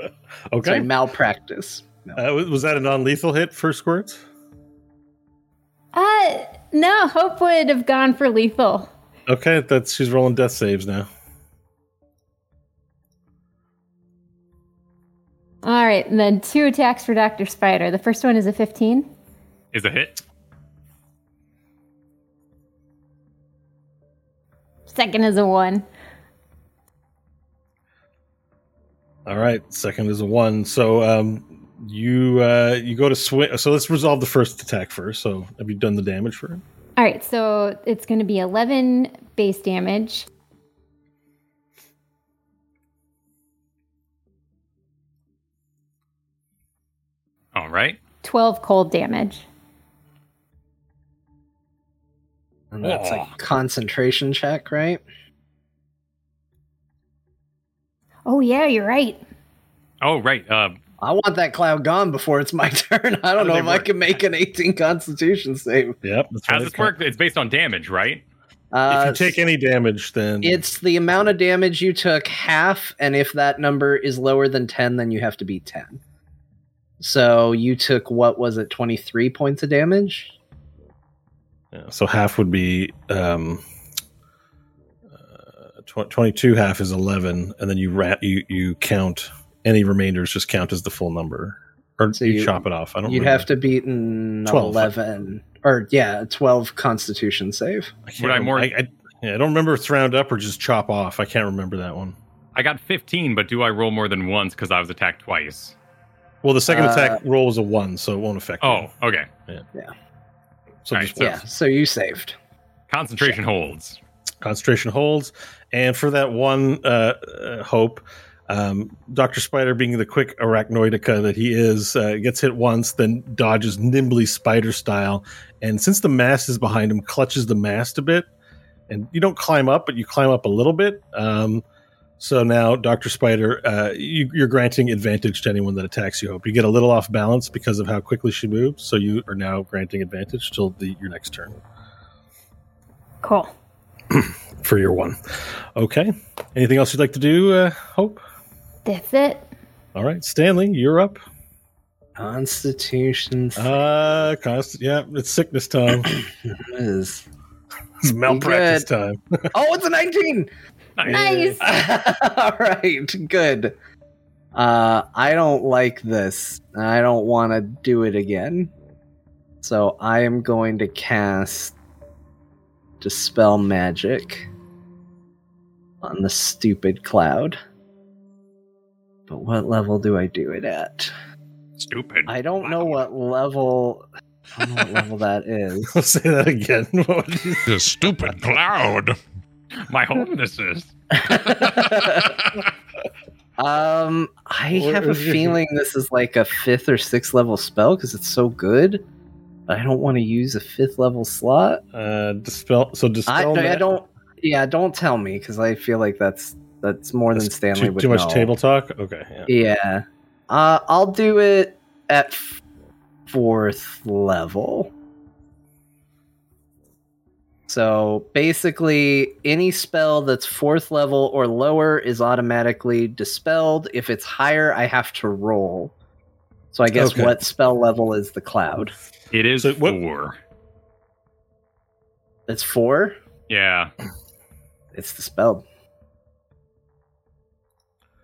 [SPEAKER 4] Sorry,
[SPEAKER 3] okay.
[SPEAKER 4] malpractice. No.
[SPEAKER 3] Uh, was was that a non-lethal hit for Squirts?
[SPEAKER 7] Uh, no, Hope would have gone for lethal.
[SPEAKER 3] Okay, that's she's rolling death saves now.
[SPEAKER 7] All right, and then two attacks for Doctor Spider. The first one is a fifteen.
[SPEAKER 5] Is a hit.
[SPEAKER 7] Second is a one.
[SPEAKER 3] All right, second is a one. So um, you uh, you go to swing. So let's resolve the first attack first. So have you done the damage for it?
[SPEAKER 7] All right, so it's going to be 11 base damage.
[SPEAKER 5] All right.
[SPEAKER 7] 12 cold damage.
[SPEAKER 4] And that's a concentration check, right?
[SPEAKER 7] Oh, yeah, you're right.
[SPEAKER 5] Oh, right. Uh,
[SPEAKER 4] I want that cloud gone before it's my [laughs] turn. I don't know
[SPEAKER 5] they
[SPEAKER 4] if I
[SPEAKER 5] work?
[SPEAKER 4] can make an 18 constitution save.
[SPEAKER 3] Yep. That's
[SPEAKER 5] how
[SPEAKER 3] right.
[SPEAKER 5] does this work? It's based on damage, right?
[SPEAKER 4] Uh,
[SPEAKER 3] If you take any damage, then
[SPEAKER 4] it's the amount of damage you took half, and if that number is lower than 10, then you have to be 10. So you took what was it, 23 points of damage?
[SPEAKER 3] Yeah, so half would be um, uh, tw- twenty-two. Half is eleven, and then you ra- you you count any remainders just count as the full number, or
[SPEAKER 4] So
[SPEAKER 3] you,
[SPEAKER 4] you-
[SPEAKER 3] chop it off. I don't.
[SPEAKER 4] You'd
[SPEAKER 3] remember.
[SPEAKER 4] have to beat an
[SPEAKER 3] 12.
[SPEAKER 4] 11 or yeah, 12 constitution save.
[SPEAKER 3] I can't
[SPEAKER 5] Would I
[SPEAKER 3] remember.
[SPEAKER 5] more-
[SPEAKER 3] I, I, yeah, I don't remember if it's round up or just chop off. I can't remember that one.
[SPEAKER 5] I got 15, but do I roll more than once because I was attacked twice?
[SPEAKER 3] Well, the second
[SPEAKER 4] Uh,
[SPEAKER 3] attack roll was a one, so it won't affect.
[SPEAKER 5] Oh,
[SPEAKER 3] you.
[SPEAKER 5] okay.
[SPEAKER 3] so
[SPEAKER 5] all
[SPEAKER 3] just
[SPEAKER 5] right, so-
[SPEAKER 3] one.
[SPEAKER 4] Yeah, so you saved.
[SPEAKER 5] Concentration holds.
[SPEAKER 3] concentration holds and for that one uh, uh, hope um, dr spider being the quick arachnoidica that he is uh, gets hit once then dodges nimbly spider style and since the mast is behind him clutches the mast a bit and you don't climb up but you climb up a little bit um, so now dr spider uh, you, you're granting advantage to anyone that attacks you hope you get a little off balance because of how quickly she moves so you are now granting advantage till the, your next turn
[SPEAKER 7] Cool.
[SPEAKER 3] for your one. Okay. Anything else you'd like to do, uh, Hope?
[SPEAKER 7] That's it.
[SPEAKER 3] All right, Stanley, you're up.
[SPEAKER 4] Constitution
[SPEAKER 3] Uh, const- yeah, it's sickness time.
[SPEAKER 4] is.
[SPEAKER 3] it's malpractice time. [laughs]
[SPEAKER 4] Oh, it's a 19!
[SPEAKER 7] Nice.
[SPEAKER 4] [laughs] All right, good. Uh, I don't like this. I don't want to do it again. So I am going to cast Dispel Magic on the stupid cloud. But what level do I do it at?
[SPEAKER 5] Stupid.
[SPEAKER 4] I don't know what level. I don't know what level that is.
[SPEAKER 3] I'll say that again. [laughs] What was it?
[SPEAKER 9] The stupid cloud.
[SPEAKER 5] My homeless is.
[SPEAKER 4] [laughs] Um, I
[SPEAKER 3] Or-
[SPEAKER 4] have a feeling this is like a fifth or sixth level spell because it's so good. But I don't want to use a fifth level slot.
[SPEAKER 3] uh, dispel. So
[SPEAKER 4] I,
[SPEAKER 3] dispel.
[SPEAKER 4] I
[SPEAKER 3] ma-
[SPEAKER 4] don't. Yeah, don't tell me because I feel like that's that's more than
[SPEAKER 3] That's
[SPEAKER 4] Stanley
[SPEAKER 3] too,
[SPEAKER 4] would
[SPEAKER 3] too much
[SPEAKER 4] know.
[SPEAKER 3] table talk. Okay. Yeah.
[SPEAKER 4] Yeah, uh, I'll do it at f- fourth level. So basically, any spell that's fourth level or lower is automatically dispelled. If it's higher, I have to roll. So I guess
[SPEAKER 3] Okay.
[SPEAKER 4] what spell level is the cloud?
[SPEAKER 5] It is
[SPEAKER 3] So what-
[SPEAKER 5] four.
[SPEAKER 4] It's four.
[SPEAKER 5] Yeah.
[SPEAKER 4] It's dispelled.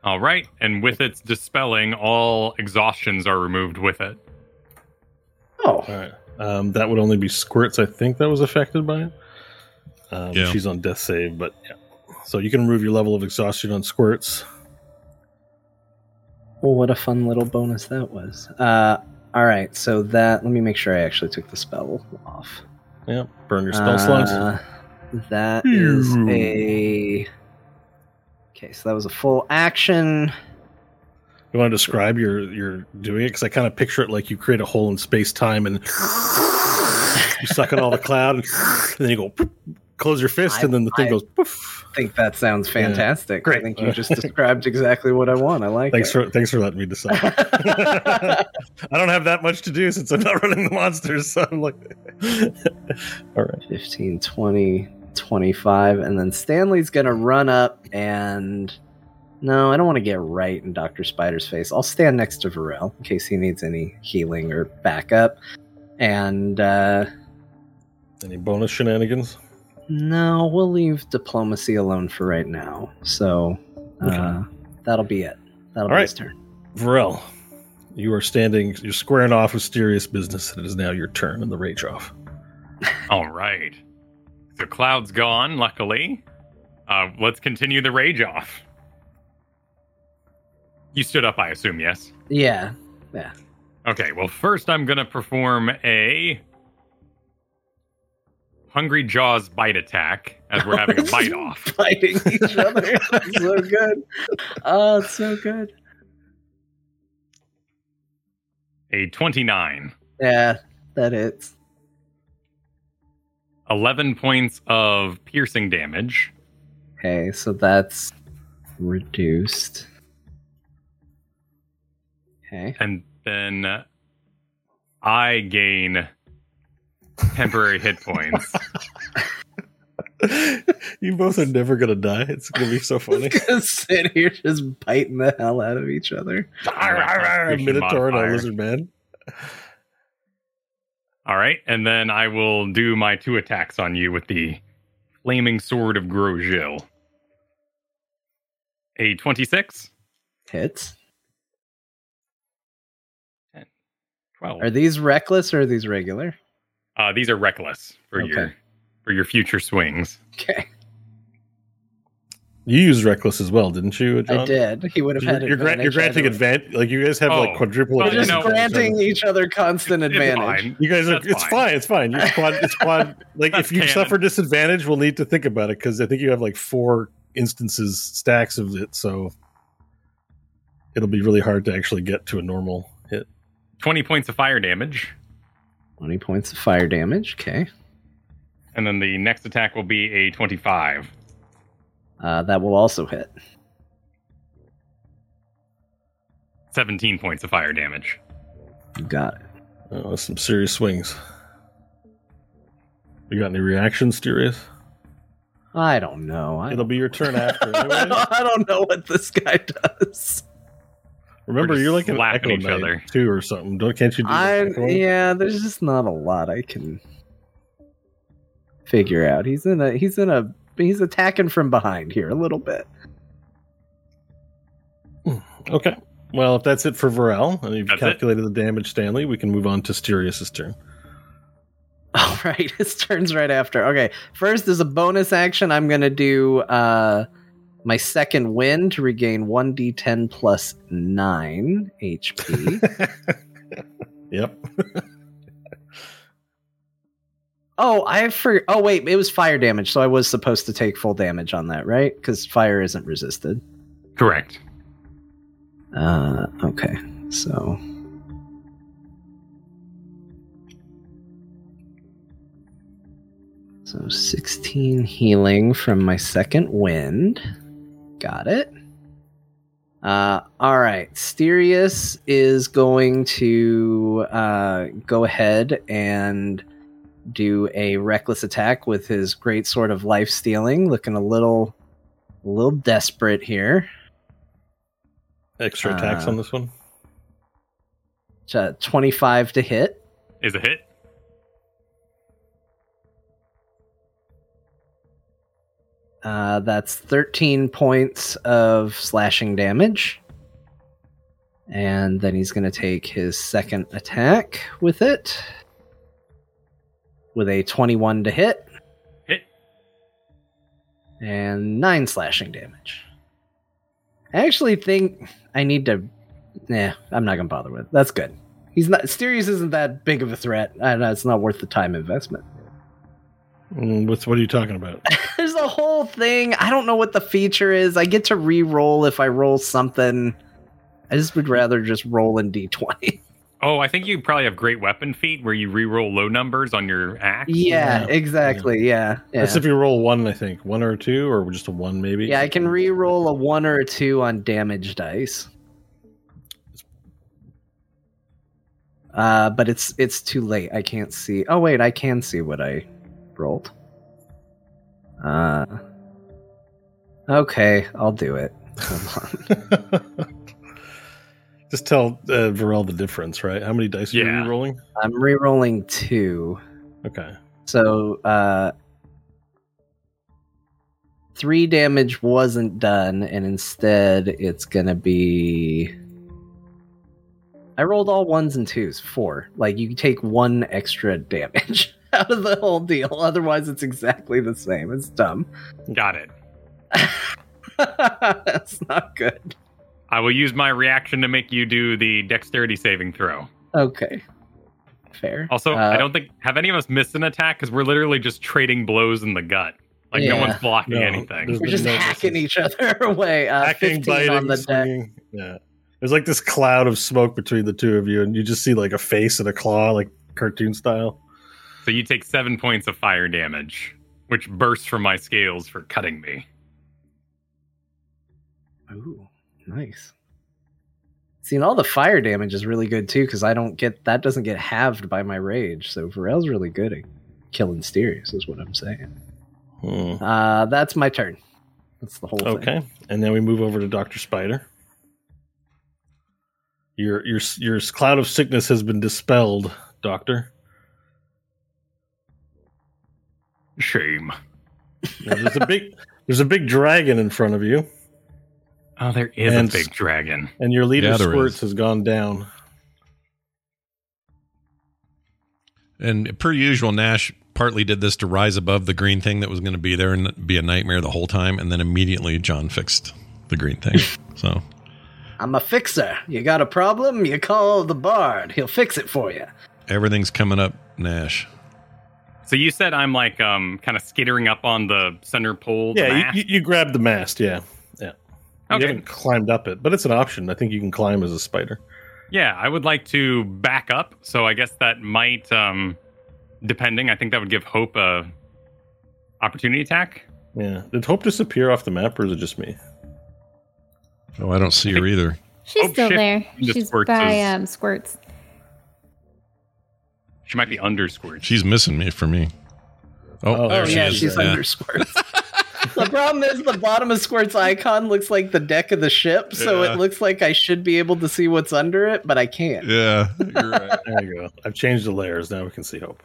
[SPEAKER 5] All right. And with its dispelling, all exhaustions are removed with it.
[SPEAKER 4] Oh,
[SPEAKER 3] All right. Um, that would only be squirts. I think that was affected by it. Um,
[SPEAKER 1] Yeah.
[SPEAKER 3] She's on death save, but yeah. So you can remove your level of exhaustion on squirts.
[SPEAKER 4] Well, what a fun little bonus that was. Uh, all right, so that let me make sure I actually took the spell off.
[SPEAKER 3] Yeah. Burn your spell slots.
[SPEAKER 4] Uh, That is
[SPEAKER 3] Hmm.
[SPEAKER 4] a. Okay, so that was a full action.
[SPEAKER 3] You want to describe your your doing it because I kind of picture it like you create a hole in space time and you suck in all the cloud and, then you go poof, close your fist and then the thing
[SPEAKER 4] I-
[SPEAKER 3] goes poof.
[SPEAKER 4] I think that sounds fantastic.
[SPEAKER 3] Great.
[SPEAKER 4] I think you just described exactly what I want. I like
[SPEAKER 3] Thanks
[SPEAKER 4] it.
[SPEAKER 3] for thanks for letting me decide. [laughs]
[SPEAKER 4] [laughs]
[SPEAKER 3] I don't have that much to do since I'm not running the monsters, so I'm like, [laughs] all right.
[SPEAKER 4] 15, 20, 25. And then Stanley's going to run up and. No, I don't want to get right in Dr. Spider's face. I'll stand next to Varel in case he needs any healing or backup. And uh,
[SPEAKER 3] Any bonus shenanigans?
[SPEAKER 4] no, we'll leave diplomacy alone for right now. So uh,
[SPEAKER 3] Okay.
[SPEAKER 4] that'll be it.
[SPEAKER 3] All
[SPEAKER 4] That'll be
[SPEAKER 3] right.
[SPEAKER 4] his turn.
[SPEAKER 3] Varel, you are standing. You're squaring off with serious business. and It is now your turn in the rage off.
[SPEAKER 5] All right. The cloud's gone, luckily. Uh, let's continue the rage off. You stood up, I assume, yes?
[SPEAKER 3] [laughs]
[SPEAKER 4] Yeah. [laughs]
[SPEAKER 5] Okay, well, first I'm going to perform a Hungry Jaws bite attack as
[SPEAKER 3] [laughs]
[SPEAKER 5] we're having a bite off.
[SPEAKER 4] Fighting each other. It's so good. Oh, it's so good.
[SPEAKER 5] A 29.
[SPEAKER 4] Yeah, that is.
[SPEAKER 5] 11 points of piercing damage.
[SPEAKER 4] Okay, so that's reduced. Okay.
[SPEAKER 5] And then I gain temporary hit
[SPEAKER 3] [laughs]
[SPEAKER 5] points.
[SPEAKER 3] you both are never gonna die. It's gonna be so [laughs]
[SPEAKER 4] [laughs]
[SPEAKER 3] funny.
[SPEAKER 4] Gonna sit here just biting the hell out of each other.
[SPEAKER 3] Arr, arr, arr, a
[SPEAKER 5] Constitution
[SPEAKER 3] minotaur and a
[SPEAKER 5] modifier.
[SPEAKER 3] lizard man.
[SPEAKER 5] All right, and then I will do my two attacks on you with the flaming sword of Grosjil. A 26,
[SPEAKER 4] Hits.
[SPEAKER 5] 12.
[SPEAKER 4] Are these reckless or are these regular?
[SPEAKER 5] uh, these are reckless for
[SPEAKER 4] Okay.
[SPEAKER 5] your for your future swings.
[SPEAKER 4] Okay,
[SPEAKER 3] You used reckless as well, didn't you? John?
[SPEAKER 4] I did. He would have
[SPEAKER 3] Um, You're,
[SPEAKER 4] had.
[SPEAKER 3] you're, gran- you're
[SPEAKER 4] advantage
[SPEAKER 3] granting
[SPEAKER 4] either way.
[SPEAKER 3] advantage. Like you guys have like
[SPEAKER 5] Oh,
[SPEAKER 3] quadruple
[SPEAKER 5] but
[SPEAKER 4] We're
[SPEAKER 5] you
[SPEAKER 3] advantage.
[SPEAKER 4] just
[SPEAKER 5] know-
[SPEAKER 4] granting each other constant
[SPEAKER 5] It's
[SPEAKER 4] advantage.
[SPEAKER 5] fine.
[SPEAKER 3] You guys are.
[SPEAKER 5] That's
[SPEAKER 3] It's
[SPEAKER 5] fine.
[SPEAKER 3] fine. It's fine. It's quad. It's quad.
[SPEAKER 5] [laughs]
[SPEAKER 3] Like
[SPEAKER 5] That's
[SPEAKER 3] if you
[SPEAKER 5] canon.
[SPEAKER 3] suffer disadvantage, we'll need to think about it because I think you have like four instances stacks of it, so it'll be really hard to actually get to a normal hit.
[SPEAKER 5] 20 points of fire damage,
[SPEAKER 4] Twenty points of fire damage. Okay,
[SPEAKER 5] and then the next attack will be a 25.
[SPEAKER 4] uh, that will also hit.
[SPEAKER 5] 17 points of fire damage.
[SPEAKER 4] You got it.
[SPEAKER 3] Oh, that's some serious swings. You got any reactions, Darius?
[SPEAKER 4] I don't know. I [laughs]
[SPEAKER 3] It'll
[SPEAKER 4] don't,
[SPEAKER 3] be your turn after.
[SPEAKER 4] I
[SPEAKER 3] Anyway.
[SPEAKER 4] don't- I don't know what this guy does.
[SPEAKER 3] Remember,
[SPEAKER 5] We're just
[SPEAKER 3] you're like an
[SPEAKER 5] slapping
[SPEAKER 3] echo
[SPEAKER 5] each
[SPEAKER 3] knight
[SPEAKER 5] other.
[SPEAKER 3] too, or something. Don't can't you do
[SPEAKER 4] I
[SPEAKER 3] that?
[SPEAKER 4] yeah, there's just not a lot I can figure out. He's in a he's in a he's attacking from behind here a little bit.
[SPEAKER 3] Okay. Well, if that's it for Varel, and you've
[SPEAKER 5] That's it.
[SPEAKER 3] calculated the damage, Stanley, we can move on to Sterius's turn.
[SPEAKER 4] [laughs] All right, his turn's right after. Okay, first as a bonus action, I'm gonna do uh, my second wind to regain one d10 plus nine HP.
[SPEAKER 3] Yep.
[SPEAKER 4] oh, I for oh wait, it was fire damage, so I was supposed to take full damage on that, right? Because fire isn't resisted.
[SPEAKER 5] Correct.
[SPEAKER 4] Uh, okay, so. So 16 healing from my second wind. Got it. Uh, all right. Sterius is going to uh, go ahead and do a reckless attack with his great sword of life stealing, looking a little, a little desperate here.
[SPEAKER 3] Extra attacks
[SPEAKER 4] Uh,
[SPEAKER 3] on this one.
[SPEAKER 4] It's a 25 to hit.
[SPEAKER 5] Is a hit.
[SPEAKER 4] Uh, that's 13 points of slashing damage. And then he's going to take his second attack with it. With a 21 to hit.
[SPEAKER 5] Hit.
[SPEAKER 4] And 9 slashing damage. I actually think I need to. Nah, I'm not going to bother with it. That's good. He's not. Sterius isn't that big of a threat. I know it's not worth the time investment.
[SPEAKER 3] Mm, what's what are you talking about?
[SPEAKER 4] There's a whole thing. I don't know what the feature is. I get to re-roll if I roll something. I just would rather just roll in d20.
[SPEAKER 3] [laughs]
[SPEAKER 5] Oh, I think you probably have great weapon feat where you reroll low numbers on your axe.
[SPEAKER 4] yeah,
[SPEAKER 3] Yeah.
[SPEAKER 4] exactly. Yeah. [laughs] Yeah.
[SPEAKER 3] That's if you roll one, I think, one or two, or just a one maybe.
[SPEAKER 4] yeah,
[SPEAKER 3] [laughs]
[SPEAKER 4] I can re-roll a 1 or a 2 on damage dice. Uh, but it's it's too late. I can't see. Oh wait, I can see what I rolled. Uh Okay, I'll do it. Hold on.
[SPEAKER 3] [laughs] Just tell uh, Varel the difference, right? How many dice are
[SPEAKER 5] Yeah.
[SPEAKER 3] you rolling?
[SPEAKER 4] I'm re-rolling 2.
[SPEAKER 3] Okay.
[SPEAKER 4] So, uh, three damage wasn't done, and instead it's gonna be. I rolled all ones and twos, four. Like, you take one extra damage [laughs] out of the whole deal. Otherwise, it's exactly the same. It's dumb. [laughs]
[SPEAKER 5] Got it.
[SPEAKER 4] That's not good.
[SPEAKER 5] I will use my reaction to make you do the dexterity saving throw.
[SPEAKER 4] Okay. Fair.
[SPEAKER 5] Also,
[SPEAKER 4] Uh,
[SPEAKER 5] I don't think have any of us missed an attack because we're literally just trading blows in the gut. Like no
[SPEAKER 4] Yeah.
[SPEAKER 5] one's blocking
[SPEAKER 3] No,
[SPEAKER 5] anything.
[SPEAKER 3] there's
[SPEAKER 4] We're
[SPEAKER 3] been
[SPEAKER 4] just
[SPEAKER 3] no
[SPEAKER 4] hacking
[SPEAKER 3] misses.
[SPEAKER 4] each other [laughs] away. Uh,
[SPEAKER 3] Hacking,
[SPEAKER 4] 15 on the deck.
[SPEAKER 3] swinging. Yeah. There's like this cloud of smoke between the two of you, and you just see like a face and a claw, like cartoon style.
[SPEAKER 5] So you take seven points of fire damage, which bursts from my scales for cutting me.
[SPEAKER 4] Ooh, nice. See, and all the fire damage is really good too, because I don't get that doesn't get halved by my rage. So Varel's really good at killing Sterius, is what I'm saying.
[SPEAKER 3] Hmm.
[SPEAKER 4] Uh, that's my turn. That's the whole thing.
[SPEAKER 3] Okay, and then we move over to Doctor Spider. Your your your cloud of sickness has been dispelled, Doctor.
[SPEAKER 5] Shame.
[SPEAKER 3] Now, there's a big [laughs] there's a big dragon in front of you,
[SPEAKER 5] Oh, there is
[SPEAKER 3] And-
[SPEAKER 5] a big dragon.
[SPEAKER 3] and your leader
[SPEAKER 1] Yeah, there
[SPEAKER 3] Squirts
[SPEAKER 1] is.
[SPEAKER 3] has gone down.
[SPEAKER 1] And per usual, Nash partly did this to rise above the green thing that was going to be there and be a nightmare the whole time. And then immediately John fixed the green thing. so
[SPEAKER 4] I'm a fixer. You got a problem? You call the bard. He'll fix it for you.
[SPEAKER 1] everything's coming up, Nash.
[SPEAKER 5] So you said I'm like um kind of skittering up on the center pole. the
[SPEAKER 3] Yeah,
[SPEAKER 5] mast?
[SPEAKER 3] you, you, you grabbed the mast. Yeah, yeah.
[SPEAKER 5] Okay.
[SPEAKER 3] You haven't climbed up it, but it's an option. I think you can climb as a spider.
[SPEAKER 5] Yeah, I would like to back up. So I guess that might, um, depending, I think that would give Hope a opportunity attack.
[SPEAKER 3] Yeah. Did Hope disappear off the map, or is it just me?
[SPEAKER 1] Oh, I don't see her either.
[SPEAKER 7] She's
[SPEAKER 5] Oh,
[SPEAKER 7] still
[SPEAKER 5] shit.
[SPEAKER 7] there.
[SPEAKER 5] The
[SPEAKER 7] She's
[SPEAKER 5] squirts
[SPEAKER 7] by
[SPEAKER 5] is-
[SPEAKER 7] um, squirts.
[SPEAKER 5] She might be under Squirts.
[SPEAKER 1] She's missing me for me. Oh,
[SPEAKER 3] Oh,
[SPEAKER 1] there
[SPEAKER 4] oh
[SPEAKER 1] she
[SPEAKER 4] yeah,
[SPEAKER 1] is.
[SPEAKER 4] she's
[SPEAKER 1] Yeah.
[SPEAKER 4] under squirts. [laughs] The problem is the bottom of Squirt's icon looks like the deck of the ship, so
[SPEAKER 6] Yeah.
[SPEAKER 4] it looks like I should be able to see what's under it, but I can't.
[SPEAKER 6] Yeah, you're right.
[SPEAKER 3] There you go. I've changed the layers. Now we can see hope.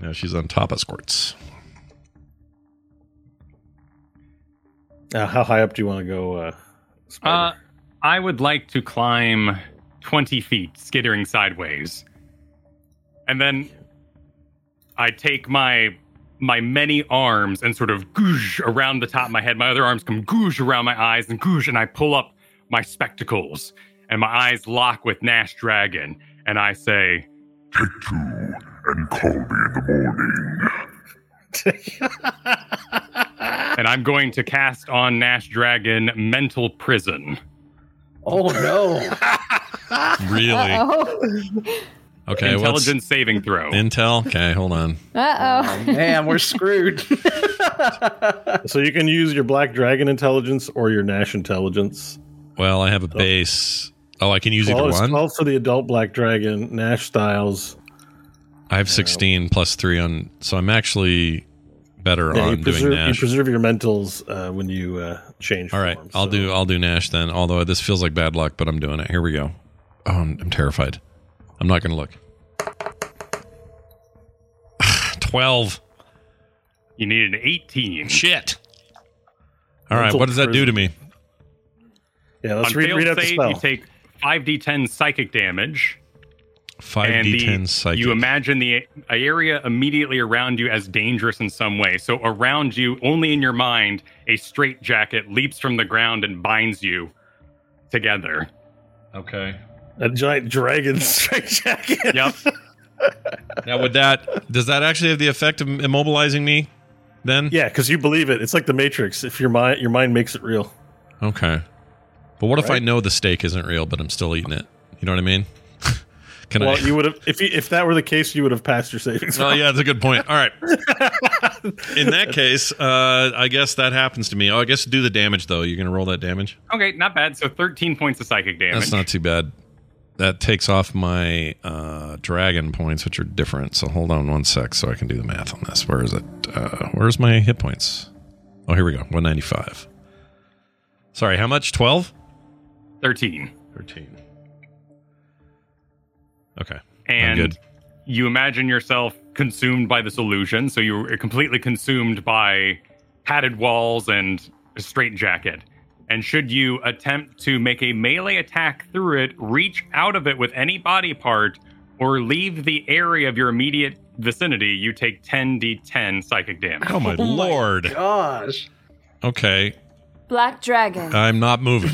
[SPEAKER 6] Now she's on top of squirts.
[SPEAKER 3] Uh, how high up do you want to go? Uh,
[SPEAKER 5] Uh,
[SPEAKER 3] Spider?
[SPEAKER 5] I would like to climb 20 feet, skittering sideways. And then I take my my many arms and sort of goosh around the top of my head. My other arms come goosh around my eyes and goosh, and I pull up my spectacles. And my eyes lock with Nash Dragon. And I say,
[SPEAKER 9] Take two and call me in the morning.
[SPEAKER 5] and I'm going to cast on Nash Dragon Mental Prison.
[SPEAKER 4] Oh
[SPEAKER 6] [laughs]
[SPEAKER 4] no.
[SPEAKER 6] Really?
[SPEAKER 7] Oh.
[SPEAKER 5] [laughs]
[SPEAKER 1] Okay. What's
[SPEAKER 5] Intelligence saving throw.
[SPEAKER 1] intel? Okay, hold on.
[SPEAKER 7] Uh oh.
[SPEAKER 4] Man, we're screwed. [laughs]
[SPEAKER 3] so you can use your black dragon intelligence or your Nash intelligence.
[SPEAKER 1] Well, I have a base. Oh, I can use
[SPEAKER 3] Well,
[SPEAKER 1] either
[SPEAKER 3] it's
[SPEAKER 1] one.
[SPEAKER 3] 12 for the adult black dragon, Nash styles.
[SPEAKER 1] I have 16 plus three on, so I'm actually better
[SPEAKER 3] Yeah,
[SPEAKER 1] on
[SPEAKER 3] you,
[SPEAKER 1] doing
[SPEAKER 3] preserve, you
[SPEAKER 1] Nash.
[SPEAKER 3] preserve your mentals uh, when you uh, change.
[SPEAKER 1] All right,
[SPEAKER 3] forms,
[SPEAKER 1] I'll
[SPEAKER 3] so-
[SPEAKER 1] do I'll do Nash then. Although this feels like bad luck, but I'm doing it. Here we go. Oh, I'm, I'm terrified. I'm not going to look. [sighs] Twelve.
[SPEAKER 5] You need an 18.
[SPEAKER 1] Shit. All right,
[SPEAKER 3] Mental
[SPEAKER 1] what does that do to me?
[SPEAKER 3] Yeah, let's
[SPEAKER 5] On
[SPEAKER 3] read,
[SPEAKER 5] failed
[SPEAKER 3] read out the
[SPEAKER 5] save,
[SPEAKER 3] spell.
[SPEAKER 5] You take 5d10 psychic damage,
[SPEAKER 1] Five
[SPEAKER 5] and the-
[SPEAKER 1] d10 psychic.
[SPEAKER 5] you imagine the a- area immediately around you as dangerous in some way. So around you, only in your mind, a straitjacket leaps from the ground and binds you together.
[SPEAKER 1] okay.
[SPEAKER 3] a giant
[SPEAKER 5] [laughs]
[SPEAKER 3] dragon straight jacket.
[SPEAKER 1] [laughs]
[SPEAKER 5] Yep.
[SPEAKER 1] Now, would that does that actually have the effect of immobilizing me? Then.
[SPEAKER 3] Yeah, because you believe it. It's like the Matrix. If your mind, your mind makes it real.
[SPEAKER 1] Okay. But what if I know the steak isn't real, but I'm still eating it? You know what I mean? [laughs] Can
[SPEAKER 3] Well,
[SPEAKER 1] I?
[SPEAKER 3] you would have if you, if that were the case, you would have passed your
[SPEAKER 1] [laughs]
[SPEAKER 3] savings.
[SPEAKER 1] Well, yeah, that's a good point. All right. In that case, uh, I guess that happens to me. Oh, I guess do the damage though. You're gonna roll that damage.
[SPEAKER 5] Okay, not bad. So 13 points of psychic damage.
[SPEAKER 1] That's not too bad. That takes off my uh, dragon points, which are different. So hold on one sec, so I can do the math on this. Where is it? Uh, where's my hit points? Oh, here we go. 195. Sorry, how much? 12.
[SPEAKER 5] 13.
[SPEAKER 1] 13. Okay. I'm
[SPEAKER 5] and
[SPEAKER 1] good.
[SPEAKER 5] you imagine yourself consumed by this illusion. So you're completely consumed by padded walls and a straitjacket. And should you attempt to make a melee attack through it, reach out of it with any body part, or leave the area of your immediate vicinity, you take 10d10 psychic damage.
[SPEAKER 1] Oh my lord.
[SPEAKER 4] Gosh.
[SPEAKER 1] Okay,
[SPEAKER 2] Black dragon.
[SPEAKER 1] I'm not [laughs] moving.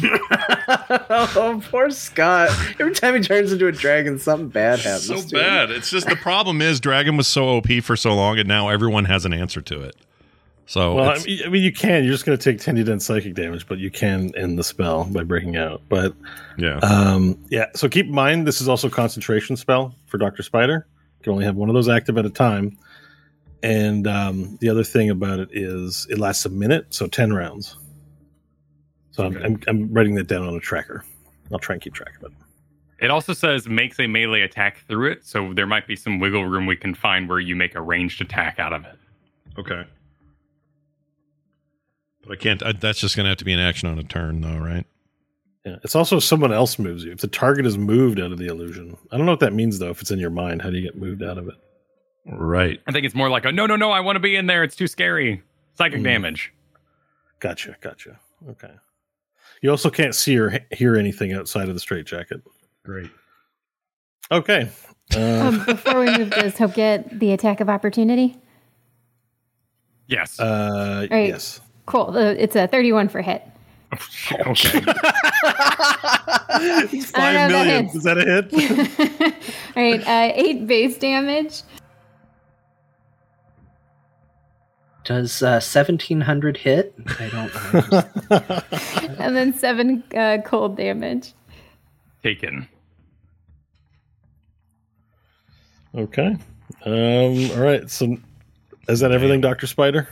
[SPEAKER 4] Oh, poor Scott. Every time he turns into a dragon, something bad happens.
[SPEAKER 6] so
[SPEAKER 4] to him.
[SPEAKER 6] bad. It's just
[SPEAKER 1] the problem is Dragon was so OP for so long, and now everyone has an answer to it. So
[SPEAKER 3] [laughs] Well,
[SPEAKER 1] Oh,
[SPEAKER 3] I
[SPEAKER 1] it's-
[SPEAKER 3] mean, I mean, you can. You're just going to take 10 to 10 psychic damage, but you can end the spell by breaking out. But
[SPEAKER 1] yeah.
[SPEAKER 3] um, yeah, so keep in mind this is also a concentration spell for Doctor Spider. You can only have one of those active at a time. And um, the other thing about it is it lasts a minute, so 10 rounds. So I'm, I'm, I'm writing that down on a tracker. I'll try and keep track of it.
[SPEAKER 5] It also says makes a melee attack through it, so there might be some wiggle room we can find where you make a ranged attack out of it.
[SPEAKER 6] okay.
[SPEAKER 1] but I can't. I, that's just gonna have to be an action on a turn, though, right?
[SPEAKER 3] Yeah. It's also if someone else moves you. If the target is moved out of the illusion, I don't know what that means though. If it's in your mind, how do you get moved out of it?
[SPEAKER 6] Right.
[SPEAKER 5] I think it's more like a no, no, no, I want to be in there. It's too scary. Psychic
[SPEAKER 3] Mm.
[SPEAKER 5] damage.
[SPEAKER 3] Gotcha, gotcha. Okay. You also can't see or he- hear anything outside of the straitjacket.
[SPEAKER 6] Great.
[SPEAKER 3] Okay. Uh,
[SPEAKER 7] Um, before we move, does Hope get the attack of opportunity?
[SPEAKER 5] Yes.
[SPEAKER 3] uh,
[SPEAKER 7] right.
[SPEAKER 3] Yes.
[SPEAKER 7] Cool. Uh, It's a 31 for hit. [laughs]
[SPEAKER 5] okay. [laughs]
[SPEAKER 7] I
[SPEAKER 3] Five
[SPEAKER 7] don't know, that
[SPEAKER 3] million.
[SPEAKER 7] hits.
[SPEAKER 3] Is that a hit?
[SPEAKER 7] All right, uh, eight base damage.
[SPEAKER 4] Does uh, 1700 hit? I don't know. Just-
[SPEAKER 7] and then seven uh, cold damage.
[SPEAKER 5] Taken.
[SPEAKER 3] okay. Um, all right. So, is that everything, Doctor Spider?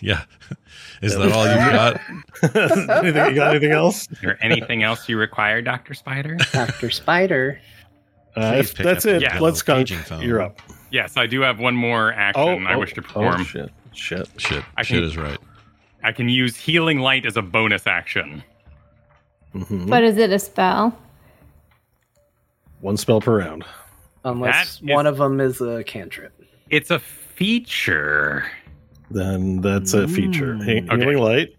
[SPEAKER 1] Yeah. [laughs] Is that all you got?
[SPEAKER 3] [laughs] anything, you got anything else?
[SPEAKER 5] Is there anything else you require, Dr. Spider?
[SPEAKER 4] [laughs] Dr. Spider.
[SPEAKER 3] Uh,
[SPEAKER 1] Please
[SPEAKER 3] if
[SPEAKER 1] pick
[SPEAKER 3] that's
[SPEAKER 1] up
[SPEAKER 3] it.
[SPEAKER 1] the
[SPEAKER 3] Let's go.
[SPEAKER 1] caging phone.
[SPEAKER 3] You're up.
[SPEAKER 5] yes, I do have one more action I wish to
[SPEAKER 3] oh,
[SPEAKER 5] perform.
[SPEAKER 3] shit. Shit.
[SPEAKER 1] Shit.
[SPEAKER 5] I
[SPEAKER 1] Shit
[SPEAKER 5] can-
[SPEAKER 1] is right.
[SPEAKER 5] I can use healing light as a bonus action. Hmm?
[SPEAKER 3] Mm-hmm.
[SPEAKER 7] But is it a spell?
[SPEAKER 3] One spell per round.
[SPEAKER 4] Unless
[SPEAKER 5] That is-
[SPEAKER 4] one of them is a cantrip.
[SPEAKER 5] It's a feature.
[SPEAKER 3] Then that's a feature. He-
[SPEAKER 5] Okay.
[SPEAKER 3] Healing light.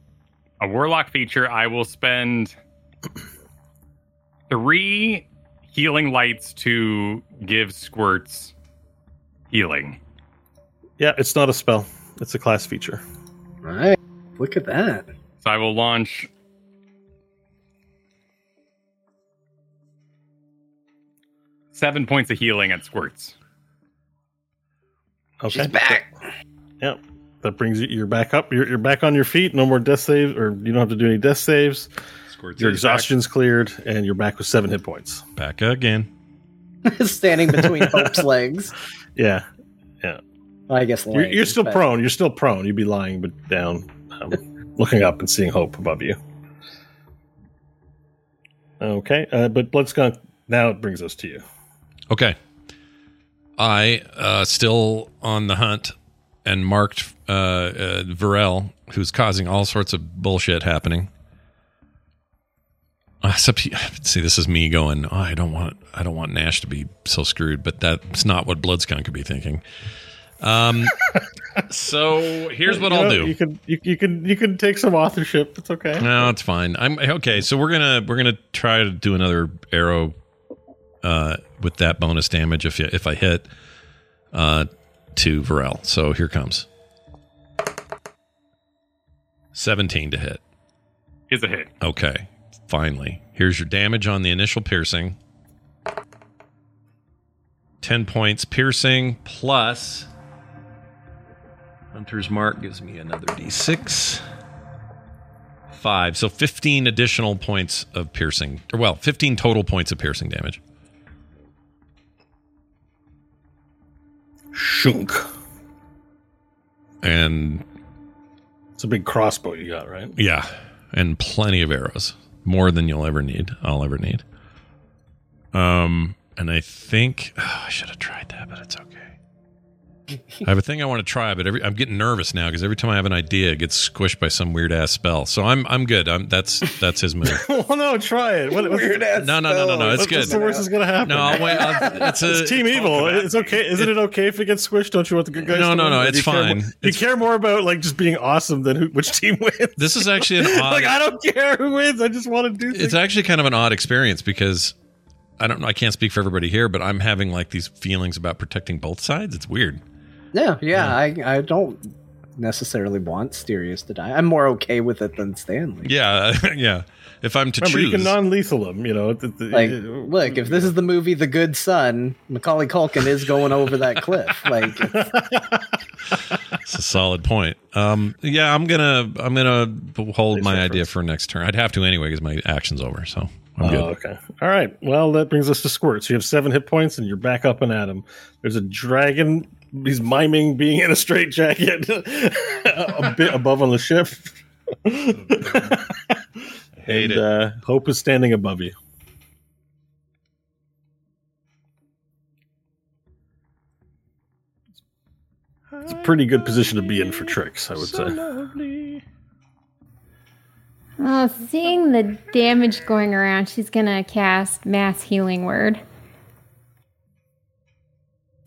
[SPEAKER 5] a warlock feature, I will spend three healing lights to give squirts healing.
[SPEAKER 3] Yeah, it's not a spell. It's a class feature.
[SPEAKER 4] All right. Look at that.
[SPEAKER 5] So I will launch. Seven points of healing at squirts.
[SPEAKER 3] Okay.
[SPEAKER 4] She's back.
[SPEAKER 3] Yep. That brings you. You're back up. You're, you're back on your feet. No more death saves, or you don't have to do any death saves.
[SPEAKER 1] Squirts
[SPEAKER 3] Your
[SPEAKER 1] is back-
[SPEAKER 3] exhaustion's cleared, and you're back with seven hit points.
[SPEAKER 1] Back again.
[SPEAKER 4] [laughs] Standing between Hope's legs.
[SPEAKER 3] Yeah.
[SPEAKER 4] I guess
[SPEAKER 3] You're,
[SPEAKER 4] legs,
[SPEAKER 3] you're still
[SPEAKER 4] but-
[SPEAKER 3] prone. You're still prone. You'd be lying, but down, um, [laughs] looking up and seeing hope above you. Okay, uh, but Bloodskunk. Now it brings us to you.
[SPEAKER 1] Okay. I uh, still on the hunt and marked uh, uh, Varel, who's causing all sorts of bullshit happening. Uh, Except, he, [laughs] see, this is me going. Oh, I don't want, I don't want Nash to be so screwed, but that's not what Bloodskunk could be thinking. Um, [laughs] so here's what
[SPEAKER 3] You
[SPEAKER 1] I'll
[SPEAKER 3] know,
[SPEAKER 1] do.
[SPEAKER 3] You can you, you can you can take some authorship. It's okay.
[SPEAKER 1] No, it's fine. I'm okay. So we're gonna we're gonna try to do another arrow uh, with that bonus damage if you, if I hit uh, to Varel. So here comes seventeen to hit.
[SPEAKER 5] Is a hit.
[SPEAKER 1] Okay, finally. Here's your damage on the initial piercing. Ten points piercing plus Hunter's Mark gives me another d6. Five, so fifteen additional points of piercing. Or well, fifteen total points of piercing damage.
[SPEAKER 3] Shunk.
[SPEAKER 1] And
[SPEAKER 3] It's a big crossbow you got, right? [laughs]
[SPEAKER 1] yeah, and plenty of arrows. More than you'll ever need. I'll ever need. Um, and I think [sighs] oh, I should have tried that, but it's okay. I have a thing I want to try, but every I'm getting nervous now because every time I have an idea, it gets squished by some weird ass spell. So I'm I'm good. I'm that's that's his move.
[SPEAKER 3] well, Oh, no, try it. What, what's,
[SPEAKER 4] Weird ass
[SPEAKER 1] No, no, no, no, no. It's
[SPEAKER 3] what's
[SPEAKER 1] good.
[SPEAKER 3] the worst that's gonna
[SPEAKER 1] [laughs]
[SPEAKER 3] happen?
[SPEAKER 1] No, I'll wait. I'll, it's a
[SPEAKER 3] it's Team Evil.
[SPEAKER 5] about
[SPEAKER 3] It's okay. Isn't it, okay if it gets squished? Don't you want the good guys?
[SPEAKER 1] No,
[SPEAKER 3] to
[SPEAKER 1] no,
[SPEAKER 3] win?
[SPEAKER 1] no,
[SPEAKER 3] Or do
[SPEAKER 1] it's
[SPEAKER 3] you care
[SPEAKER 1] fine.
[SPEAKER 3] more- you
[SPEAKER 1] It's-
[SPEAKER 3] care more about like just being awesome than who, which [laughs] team wins.
[SPEAKER 1] This is actually an odd.
[SPEAKER 3] [laughs] like I don't care who wins. I just want to do.
[SPEAKER 1] it's
[SPEAKER 3] Things.
[SPEAKER 1] actually kind of an odd experience because I don't know. I can't speak for everybody here, but I'm having like these feelings about protecting both sides. It's weird.
[SPEAKER 4] Yeah, yeah. I, I don't necessarily want Sirius to die. I'm more okay with it than Stanley.
[SPEAKER 1] Yeah, [laughs] yeah. If I'm to
[SPEAKER 3] Remember, you
[SPEAKER 1] choose,
[SPEAKER 3] can non-lethal them. You know, th- th-
[SPEAKER 4] Like,
[SPEAKER 3] it-
[SPEAKER 4] look, if this is the movie The Good Son, Macaulay Culkin is going over that cliff. [laughs] Like,
[SPEAKER 1] it's a solid point. Um, yeah, I'm gonna I'm gonna hold my idea for next turn. I'd have to anyway because my action's over. So I'm
[SPEAKER 3] Oh,
[SPEAKER 1] good.
[SPEAKER 3] okay. All right. Well, that brings us to Squirt. So you have seven hit points, and you're back up and at him. There's a dragon. He's miming being in a straitjacket [laughs] a bit above on
[SPEAKER 1] [laughs]
[SPEAKER 3] the ship.
[SPEAKER 1] Hate
[SPEAKER 3] and,
[SPEAKER 1] it.
[SPEAKER 3] Uh, Hope is standing above you. It's a pretty good position to be in for tricks, I would say.
[SPEAKER 7] Oh, seeing the damage going around, she's gonna cast mass healing word.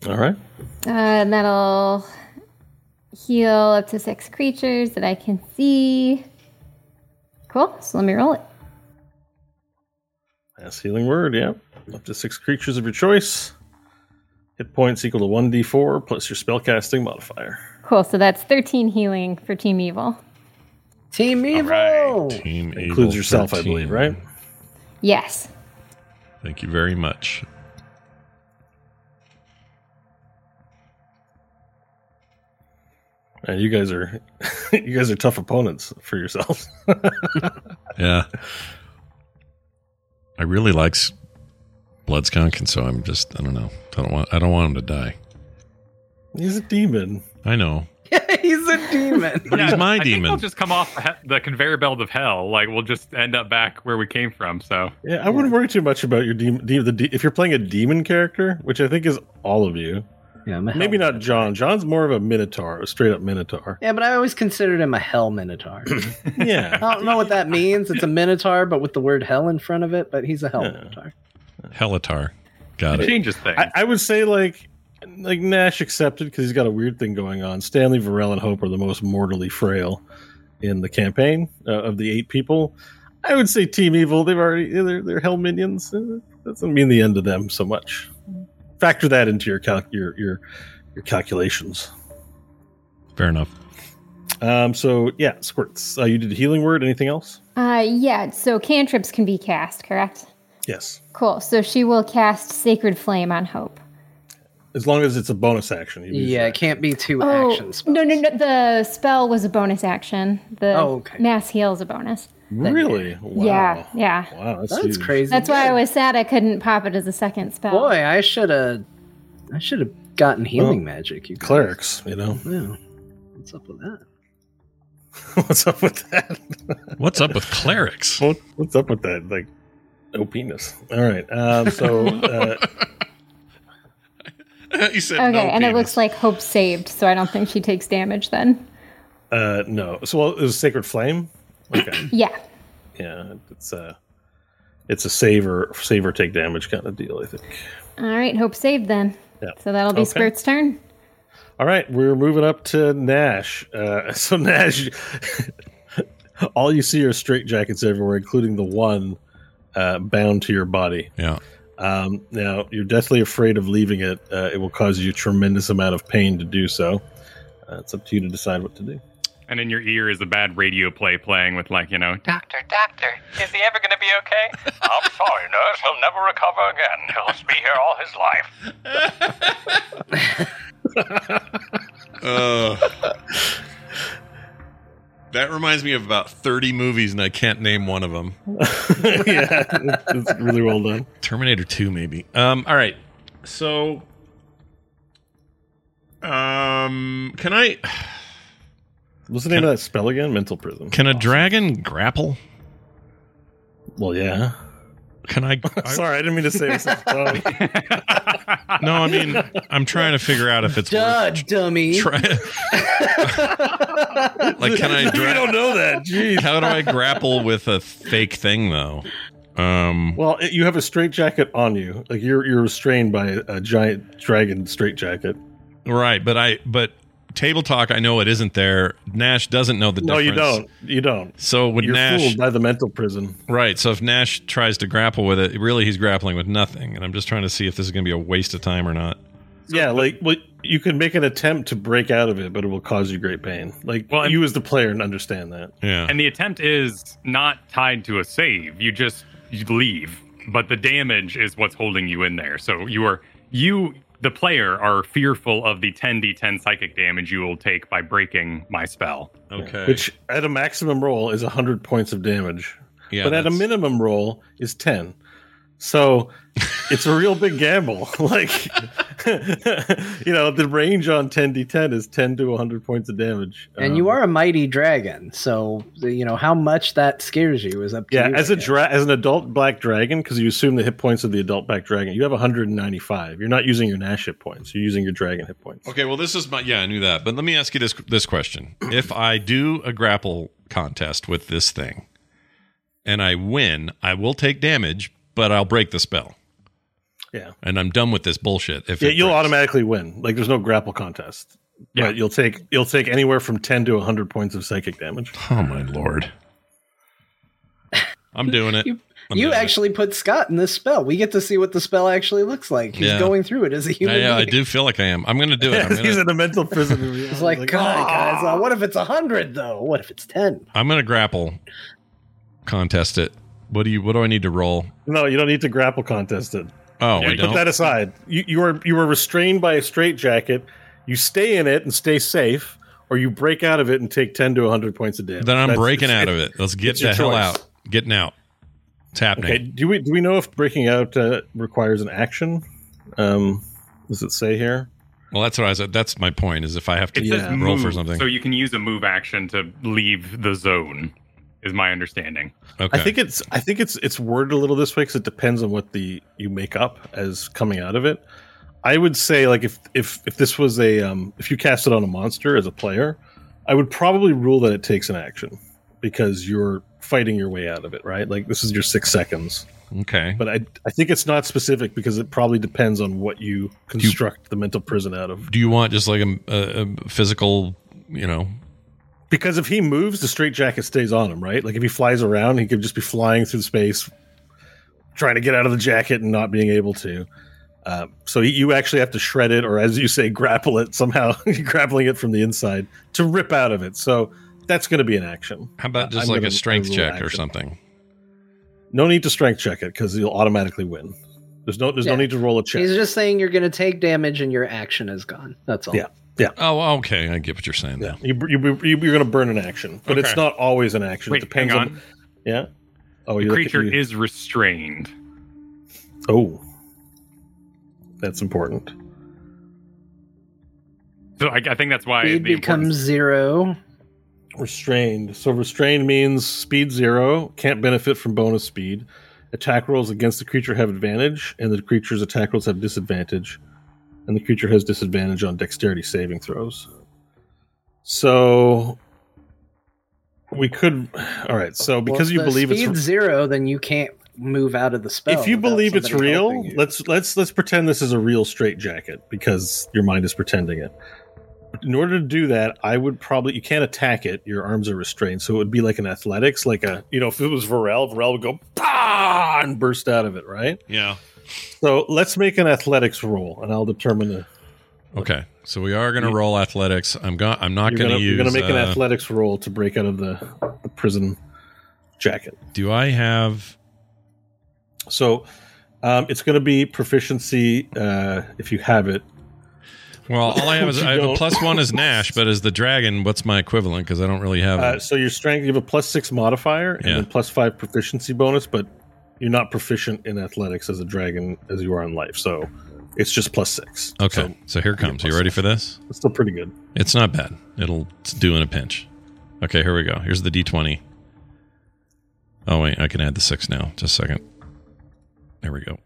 [SPEAKER 3] All right.
[SPEAKER 7] Uh, and that'll heal up to six creatures that I can see. Cool. So let me roll it.
[SPEAKER 3] Mass healing word, yeah. Up to six creatures of your choice. Hit points equal to 1d4 plus your spellcasting modifier.
[SPEAKER 7] Cool. So that's 13 healing for Team Evil.
[SPEAKER 4] Team Evil! [laughs]
[SPEAKER 1] Team
[SPEAKER 3] Includes
[SPEAKER 1] Evil
[SPEAKER 3] yourself, I
[SPEAKER 1] 13.
[SPEAKER 3] believe, right?
[SPEAKER 7] Yes.
[SPEAKER 1] Thank you very much.
[SPEAKER 3] And you guys are [laughs] you guys are tough opponents for yourselves.
[SPEAKER 1] Yeah, I really like s- Bloodskunk, and so I'm just I don't know. I don't want I don't want him to die.
[SPEAKER 3] [laughs] He's a demon.
[SPEAKER 1] I know.
[SPEAKER 4] He's a demon.
[SPEAKER 1] But he's my
[SPEAKER 5] I think
[SPEAKER 1] demon.
[SPEAKER 5] we'll just come off the he- the conveyor belt of hell. Like we'll just end up back where we came from. So
[SPEAKER 3] Yeah, I wouldn't worry too much about your demon. De- the de- if you're playing a demon character, which I think is all of you,
[SPEAKER 4] Yeah, I'm a hell
[SPEAKER 3] Maybe not
[SPEAKER 4] minotaur.
[SPEAKER 3] John. John's more of a minotaur, a straight up
[SPEAKER 4] [laughs]
[SPEAKER 3] minotaur.
[SPEAKER 4] Yeah, but I always considered him a
[SPEAKER 3] [laughs]
[SPEAKER 4] hell minotaur.
[SPEAKER 3] Yeah.
[SPEAKER 4] I don't know what that means. It's a minotaur, but with the word hell in front of it. But he's a hell
[SPEAKER 3] Yeah.
[SPEAKER 4] minotaur.
[SPEAKER 1] Helitar. Got
[SPEAKER 5] It
[SPEAKER 1] it.
[SPEAKER 5] changes things.
[SPEAKER 3] I, I would say like like Nash accepted because he's got a weird thing going on. Stanley, Varel, and Hope are the most mortally frail in the campaign uh, of the eight people. I would say Team Evil. They've already they're, they're hell minions. Uh, doesn't mean the end of them so much. Factor that into your calc your your your calculations.
[SPEAKER 1] Fair enough.
[SPEAKER 3] Um. So yeah, squirts. Uh, you did a healing word. Anything else?
[SPEAKER 7] Uh, yeah, so cantrips can be cast, correct?
[SPEAKER 3] Yes.
[SPEAKER 7] Cool. So she will cast Sacred Flame on Hope.
[SPEAKER 3] As long as it's a bonus action. you use
[SPEAKER 4] Yeah,
[SPEAKER 3] that.
[SPEAKER 4] it can't be two
[SPEAKER 7] Oh,
[SPEAKER 4] action spells.
[SPEAKER 7] no, no, no. The spell was a bonus action. The
[SPEAKER 4] Oh, okay.
[SPEAKER 7] mass heal is a bonus.
[SPEAKER 3] Really? Wow.
[SPEAKER 7] Yeah, yeah.
[SPEAKER 3] Wow. That's,
[SPEAKER 4] That's
[SPEAKER 3] huge.
[SPEAKER 4] crazy.
[SPEAKER 7] That's why I was sad I couldn't pop it as a second spell.
[SPEAKER 4] Boy, I should have. I should have gotten healing
[SPEAKER 3] Oh.
[SPEAKER 4] magic. You guys.
[SPEAKER 3] Clerics. You know [laughs]
[SPEAKER 4] Yeah. What's up with that?
[SPEAKER 3] what's up with that?
[SPEAKER 1] What's up with
[SPEAKER 3] [laughs]
[SPEAKER 1] clerics?
[SPEAKER 3] What- what's up with that? Like, no penis. All right. Um, [laughs] so uh,
[SPEAKER 6] you said
[SPEAKER 7] Okay,
[SPEAKER 6] no
[SPEAKER 7] and it
[SPEAKER 6] penis.
[SPEAKER 7] looks like Hope saved, so I don't think she takes damage then. [clears throat]
[SPEAKER 3] uh, no. So well, it was sacred flame. Okay.
[SPEAKER 7] Yeah.
[SPEAKER 3] yeah. It's uh it's a save or save or take damage kind of deal. I think.
[SPEAKER 7] All right, Hope saved then.
[SPEAKER 3] Yeah.
[SPEAKER 7] So that'll be
[SPEAKER 3] Okay.
[SPEAKER 7] Spurt's turn.
[SPEAKER 3] All right, we're moving up to Nash. Uh, [laughs] so Nash, all you see are straight jackets everywhere, including the one uh, bound to your body.
[SPEAKER 1] Yeah.
[SPEAKER 3] Um, now you're deathly afraid of leaving it. Uh, it will cause you a tremendous amount of pain to do so. Uh, it's up to you to decide what to do.
[SPEAKER 5] and in your ear is a bad radio play playing with like you know
[SPEAKER 2] Doctor, doctor, is he ever going to be okay? I'm sorry, nurse. He'll never recover again. He'll be here all his life.
[SPEAKER 6] Ugh. Uh, that reminds me of about 30 movies, and I can't name one of them.
[SPEAKER 3] yeah, it's really well done.
[SPEAKER 1] Terminator 2, maybe. Um, all right. So um can I
[SPEAKER 3] What's the name of that spell again? Mental prison.
[SPEAKER 1] can a dragon grapple?
[SPEAKER 3] Well, yeah.
[SPEAKER 1] Can I, I-
[SPEAKER 3] Sorry, I didn't mean to say [laughs] this. Oh,
[SPEAKER 1] No, I mean I'm trying to figure out if it's
[SPEAKER 4] Duh,
[SPEAKER 1] worth
[SPEAKER 4] dummy.
[SPEAKER 1] try- [laughs] Like can I
[SPEAKER 3] you
[SPEAKER 1] dra-
[SPEAKER 3] don't know that. Jeez.
[SPEAKER 1] How do I grapple with a fake thing though? Um
[SPEAKER 3] Well, it- you have a straitjacket on you. Like you're you're restrained by a, a giant dragon straitjacket.
[SPEAKER 1] right, but I but table talk I know it isn't there. Nash doesn't know the
[SPEAKER 3] No,
[SPEAKER 1] difference.
[SPEAKER 3] you don't. You don't.
[SPEAKER 1] So would
[SPEAKER 3] You're
[SPEAKER 1] Nash
[SPEAKER 3] fooled by the mental prison.
[SPEAKER 1] Right. So if Nash tries to grapple with it, really he's grappling with nothing. And I'm just trying to see if this is going to be a waste of time or not.
[SPEAKER 3] yeah, like well, you can make an attempt to break out of it, but it will cause you great pain. Like
[SPEAKER 5] Well, and-
[SPEAKER 3] you as the player and understand that.
[SPEAKER 1] Yeah.
[SPEAKER 5] and the attempt is not tied to a save you just you leave but the damage is what's holding you in there so you are you the player are fearful of the 10d10 psychic damage you will take by breaking my spell
[SPEAKER 1] okay.
[SPEAKER 3] Which at a maximum roll is hundred points of damage,
[SPEAKER 1] yeah,
[SPEAKER 3] but at a
[SPEAKER 1] that's-
[SPEAKER 3] minimum roll is ten.
[SPEAKER 1] [laughs]
[SPEAKER 3] So it's a real big gamble. [laughs] like you know, the range on ten d ten is ten to hundred points of damage.
[SPEAKER 4] And you
[SPEAKER 3] Um,
[SPEAKER 4] are a mighty dragon, so you know how much that scares you is up to
[SPEAKER 3] Yeah,
[SPEAKER 4] you.
[SPEAKER 3] as
[SPEAKER 4] I
[SPEAKER 3] a
[SPEAKER 4] guess.
[SPEAKER 3] dra- as an adult black dragon, because you assume the hit points of the adult black dragon, you have 195. You're not using your Nash hit points. You're using your dragon hit points.
[SPEAKER 1] Okay. Well, this is my. Yeah, I knew that. But let me ask you this this
[SPEAKER 3] [clears throat]
[SPEAKER 1] question: If I do a grapple contest with this thing, and I win, I will take damage, but I'll break the spell,
[SPEAKER 3] Yeah.
[SPEAKER 1] and I'm done with this bullshit. If
[SPEAKER 3] Yeah,
[SPEAKER 1] it
[SPEAKER 3] you'll
[SPEAKER 1] breaks.
[SPEAKER 3] automatically win. Like there's no grapple contest.
[SPEAKER 5] Yeah.
[SPEAKER 3] But you'll take you'll take anywhere from 10 to 100 points of psychic damage.
[SPEAKER 1] Oh my lord! I'm doing it.
[SPEAKER 4] [laughs] You-
[SPEAKER 1] I'm
[SPEAKER 4] You
[SPEAKER 1] doing it.
[SPEAKER 4] actually put Scott in this spell. We get to see what the spell actually looks like. He's
[SPEAKER 1] Yeah.
[SPEAKER 4] going through it as a
[SPEAKER 1] Yeah,
[SPEAKER 4] human.
[SPEAKER 1] yeah, I
[SPEAKER 4] being.
[SPEAKER 1] do feel like I am. I'm going to
[SPEAKER 3] [laughs]
[SPEAKER 1] do it. I'm gonna-
[SPEAKER 3] He's in a mental prison. oh, of reality.
[SPEAKER 4] It's like, God, guys, uh, what if it's a hundred though? What if it's ten?
[SPEAKER 1] I'm gonna grapple contest it. What do you? What do I need to roll?
[SPEAKER 3] No, you don't need to grapple contest it.
[SPEAKER 1] Oh,
[SPEAKER 5] Yeah,
[SPEAKER 1] I
[SPEAKER 3] Put
[SPEAKER 5] you
[SPEAKER 1] don't.
[SPEAKER 3] that aside. You you are you are restrained by a straitjacket. You stay in it and stay safe, or you break out of it and take 10 to 100 points of damage.
[SPEAKER 1] then I'm
[SPEAKER 3] That's-
[SPEAKER 1] breaking
[SPEAKER 3] it's-
[SPEAKER 1] out of it. Let's get
[SPEAKER 3] it's your
[SPEAKER 1] the hell
[SPEAKER 3] choice.
[SPEAKER 1] out. Getting out. It's happening.
[SPEAKER 3] Okay. Do we do we know if breaking out uh, requires an action? Um, does it say here?
[SPEAKER 1] Well, that's what I said. That's my point. Is if I have to
[SPEAKER 5] it
[SPEAKER 3] Yeah.
[SPEAKER 5] says
[SPEAKER 1] roll
[SPEAKER 5] move,
[SPEAKER 1] for something.
[SPEAKER 5] so you can use a move action to leave the zone is my understanding
[SPEAKER 1] okay.
[SPEAKER 3] I think it's I think it's it's worded a little this way because it depends on what the you make up as coming out of it. I would say like if if if this was a um, if you cast it on a monster as a player, I would probably rule that it takes an action because you're fighting your way out of it, right? Like this is your six seconds.
[SPEAKER 1] Okay.
[SPEAKER 3] But I I think it's not specific because it probably depends on what you construct the mental prison out of.
[SPEAKER 1] Do you want just like a, a, a physical, you know?
[SPEAKER 3] Because if he moves, the straitjacket stays on him, right? Like if he flies around, he could just be flying through space, trying to get out of the jacket and not being able to. Um, so y- you actually have to shred it, or as you say, [laughs] grapple it somehow, [laughs] grappling it from the inside to rip out of it. So that's going to be an action.
[SPEAKER 1] How about just
[SPEAKER 3] I'm
[SPEAKER 1] like
[SPEAKER 3] gonna
[SPEAKER 1] a strength
[SPEAKER 3] rule
[SPEAKER 1] check or
[SPEAKER 3] action.
[SPEAKER 1] something?
[SPEAKER 3] No need to strength check it because you'll automatically win. There's no there's no
[SPEAKER 4] Yeah.
[SPEAKER 3] need to roll a check.
[SPEAKER 4] He's just saying you're going to take damage and your action is gone. That's all.
[SPEAKER 3] Yeah.
[SPEAKER 1] Oh, okay. I get what you're saying now.
[SPEAKER 3] you, you, you, you're going to burn an action, but it's
[SPEAKER 5] Okay.
[SPEAKER 3] not always an action.
[SPEAKER 5] Wait,
[SPEAKER 3] it depends
[SPEAKER 5] hang
[SPEAKER 3] on.
[SPEAKER 5] on.
[SPEAKER 3] Yeah. Oh,
[SPEAKER 5] The
[SPEAKER 3] you look at-
[SPEAKER 5] creature
[SPEAKER 3] you-
[SPEAKER 5] is restrained.
[SPEAKER 3] Oh, that's important.
[SPEAKER 5] So I, I think that's why
[SPEAKER 4] Speed
[SPEAKER 5] the
[SPEAKER 4] becomes
[SPEAKER 5] importance-
[SPEAKER 4] zero.
[SPEAKER 3] Restrained. So restrained means speed zero, can't benefit from bonus speed. Attack rolls against the creature have advantage, and the creature's attack rolls have disadvantage, and the creature has disadvantage on dexterity saving throws. So we could. All right. So because
[SPEAKER 4] Well,
[SPEAKER 3] you
[SPEAKER 4] if the
[SPEAKER 3] believe it's
[SPEAKER 4] speed zero, then you can't move out of the spell.
[SPEAKER 3] if you
[SPEAKER 4] without
[SPEAKER 3] believe it's
[SPEAKER 4] somebody
[SPEAKER 3] real
[SPEAKER 4] helping you.
[SPEAKER 3] let's let's let's pretend this is a real straitjacket because your mind is pretending it in order to do that i would probably you can't attack it your arms are restrained so it would be like an athletics like a you know if it was varel varel would go "Pah!" and burst out of it right
[SPEAKER 1] Yeah.
[SPEAKER 3] so let's make an athletics roll and i'll determine the
[SPEAKER 1] Okay. So we are going to roll athletics. I'm going. I'm not
[SPEAKER 3] you're
[SPEAKER 1] going
[SPEAKER 3] gonna,
[SPEAKER 1] to use.
[SPEAKER 3] you're gonna make an
[SPEAKER 1] uh,
[SPEAKER 3] athletics roll to break out of the, the prison jacket
[SPEAKER 1] Do I have?
[SPEAKER 3] so um, it's going to be proficiency uh, if you have it
[SPEAKER 1] Well, all I have is
[SPEAKER 3] [laughs] You
[SPEAKER 1] I have a
[SPEAKER 3] don't.
[SPEAKER 1] plus one is Nash, but as the dragon, what's my equivalent? Because I don't really have.
[SPEAKER 3] Uh,
[SPEAKER 1] it.
[SPEAKER 3] so your strength, you have a plus six modifier and
[SPEAKER 1] Yeah.
[SPEAKER 3] then plus five proficiency bonus, but you're not proficient in athletics as a dragon as you are in life. So it's just plus six.
[SPEAKER 1] Okay.
[SPEAKER 3] So
[SPEAKER 1] So, here comes. Are you ready for this?
[SPEAKER 3] it's still pretty good.
[SPEAKER 1] It's not bad. It'll do in a pinch. Okay. Here we go. Here's the d20. Oh wait, I can add the six now. Just a second. There we go.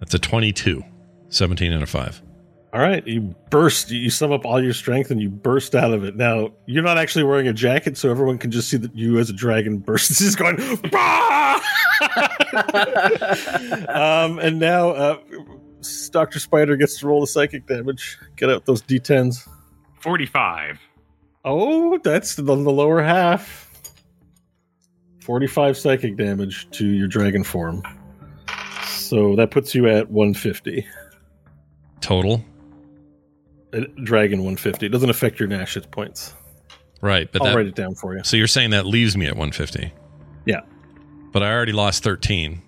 [SPEAKER 1] That's a 22. 17 out of 5.
[SPEAKER 3] All right. You burst, you sum up all your strength and you burst out of it. Now, you're not actually wearing a jacket, so everyone can just see that you as a dragon [laughs] burst. It's just going, "Bah!" [laughs] um, and now uh, Dr. Spider gets to roll the psychic damage. Get out those d10s.
[SPEAKER 5] 45.
[SPEAKER 3] Oh, that's the, the lower half. 45 psychic damage to your dragon form. So that puts you at 150.
[SPEAKER 1] Total.
[SPEAKER 3] Uh, Dragon 150. It doesn't affect your Nash's points.
[SPEAKER 1] Right, but
[SPEAKER 3] I'll
[SPEAKER 1] that,
[SPEAKER 3] write it down for you.
[SPEAKER 1] So you're saying that leaves me at 150.
[SPEAKER 3] Yeah.
[SPEAKER 1] But I already lost 13.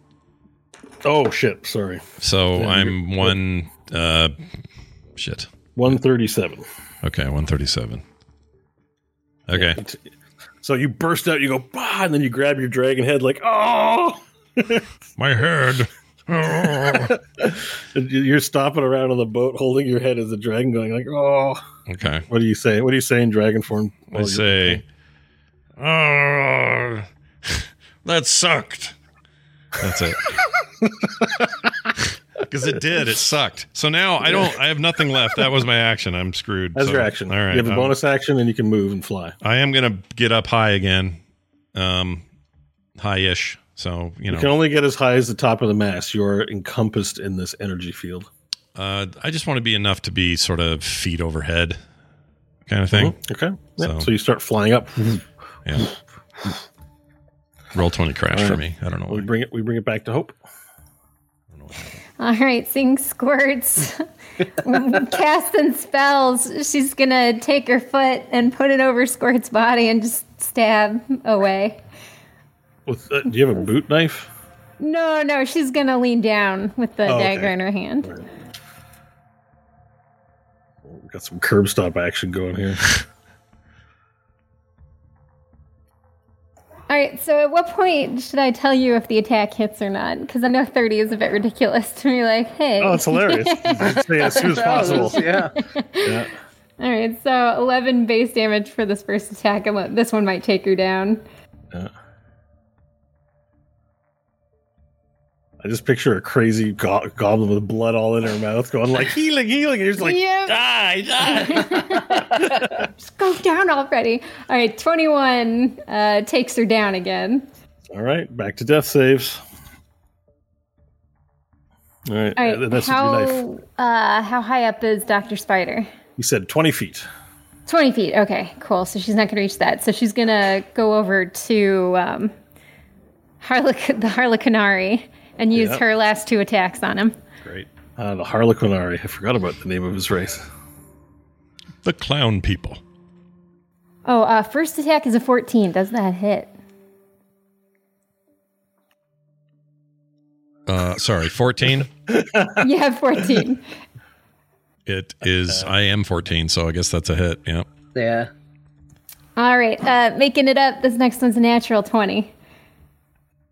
[SPEAKER 3] Oh, shit. Sorry.
[SPEAKER 1] So
[SPEAKER 3] Yeah,
[SPEAKER 1] I'm one uh shit.
[SPEAKER 3] 137.
[SPEAKER 1] Okay, 137. Okay.
[SPEAKER 3] So you burst out, you go, bah, and then you grab your dragon head, like, oh!
[SPEAKER 1] [laughs]
[SPEAKER 3] [laughs]
[SPEAKER 1] My head.
[SPEAKER 3] And you- You're stomping around on the boat, holding your head as a dragon, going, like, oh.
[SPEAKER 1] Okay.
[SPEAKER 3] What do you say? What do you say in dragon form?
[SPEAKER 1] I
[SPEAKER 3] Well, you're-
[SPEAKER 1] say "Oh, that sucked. That's
[SPEAKER 3] [laughs]
[SPEAKER 1] it. Cuz it did. It sucked. So now I don't I have nothing left. That was my action. I'm screwed.
[SPEAKER 3] That's
[SPEAKER 1] So-
[SPEAKER 3] your action.
[SPEAKER 1] All right.
[SPEAKER 3] You have a
[SPEAKER 1] I'm-
[SPEAKER 3] bonus action and you can move and fly.
[SPEAKER 1] I am gonna get up high again, um, high-ish. So you
[SPEAKER 3] You can
[SPEAKER 1] know,
[SPEAKER 3] only get as high as the top of the mast. You're encompassed in this energy field.
[SPEAKER 1] uh, I just want to be enough to be sort of feet overhead, kind of thing.
[SPEAKER 3] Mhm. Okay. Yeah.
[SPEAKER 1] So-
[SPEAKER 3] So. you start flying [laughs] up.
[SPEAKER 1] Yeah. Roll twenty crash
[SPEAKER 3] All
[SPEAKER 1] for
[SPEAKER 3] right.
[SPEAKER 1] me. I don't know.
[SPEAKER 3] We
[SPEAKER 1] Why.
[SPEAKER 3] bring it. We bring it back to hope.
[SPEAKER 7] All right, seeing squirts,
[SPEAKER 3] [laughs]
[SPEAKER 7] casting spells. She's gonna take her foot and put it over Squirt's body and just stab away.
[SPEAKER 3] With uh, do you have a boot knife?
[SPEAKER 7] No, no, she's gonna lean down with the
[SPEAKER 3] Oh, okay.
[SPEAKER 7] dagger in her hand.
[SPEAKER 3] We've got some curb stop action going
[SPEAKER 7] [laughs]
[SPEAKER 3] here.
[SPEAKER 7] All right, so at what point should I tell you if the attack hits or not? Because I know 30 is a bit ridiculous to be like, hey.
[SPEAKER 3] Oh, it's
[SPEAKER 7] [laughs]
[SPEAKER 3] hilarious. Just say it as soon as possible.
[SPEAKER 4] [laughs] yeah.
[SPEAKER 3] Yeah.
[SPEAKER 7] All right, so 11 base damage for this first attack. and what- This one might take her down.
[SPEAKER 3] I just picture a crazy go- goblin with blood all in her mouth going like [laughs] healing, healing. And he's like, "Ah."
[SPEAKER 7] Yep.
[SPEAKER 3] die, die.
[SPEAKER 7] Just [laughs] go down already. All right, 21 uh, takes her down again.
[SPEAKER 3] all right, back to death saves. All right,
[SPEAKER 7] All right,
[SPEAKER 3] and that's with your knife.
[SPEAKER 7] how, uh, how high up is Dr. Spider?
[SPEAKER 3] He said 20 feet.
[SPEAKER 7] 20 feet. Okay, cool. So she's not going to reach that. So she's going to go over to um, Harlequ- [laughs] the Harlequinari and use
[SPEAKER 3] Yep.
[SPEAKER 7] her last two attacks on him.
[SPEAKER 1] Great.
[SPEAKER 3] Uh, the Harlequinari. I forgot about the name of his race.
[SPEAKER 1] The clown people.
[SPEAKER 7] Oh, uh, first attack is a 14. Does that
[SPEAKER 3] [laughs]
[SPEAKER 7] hit?
[SPEAKER 1] Uh, sorry, 14.
[SPEAKER 7] yeah,
[SPEAKER 3] [laughs]
[SPEAKER 7] 14.
[SPEAKER 1] It is, I am 14, so I guess that's a hit. Yeah.
[SPEAKER 4] Yeah.
[SPEAKER 7] All right, uh, making it up. This next one's a natural 20.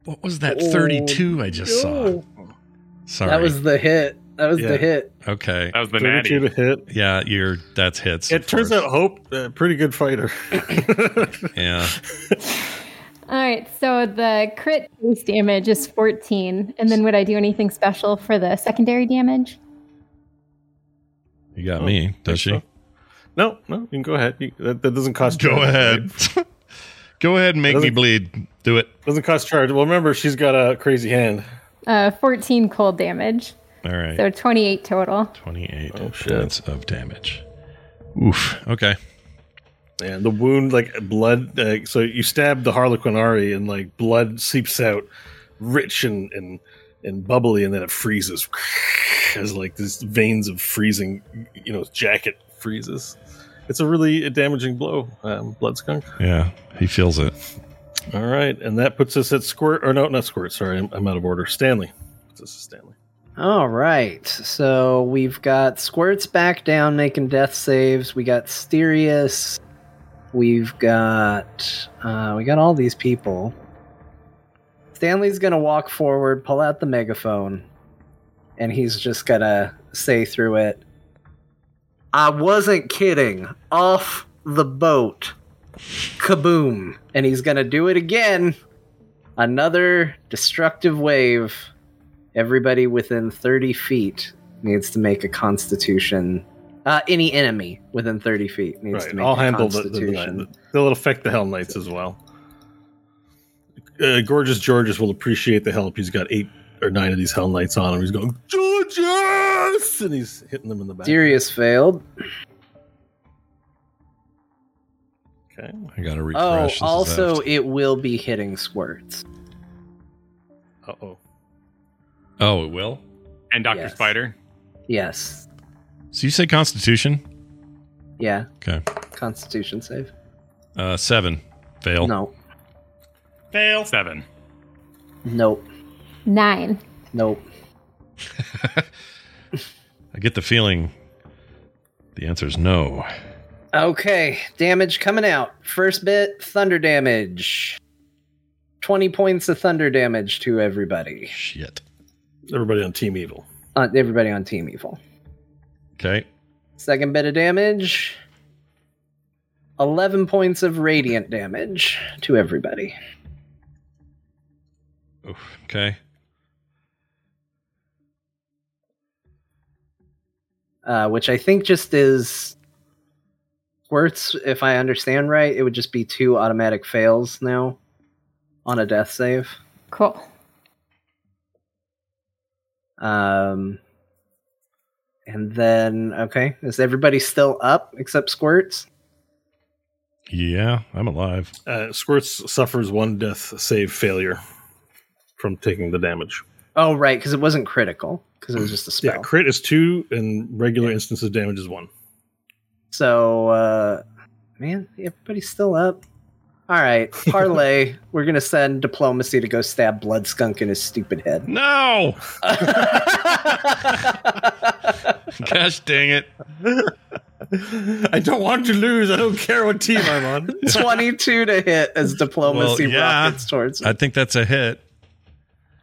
[SPEAKER 1] What was that 32 I just
[SPEAKER 3] Oh,
[SPEAKER 1] saw? Sorry.
[SPEAKER 4] That was the hit. That was
[SPEAKER 3] Yeah.
[SPEAKER 4] the hit.
[SPEAKER 1] okay.
[SPEAKER 5] That was the
[SPEAKER 3] 32
[SPEAKER 5] natty.
[SPEAKER 3] to hit.
[SPEAKER 1] Yeah, you're that's hits.
[SPEAKER 3] It
[SPEAKER 1] of
[SPEAKER 3] turns
[SPEAKER 1] course.
[SPEAKER 3] out Hope, uh, pretty good fighter.
[SPEAKER 1] Yeah.
[SPEAKER 7] All right, so the crit base damage is 14. And then would I do anything special for the secondary damage?
[SPEAKER 1] You got me, does she?
[SPEAKER 3] so. [laughs] no, no, you can go ahead. You, that, that doesn't cost.
[SPEAKER 6] Go
[SPEAKER 3] charge.
[SPEAKER 6] ahead.
[SPEAKER 1] [laughs]
[SPEAKER 6] Go ahead and make me
[SPEAKER 3] Doesn't-
[SPEAKER 6] bleed. Do it.
[SPEAKER 3] Doesn't cost charge. Well, remember she's got a crazy hand.
[SPEAKER 7] Uh, 14 cold damage.
[SPEAKER 1] All right.
[SPEAKER 7] So 28 total.
[SPEAKER 1] 28
[SPEAKER 3] shit.
[SPEAKER 1] points of damage. Oof. Okay.
[SPEAKER 3] And the wound, like blood. Uh, so you stab the Harlequin Ari, and like blood seeps out, rich and and and bubbly, and then it freezes. [sighs] As like these veins of freezing, you know, jacket freezes. It's a really damaging blow, um, Blood Skunk.
[SPEAKER 1] Yeah. He feels it.
[SPEAKER 3] All right, and that puts us at squirt. Or no, not squirt. Sorry, I'm, I'm out of order. Stanley. This is Stanley.
[SPEAKER 4] All right. So we've got Squirt's back down making death saves. We got Sterius. We've got uh, we got all these people. Stanley's gonna walk forward, pull out the megaphone, and he's just gonna say through it. I wasn't kidding. Off the boat. Kaboom. And he's gonna do it again. Another destructive wave everybody within 30 feet needs to make a constitution uh, any enemy within 30 feet needs to
[SPEAKER 3] Right,
[SPEAKER 4] make
[SPEAKER 3] I'll
[SPEAKER 4] a
[SPEAKER 3] handle the, the,
[SPEAKER 4] constitution
[SPEAKER 3] the, They'll affect the Hell Knights as well. Uh, Gorgeous Georges will appreciate the help. He's got eight or nine of these Hell Knights on him. He's going Georges, and he's hitting them in the back.
[SPEAKER 4] Darius failed
[SPEAKER 3] Okay.
[SPEAKER 1] I got to
[SPEAKER 4] oh
[SPEAKER 1] refresh. This is
[SPEAKER 4] also
[SPEAKER 1] aft.
[SPEAKER 4] it will be hitting squirts
[SPEAKER 3] Uh oh.
[SPEAKER 1] Oh, it will?
[SPEAKER 5] And Dr.
[SPEAKER 4] Yes.
[SPEAKER 5] Spider.
[SPEAKER 4] yes
[SPEAKER 1] So you say Constitution?
[SPEAKER 4] yeah
[SPEAKER 1] Okay.
[SPEAKER 4] constitution save
[SPEAKER 1] Uh, seven. Fail.
[SPEAKER 4] no
[SPEAKER 5] Fail. Seven.
[SPEAKER 4] nope
[SPEAKER 7] Nine.
[SPEAKER 4] nope
[SPEAKER 1] I get the feeling the answer is no.
[SPEAKER 4] okay damage coming out first bit thunder damage 20 points of thunder damage to everybody
[SPEAKER 1] Shit.
[SPEAKER 3] Everybody on Team Evil.
[SPEAKER 4] uh, everybody on team evil
[SPEAKER 1] Okay.
[SPEAKER 4] Second bit of damage. 11 points of radiant damage to everybody.
[SPEAKER 1] Oof. Okay.
[SPEAKER 4] Uh, which I think just is. Squirts, if I understand right, it would just be two automatic fails now on a death save.
[SPEAKER 7] Cool.
[SPEAKER 4] Um, and then, okay, is everybody still up except Squirts?
[SPEAKER 1] Yeah, I'm alive.
[SPEAKER 3] Uh, Squirts suffers one death save failure from taking the damage.
[SPEAKER 4] Oh, right, because it wasn't critical, because it was just a spell.
[SPEAKER 3] Yeah, crit is two, and regular instances of damage is one.
[SPEAKER 4] So, uh, man, everybody's still up.
[SPEAKER 3] [laughs]
[SPEAKER 4] All right, parlay. we're gonna send diplomacy to go stab blood skunk in his stupid head.
[SPEAKER 3] [laughs]
[SPEAKER 1] No! Gosh dang it.
[SPEAKER 3] I don't want to lose. I don't care what team I'm on.
[SPEAKER 4] Twenty-two to hit as diplomacy
[SPEAKER 1] Well, yeah.
[SPEAKER 4] rockets towards him.
[SPEAKER 1] I think that's a hit.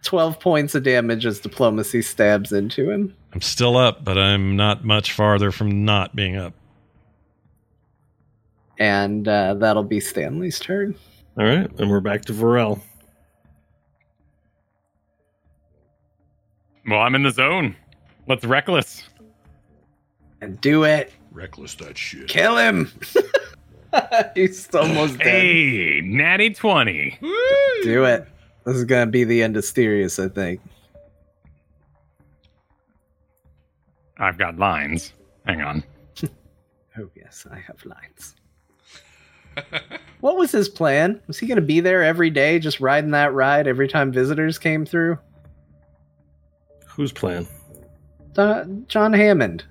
[SPEAKER 4] Twelve points of damage as diplomacy stabs into him.
[SPEAKER 1] I'm still up, but I'm not much farther from not being up.
[SPEAKER 4] And uh, that'll be Stanley's turn.
[SPEAKER 3] All right, and we're back to Varel.
[SPEAKER 5] Well, I'm in the zone. Let's reckless.
[SPEAKER 4] And do it.
[SPEAKER 10] Reckless that shit.
[SPEAKER 4] Kill him. [laughs] He's almost dead.
[SPEAKER 5] Hey, natty 20.
[SPEAKER 4] Do it. This is gonna be the end of Sirius, I think.
[SPEAKER 5] I've got lines. Hang on.
[SPEAKER 4] Oh yes, I have lines. what was his plan? Was he gonna be there every day, just riding that ride every time visitors came through?
[SPEAKER 3] Who's playing?
[SPEAKER 4] Uh, John Hammond.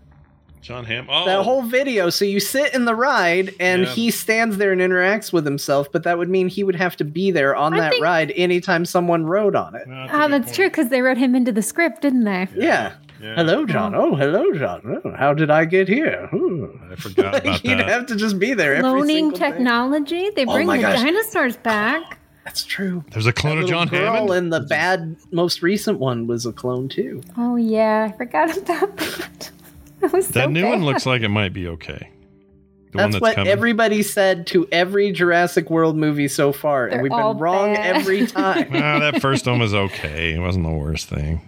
[SPEAKER 6] John Ham. Oh,
[SPEAKER 4] That whole video. So you sit in the ride and
[SPEAKER 6] Yeah.
[SPEAKER 4] he stands there and interacts with himself, but that would mean he would have to be there on
[SPEAKER 7] I
[SPEAKER 4] that
[SPEAKER 7] think-
[SPEAKER 4] ride anytime someone rode on it.
[SPEAKER 7] Ah, that's true because they wrote him into the script, didn't they?
[SPEAKER 4] Yeah. Hello, John. Oh, hello, John. Oh, how did I get here? Ooh.
[SPEAKER 6] I
[SPEAKER 4] [laughs]
[SPEAKER 6] forgot about
[SPEAKER 4] You'd
[SPEAKER 6] that.
[SPEAKER 4] have to just be there. Every
[SPEAKER 7] Cloning
[SPEAKER 4] single day.
[SPEAKER 7] technology. They
[SPEAKER 4] Oh
[SPEAKER 7] bring
[SPEAKER 4] my
[SPEAKER 7] the
[SPEAKER 4] gosh.
[SPEAKER 7] dinosaurs back.
[SPEAKER 4] That's true.
[SPEAKER 10] There's a clone of
[SPEAKER 4] Little
[SPEAKER 10] John
[SPEAKER 4] girl
[SPEAKER 10] Hammond.
[SPEAKER 4] and the bad, most recent one was a clone too.
[SPEAKER 7] Oh yeah, I forgot about that. [laughs] That was
[SPEAKER 6] That
[SPEAKER 7] so
[SPEAKER 6] new one
[SPEAKER 7] bad.
[SPEAKER 6] looks like it might be okay. The one
[SPEAKER 4] That's
[SPEAKER 6] that's
[SPEAKER 4] what
[SPEAKER 6] coming.
[SPEAKER 4] everybody said to every Jurassic World movie so far,
[SPEAKER 7] They're
[SPEAKER 4] and we've
[SPEAKER 7] all
[SPEAKER 4] been wrong
[SPEAKER 7] bad. [laughs]
[SPEAKER 4] every time.
[SPEAKER 6] Ah, that first one was okay. It wasn't the worst thing.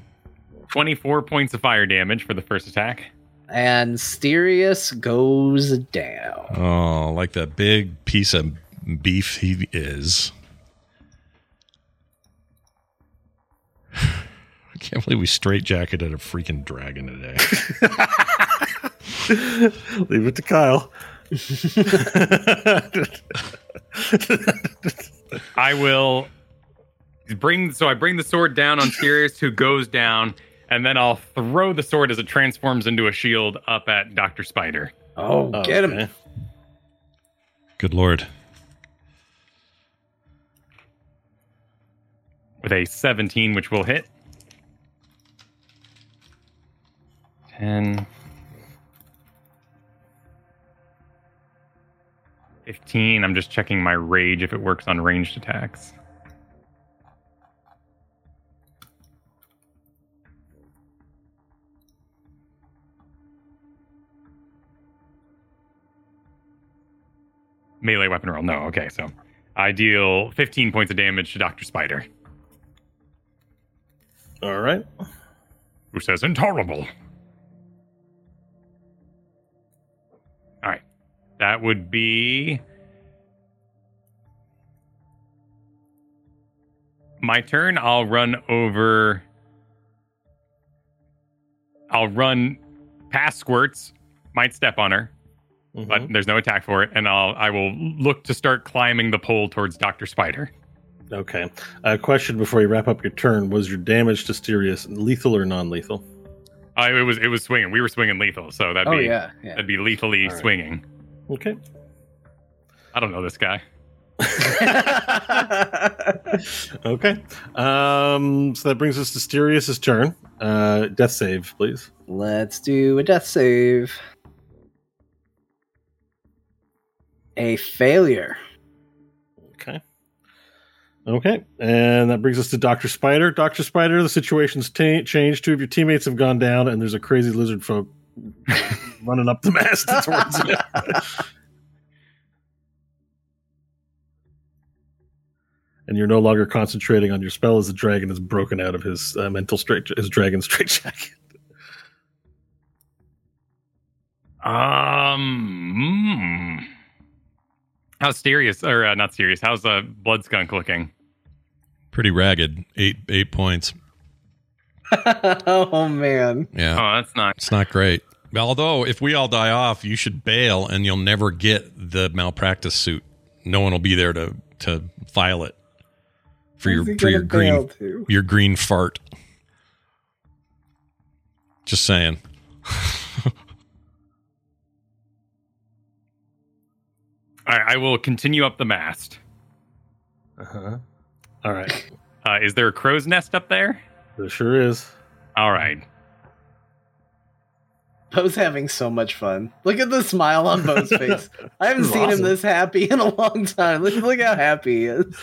[SPEAKER 5] 24 points of fire damage for the first attack.
[SPEAKER 4] and Sirius goes down.
[SPEAKER 6] Oh, like that big piece of beef he
[SPEAKER 1] [sighs]
[SPEAKER 6] is. I can't believe we straight jacketed a freaking dragon today.
[SPEAKER 3] Leave it to Kyle.
[SPEAKER 5] I will bring so I bring the sword down on Sirius, who goes down, and then I'll throw the sword as it transforms into a shield up at Doctor Spider.
[SPEAKER 4] Oh, get him.
[SPEAKER 3] Okay.
[SPEAKER 6] [laughs] Good lord.
[SPEAKER 5] with a 17, which will hit. 10. 15. I'm just checking my rage if it works on ranged attacks. Melee weapon roll. No, okay, so I deal 15 points of damage to Dr. Spider.
[SPEAKER 3] All right.
[SPEAKER 5] who says intolerable. All right. That would be my turn. I'll run over. I'll run past Squirts. Might step on her, but
[SPEAKER 4] Mm-hmm.
[SPEAKER 3] Mhm.
[SPEAKER 5] there's no attack for it. And I'll I will look to start climbing the pole towards Doctor Spider.
[SPEAKER 3] Okay. A question before you wrap up your turn: Was your damage to Sirius lethal or non-lethal?
[SPEAKER 5] Uh, it was it was swinging. We were swinging lethal, so that'd
[SPEAKER 4] Oh
[SPEAKER 5] be
[SPEAKER 4] yeah, yeah.
[SPEAKER 5] that'd be lethally swinging.
[SPEAKER 3] [laughs] Okay.
[SPEAKER 5] I don't know this guy.
[SPEAKER 3] Okay. Um, so that brings us to Sirius's turn. Uh, death save, please.
[SPEAKER 4] Let's do a death save. A failure. [laughs]
[SPEAKER 3] Okay. Okay, and that brings us to Doctor Spider. Doctor Spider, the situation's ta changed. Two of your teammates have gone down, and there's a crazy lizard folk running up the mast towards you. [laughs] And you're no longer concentrating on your spell as the dragon is broken out of his uh, mental straight his dragon straitjacket.
[SPEAKER 5] Um. mm. How's serious or uh, not serious? How's uh, blood skunk looking?
[SPEAKER 1] Pretty ragged. Eight eight points.
[SPEAKER 4] oh man.
[SPEAKER 1] Yeah.
[SPEAKER 5] Oh, that's not.
[SPEAKER 1] It's not great. Although, if we all die off, you should bail and you'll never get the malpractice suit. No one will be there to, to file it for
[SPEAKER 4] Who's he
[SPEAKER 1] your, for your
[SPEAKER 4] gonna bail
[SPEAKER 1] green
[SPEAKER 4] to?
[SPEAKER 1] your green fart. Just saying.
[SPEAKER 5] All right, I will continue up the mast.
[SPEAKER 3] Uh-huh. All right,
[SPEAKER 5] Uh, is there a crow's nest up there?
[SPEAKER 3] there sure is.
[SPEAKER 5] All right.
[SPEAKER 4] Bo's having so much fun. Look at the smile on Bo's face. I haven't
[SPEAKER 3] This is
[SPEAKER 4] seen him
[SPEAKER 3] awesome.
[SPEAKER 4] this happy in a long time. Look, look how happy he is.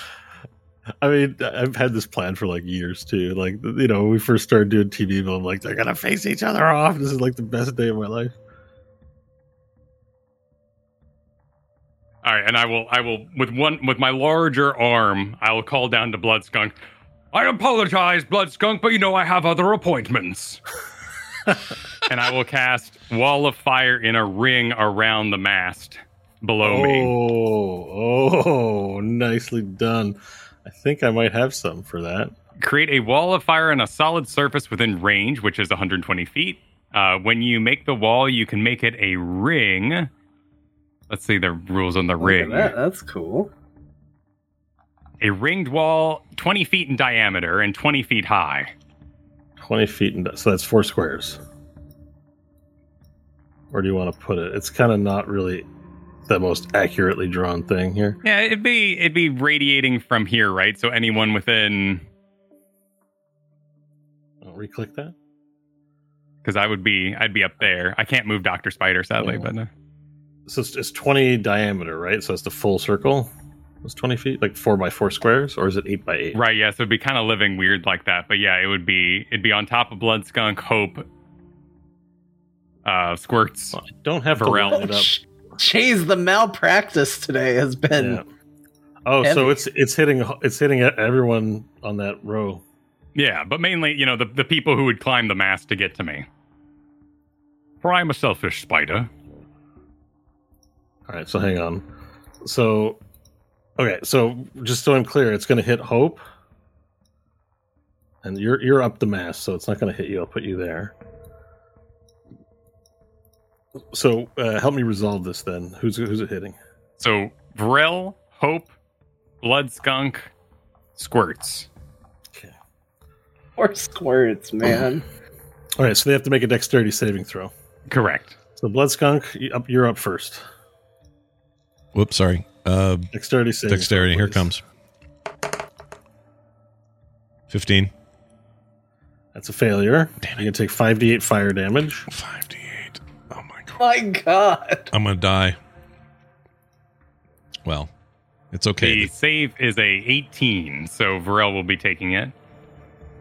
[SPEAKER 3] I mean, I've had this plan for like years too. Like, you know, when we first started doing TV, but I'm like, they're gonna face each other off. This is like the best day of my life.
[SPEAKER 5] All right, and I will. I will with one with my larger arm. I will call down to blood skunk. I apologize, Blood Skunk, but you know I have other appointments. [laughs] and I will cast Wall of Fire in a ring around the mast below me.
[SPEAKER 3] Oh, oh, nicely done. I think I might have some for that.
[SPEAKER 5] Create a wall of fire on a solid surface within range, which is 120 feet. Uh, when you make the wall, you can make it a ring. Let's see the rules on the
[SPEAKER 4] Look at
[SPEAKER 5] ring.
[SPEAKER 4] that, that's cool.
[SPEAKER 5] A ringed wall, 20 feet in diameter and 20 feet high.
[SPEAKER 3] 20 feet, and so that's four squares. Where do you want to put it? It's kind of not really the most accurately drawn thing here.
[SPEAKER 5] Yeah, it'd be it'd be radiating from here, right? So anyone within
[SPEAKER 3] I'll reclick that.
[SPEAKER 5] because I would be I'd be up there. I can't move Doctor Spider sadly, but uh,
[SPEAKER 3] So it's, it's 20 diameter, right? So it's the full circle. It's 20 feet, like four by four squares, or is it eight by eight?
[SPEAKER 5] right, yeah. So it'd be kind of living weird like that. But yeah, it would be it'd be on top of Blood Skunk Hope. Uh, squirts.
[SPEAKER 3] I don't have
[SPEAKER 5] Varel.
[SPEAKER 3] to line it up.
[SPEAKER 4] Jeez, the malpractice today has been. [laughs]
[SPEAKER 3] Yeah. Oh, so
[SPEAKER 4] Heavy.
[SPEAKER 3] it's it's hitting it's hitting everyone on that row.
[SPEAKER 5] Yeah, but mainly, you know, the, the people who would climb the mast to get to me. For I'm a selfish spider.
[SPEAKER 3] All right, so hang on. So, okay, so just so I'm clear, it's going to hit Hope, and you're you're up the mast, so it's not going to hit you. I'll put you there. So uh, help me resolve this then. Who's who's it hitting?
[SPEAKER 5] So Vril, Hope, Blood Skunk, Squirts.
[SPEAKER 3] Okay.
[SPEAKER 4] Or squirts, man.
[SPEAKER 3] All right, so they have to make a dexterity saving throw.
[SPEAKER 5] Correct.
[SPEAKER 3] So blood skunk, you- up you're up first.
[SPEAKER 1] Whoops, sorry. Uh,
[SPEAKER 3] Dexterity saving.
[SPEAKER 1] dexterity,
[SPEAKER 3] throw,
[SPEAKER 1] here
[SPEAKER 3] please.
[SPEAKER 1] comes. 15.
[SPEAKER 3] That's a failure. You're going to take five d8 fire damage.
[SPEAKER 1] 5d8. Oh my god.
[SPEAKER 4] My God.
[SPEAKER 1] I'm going to die. Well, it's okay.
[SPEAKER 5] The save is a 18, so Vril will be taking it.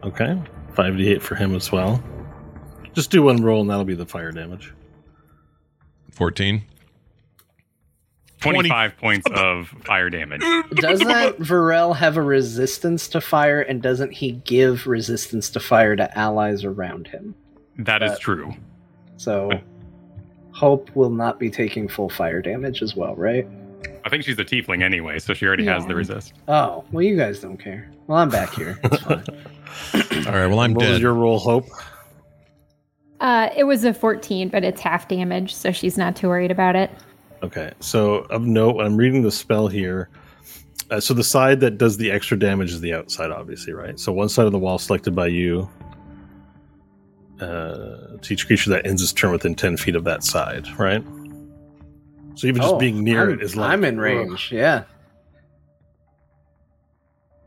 [SPEAKER 3] Okay, five d8 for him as well. Just do one roll, and that'll be the fire damage.
[SPEAKER 1] 14.
[SPEAKER 5] 25 points of fire damage.
[SPEAKER 4] Doesn't Varel have a resistance to fire, and doesn't he give resistance to fire to allies around him?
[SPEAKER 5] That is true.
[SPEAKER 4] So, Hope will not be taking full fire damage as well, right?
[SPEAKER 5] I think she's a tiefling anyway, so she already has the resist.
[SPEAKER 4] Oh, well, you guys don't care. Well, I'm back here. It's
[SPEAKER 3] [laughs]
[SPEAKER 4] fine.
[SPEAKER 1] All right, well, I'm
[SPEAKER 3] what was
[SPEAKER 1] dead.
[SPEAKER 3] your roll, Hope?
[SPEAKER 7] Uh, it was a 14, but it's half damage, so she's not too worried about it.
[SPEAKER 3] Okay, so of note, I'm reading the spell here. Uh, so the side that does the extra damage is the outside, obviously, right? So one side of the wall selected by you. Uh, to each creature that ends its turn within ten feet of that side, right? So even just
[SPEAKER 4] Oh,
[SPEAKER 3] being near
[SPEAKER 4] I'm,
[SPEAKER 3] it is like
[SPEAKER 4] I'm in
[SPEAKER 3] Ugh.
[SPEAKER 4] range. Yeah.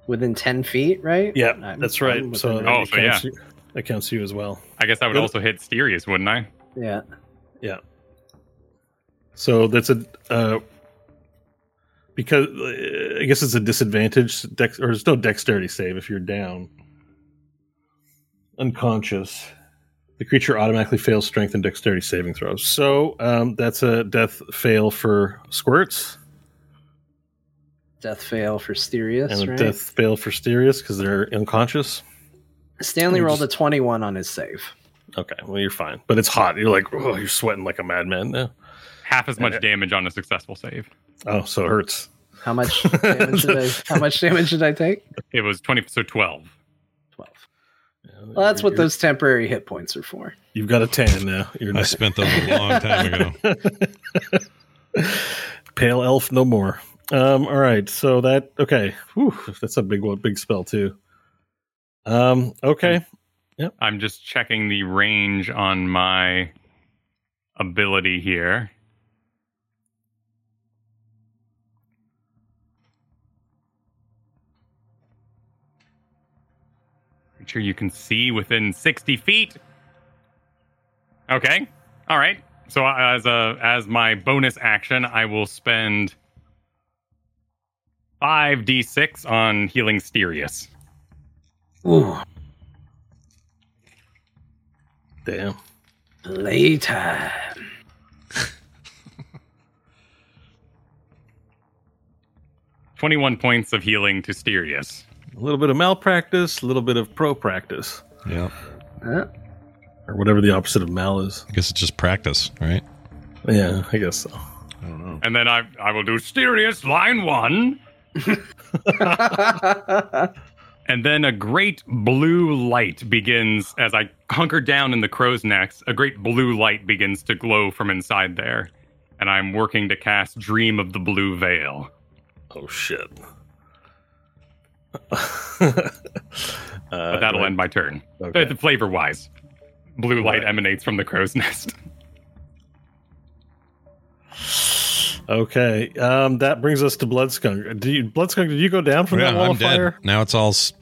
[SPEAKER 4] Within ten feet, right?
[SPEAKER 3] Yeah,
[SPEAKER 4] I'm-
[SPEAKER 3] that's
[SPEAKER 4] I'm
[SPEAKER 3] right.
[SPEAKER 4] within
[SPEAKER 3] so
[SPEAKER 4] range.
[SPEAKER 5] Oh,
[SPEAKER 3] that
[SPEAKER 5] so
[SPEAKER 3] counts
[SPEAKER 5] yeah.
[SPEAKER 3] you- that counts you as well.
[SPEAKER 5] I guess I would
[SPEAKER 3] Good.
[SPEAKER 5] also hit Sterius, wouldn't I?
[SPEAKER 4] yeah.
[SPEAKER 3] Yeah. So that's a uh, because uh, I guess it's a disadvantage. Dex or there's no dexterity save if you're down, unconscious. The creature automatically fails strength and dexterity saving throws. So um, that's a death fail for Squirts
[SPEAKER 4] Death fail for Sterius,
[SPEAKER 3] and a
[SPEAKER 4] right?
[SPEAKER 3] death fail for Sterius because they're unconscious.
[SPEAKER 4] Stanley
[SPEAKER 3] I'm
[SPEAKER 4] rolled a twenty-one on his save.
[SPEAKER 3] Okay, well you're fine, but it's hot. You're like, oh, you're sweating like a madman. now.
[SPEAKER 5] Half as much damage on a successful save.
[SPEAKER 3] Oh, so it hurts. [laughs]
[SPEAKER 4] How much damage did I? How much damage did I take?
[SPEAKER 5] It was 20, so 12.
[SPEAKER 4] Twelve. Well, that's what
[SPEAKER 3] You're-
[SPEAKER 4] those temporary hit points are for.
[SPEAKER 3] You've got a tan now. You're
[SPEAKER 1] I
[SPEAKER 3] not-
[SPEAKER 1] spent those a long time
[SPEAKER 3] [laughs]
[SPEAKER 1] ago.
[SPEAKER 3] Pale elf, no more. Um, all right, so that okay. Whew, that's a big one, big spell too. Um, okay,
[SPEAKER 5] I'm just checking the range on my ability here. Creature you can see within 60 feet. Okay. All right. So as a as my bonus action, I will spend 5d6 on healing Sterius.
[SPEAKER 4] Ooh,
[SPEAKER 3] damn.
[SPEAKER 4] later.
[SPEAKER 5] Twenty-one points of healing to Sterius.
[SPEAKER 3] A little bit of malpractice, a little bit of pro practice,
[SPEAKER 1] Yeah.
[SPEAKER 4] Uh,
[SPEAKER 3] or whatever the opposite of mal is.
[SPEAKER 1] I guess it's just practice, right?
[SPEAKER 3] Yeah, I guess so.
[SPEAKER 1] I don't know.
[SPEAKER 5] And then I I will do serious line one. And then a great blue light begins as I hunker down in the crow's nest. A great blue light begins to glow from inside there. And I'm working to cast Dream of the Blue Veil.
[SPEAKER 3] Oh shit. [laughs]
[SPEAKER 5] But
[SPEAKER 3] Uh,
[SPEAKER 5] that'll end my turn.
[SPEAKER 3] Okay.
[SPEAKER 5] Flavor wise, blue light emanates from the crow's nest.
[SPEAKER 3] Okay, um, that brings us to Bloodskunk. Do you, Bloodskunk, did you go down from
[SPEAKER 1] Yeah,
[SPEAKER 3] that wall
[SPEAKER 1] I'm
[SPEAKER 3] of
[SPEAKER 1] dead.
[SPEAKER 3] fire?
[SPEAKER 1] Now it's all s-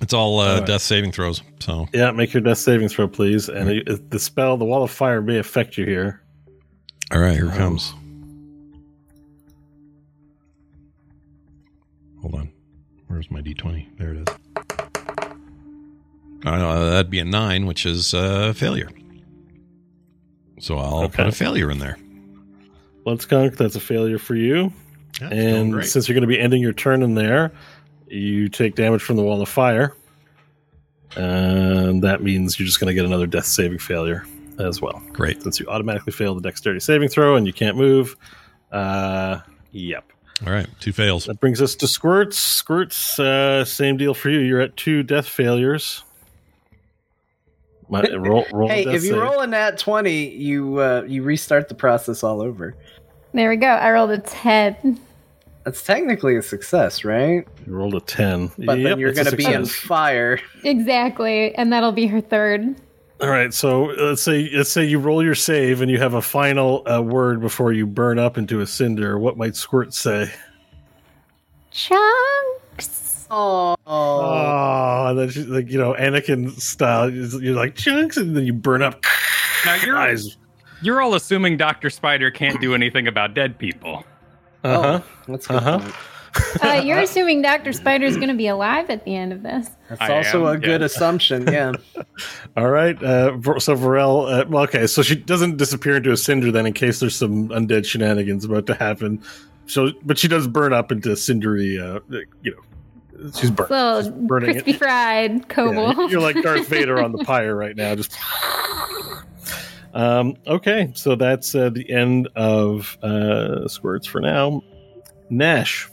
[SPEAKER 1] it's all uh,
[SPEAKER 3] right.
[SPEAKER 1] death saving throws. So
[SPEAKER 3] Yeah, make your death saving throw, please. And it- the spell, the wall of fire, may affect you here.
[SPEAKER 1] all right, here it comes. Hold on. Where's my d20? There it is. I know that'd be a nine, which is uh, failure. So I'll
[SPEAKER 3] Okay.
[SPEAKER 1] put a failure in there.
[SPEAKER 3] Bloodskunk, that's a failure for you.
[SPEAKER 6] Yeah, it's going
[SPEAKER 3] and
[SPEAKER 6] great.
[SPEAKER 3] since you're going to be ending your turn in there, you take damage from the wall of fire. And that means you're just going to get another death saving failure as well.
[SPEAKER 1] Great.
[SPEAKER 3] Since you automatically fail the dexterity saving throw and you can't move. Uh, yep.
[SPEAKER 1] All right, two fails.
[SPEAKER 3] That brings us to Squirts. Squirts, uh, same deal for you. You're at two death failures. My, roll, roll
[SPEAKER 4] hey,
[SPEAKER 3] death
[SPEAKER 4] if you
[SPEAKER 3] save.
[SPEAKER 4] roll a nat twenty, you uh, you restart the process all over.
[SPEAKER 7] There we go. I rolled a 10.
[SPEAKER 4] That's technically a success, right?
[SPEAKER 3] You rolled a 10.
[SPEAKER 4] But then you're
[SPEAKER 3] going to
[SPEAKER 4] be on fire.
[SPEAKER 7] [laughs] Exactly. And that'll be her third.
[SPEAKER 3] All right, so uh, let's say let's say you roll your save and you have a final uh, word before you burn up into a cinder. What might Squirt say?
[SPEAKER 7] Chunks.
[SPEAKER 4] Oh,
[SPEAKER 3] Oh, and then she's like you know Anakin style. You're you're like chunks, and then you burn up.
[SPEAKER 5] Now you're
[SPEAKER 3] Eyes.
[SPEAKER 5] you're all assuming Doctor Spider can't do anything about dead people.
[SPEAKER 3] Uh huh.
[SPEAKER 4] Oh, that's a good
[SPEAKER 3] Uh-huh.
[SPEAKER 4] point.
[SPEAKER 7] Uh,
[SPEAKER 3] [laughs]
[SPEAKER 7] you're assuming Dr. Spider's going to be alive at the end of this.
[SPEAKER 4] That's
[SPEAKER 5] I
[SPEAKER 4] also
[SPEAKER 5] am,
[SPEAKER 4] a good
[SPEAKER 5] yeah.
[SPEAKER 4] assumption.
[SPEAKER 3] [laughs]
[SPEAKER 4] Yeah.
[SPEAKER 3] All right. Uh, Vor- so Varel, uh, well, okay, so she doesn't disappear into a cinder then, in case there's some undead shenanigans about to happen. So, but she does burn up into cindery. Uh, you know, she's burnt.
[SPEAKER 7] Little
[SPEAKER 3] Just burning it.
[SPEAKER 7] crispy fried
[SPEAKER 3] Yeah,
[SPEAKER 7] cobalt.
[SPEAKER 3] you- you're like Darth Vader on the pyre right now. Just um, okay, so that's uh, the end of uh, squirts for now. Nash,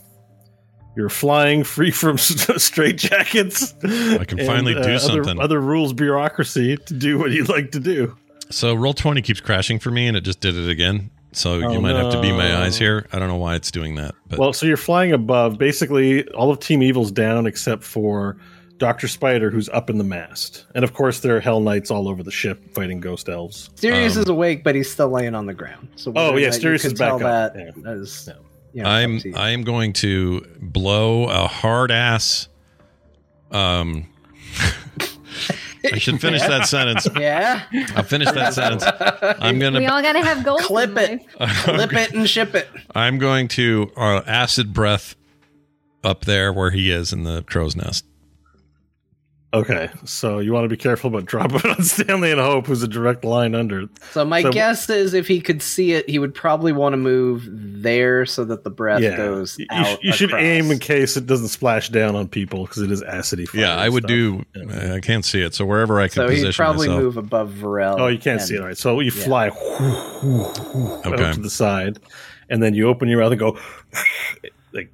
[SPEAKER 3] you're flying free from [laughs] straight jackets. I
[SPEAKER 1] can finally do something.
[SPEAKER 3] Other, rules bureaucracy to do what you'd like to do.
[SPEAKER 1] So roll twenty keeps crashing for me, and it just did it again. So
[SPEAKER 3] Oh,
[SPEAKER 1] you might have to be my
[SPEAKER 3] no.
[SPEAKER 1] eyes here. I don't know why it's doing that, but
[SPEAKER 3] Well, so you're flying above. Basically, all of Team Evil's down except for Doctor Spider, who's up in the mast, and of course there are Hell Knights all over the ship fighting ghost elves.
[SPEAKER 4] Sirius
[SPEAKER 1] Um,
[SPEAKER 4] is awake, but he's still laying on the ground. So
[SPEAKER 3] Oh,
[SPEAKER 4] whether
[SPEAKER 3] yeah,
[SPEAKER 4] or not you
[SPEAKER 3] Sirius
[SPEAKER 4] can
[SPEAKER 3] is back
[SPEAKER 4] tell
[SPEAKER 3] up.
[SPEAKER 4] That
[SPEAKER 3] Yeah.
[SPEAKER 4] is,
[SPEAKER 3] Yeah.
[SPEAKER 4] you know,
[SPEAKER 1] I'm
[SPEAKER 4] up to you.
[SPEAKER 1] I am going to blow a hard ass. Um, [laughs] I should finish that sentence.
[SPEAKER 4] yeah.
[SPEAKER 1] I'll finish that sentence. I'm
[SPEAKER 7] we
[SPEAKER 1] gonna
[SPEAKER 7] all got to have goals. in
[SPEAKER 4] Clip it,
[SPEAKER 3] [laughs]
[SPEAKER 7] life.
[SPEAKER 4] clip it, and ship it.
[SPEAKER 1] I'm going to uh, acid breath up there where he is in the crow's nest.
[SPEAKER 3] Okay, so you want to be careful about dropping [laughs] it on Stanley and Hope, who's a direct line under.
[SPEAKER 4] So my
[SPEAKER 3] So-
[SPEAKER 4] guess is, if he could see it, he would probably want to move there so that the breath goes
[SPEAKER 3] You- you, sh-
[SPEAKER 4] out.
[SPEAKER 3] you should
[SPEAKER 4] across.
[SPEAKER 3] aim in case it doesn't splash down on people because it is acidy. fire
[SPEAKER 1] Yeah, I
[SPEAKER 3] and
[SPEAKER 1] would
[SPEAKER 3] stuff.
[SPEAKER 1] do. I can't see it, so wherever I can
[SPEAKER 4] So
[SPEAKER 1] position
[SPEAKER 4] he'd probably
[SPEAKER 1] myself.
[SPEAKER 4] move above Varel.
[SPEAKER 3] Oh, you can't
[SPEAKER 4] and-
[SPEAKER 3] see it. All right, so you fly [laughs]
[SPEAKER 1] Okay.
[SPEAKER 3] out to the side, and then you open your mouth and go. like,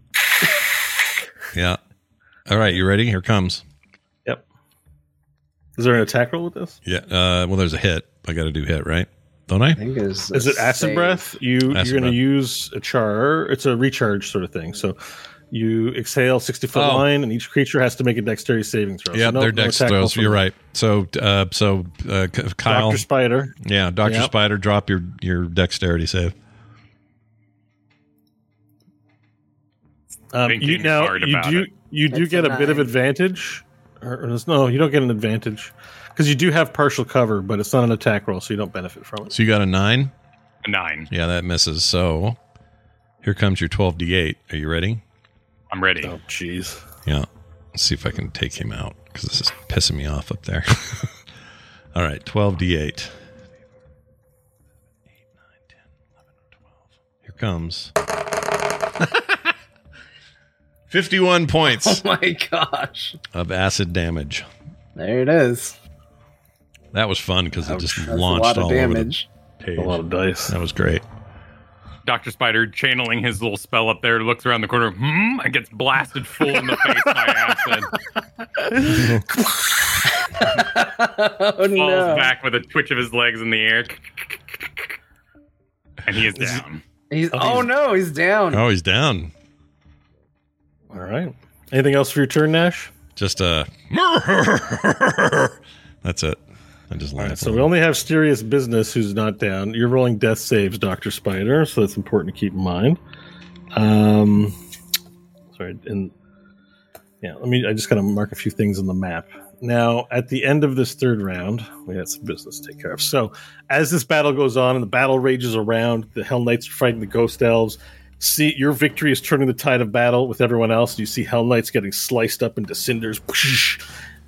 [SPEAKER 1] Yeah. All right, you ready? Here comes.
[SPEAKER 3] yep. Is there an attack roll with this?
[SPEAKER 1] Yeah. Uh, well, there's a hit. I got to do hit, right? Don't I?
[SPEAKER 4] I think is
[SPEAKER 3] Is it acid breath? You
[SPEAKER 1] Acid
[SPEAKER 3] you're going
[SPEAKER 1] breath.
[SPEAKER 3] to use a char. It's a recharge sort of thing. So. You exhale sixty foot
[SPEAKER 1] Oh.
[SPEAKER 3] line, and each creature has to make a dexterity saving throw.
[SPEAKER 1] yeah,
[SPEAKER 3] so no-
[SPEAKER 1] they're
[SPEAKER 3] no
[SPEAKER 1] dex
[SPEAKER 3] attack roll
[SPEAKER 1] throws.
[SPEAKER 3] from
[SPEAKER 1] You're right. So, uh, so uh, K- Kyle.
[SPEAKER 3] Doctor Spider.
[SPEAKER 1] yeah, Doctor
[SPEAKER 3] Yeah.
[SPEAKER 1] Spider, drop your your dexterity save.
[SPEAKER 3] Um,
[SPEAKER 5] Thinking
[SPEAKER 3] you now
[SPEAKER 5] hard
[SPEAKER 3] you
[SPEAKER 5] about
[SPEAKER 3] do
[SPEAKER 5] it.
[SPEAKER 3] you do
[SPEAKER 4] It's
[SPEAKER 3] get
[SPEAKER 4] a
[SPEAKER 3] a, bit of
[SPEAKER 4] nine.
[SPEAKER 3] advantage. Or, or it's- no, you don't get an advantage because you do have partial cover, but it's not an attack roll, so you don't benefit from it.
[SPEAKER 1] So you got a nine.
[SPEAKER 5] A nine.
[SPEAKER 1] Yeah, that misses. So, here comes your twelve d8. Are you ready?
[SPEAKER 5] I'm ready.
[SPEAKER 3] Oh, jeez.
[SPEAKER 1] Yeah. Let's see if I can take him out because this is pissing me off up there. [laughs] All right, 12d8. [laughs] Here comes
[SPEAKER 6] 51 points
[SPEAKER 4] [laughs] Oh my gosh.
[SPEAKER 1] of acid damage.
[SPEAKER 4] There it is.
[SPEAKER 1] That was fun because it just
[SPEAKER 4] That's
[SPEAKER 1] launched
[SPEAKER 4] a lot
[SPEAKER 1] all
[SPEAKER 4] of damage. [laughs]
[SPEAKER 1] over the
[SPEAKER 3] A lot
[SPEAKER 1] page.
[SPEAKER 3] of dice.
[SPEAKER 1] That was great.
[SPEAKER 5] Dr. Spider channeling his little spell up there, looks around the corner, hmm, and gets blasted full in the face by acid.
[SPEAKER 4] oh
[SPEAKER 5] Falls
[SPEAKER 4] no.
[SPEAKER 5] back with a twitch of his legs in the air. And he is down.
[SPEAKER 4] He's, oh no, he's down.
[SPEAKER 1] Oh, he's down.
[SPEAKER 3] All right. Anything else for your turn, Nash?
[SPEAKER 1] Just a. [laughs] That's it. I just
[SPEAKER 3] All
[SPEAKER 1] laughed.
[SPEAKER 3] right. So we only have serious business who's not down. You're rolling death saves, Doctor Spider, so that's important to keep in mind. Um, sorry, and yeah, let me. I just gotta mark a few things on the map. Now, at the end of this third round, we got some business to take care of. So, as this battle goes on and the battle rages around, the Hell Knights are fighting the Ghost Elves. See, your victory is turning the tide of battle with everyone else. You see Hell Knights getting sliced up into cinders.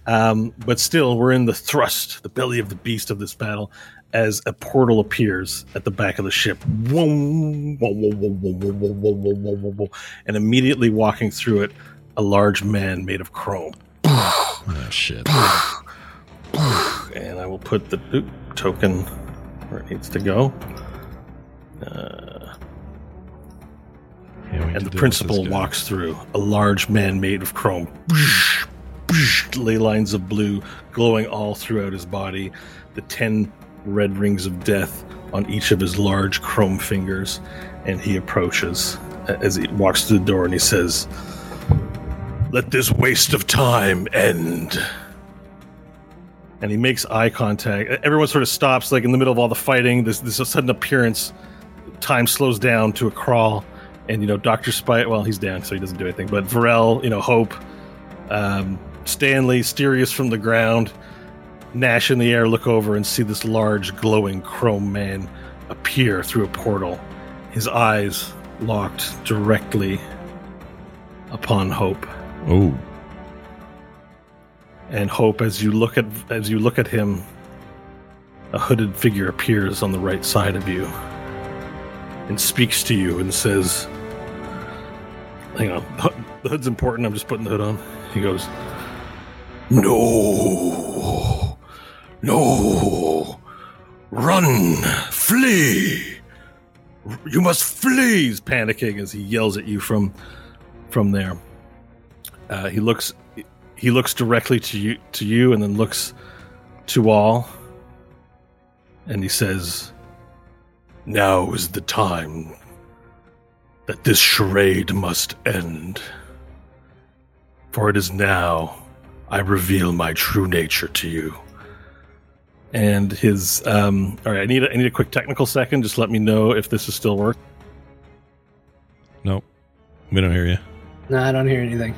[SPEAKER 3] Um, but still, we're in the thrust, the belly of the beast of this battle, as a portal appears at the back of the ship. Whoom, whoa, whoa, whoa, whoa, whoa, whoa, whoa, whoa, whoa, whoa, whoa. And immediately walking through it, a large man made of chrome.
[SPEAKER 1] Oh,
[SPEAKER 3] [laughs]
[SPEAKER 1] shit.
[SPEAKER 3] And I will put the oop, token where it needs to go.
[SPEAKER 1] Yeah, we need to
[SPEAKER 3] and
[SPEAKER 1] deal with
[SPEAKER 3] the
[SPEAKER 1] this
[SPEAKER 3] principal
[SPEAKER 1] guy.
[SPEAKER 3] walks through a large man made of chrome. Boosh, boosh, ley lines of blue glowing all throughout his body, the ten red rings of death on each of his large chrome fingers, and he approaches a- as he walks through the door and he says, Let this waste of time end. And he makes eye contact. E, Everyone sort of stops, like in the middle of all the fighting. There's, there's a sudden appearance. Time slows down to a crawl and you know Doctor Spite. Well, he's down, so he doesn't do anything. But Varel, you know Hope, um, Stanley, Sterius from the ground, Nash in the air. Look over and see this large glowing chrome man appear through a portal. His eyes locked directly upon Hope.
[SPEAKER 1] Oh,
[SPEAKER 3] And Hope, as you look at as you look at him, a hooded figure appears on the right side of you and speaks to you and says, "Hang on, the hood's important. I'm just putting the hood on." He goes, "No, no, run, flee! You must flee!" He's panicking as he yells at you from from there. Uh, he looks he looks directly to you to you and then looks to all and he says now is the time that this charade must end for it is now i reveal my true nature to you and his um all right i need a, I need a quick technical second just let me know if this is still working
[SPEAKER 1] nope. We don't hear you.
[SPEAKER 4] No, I don't hear anything.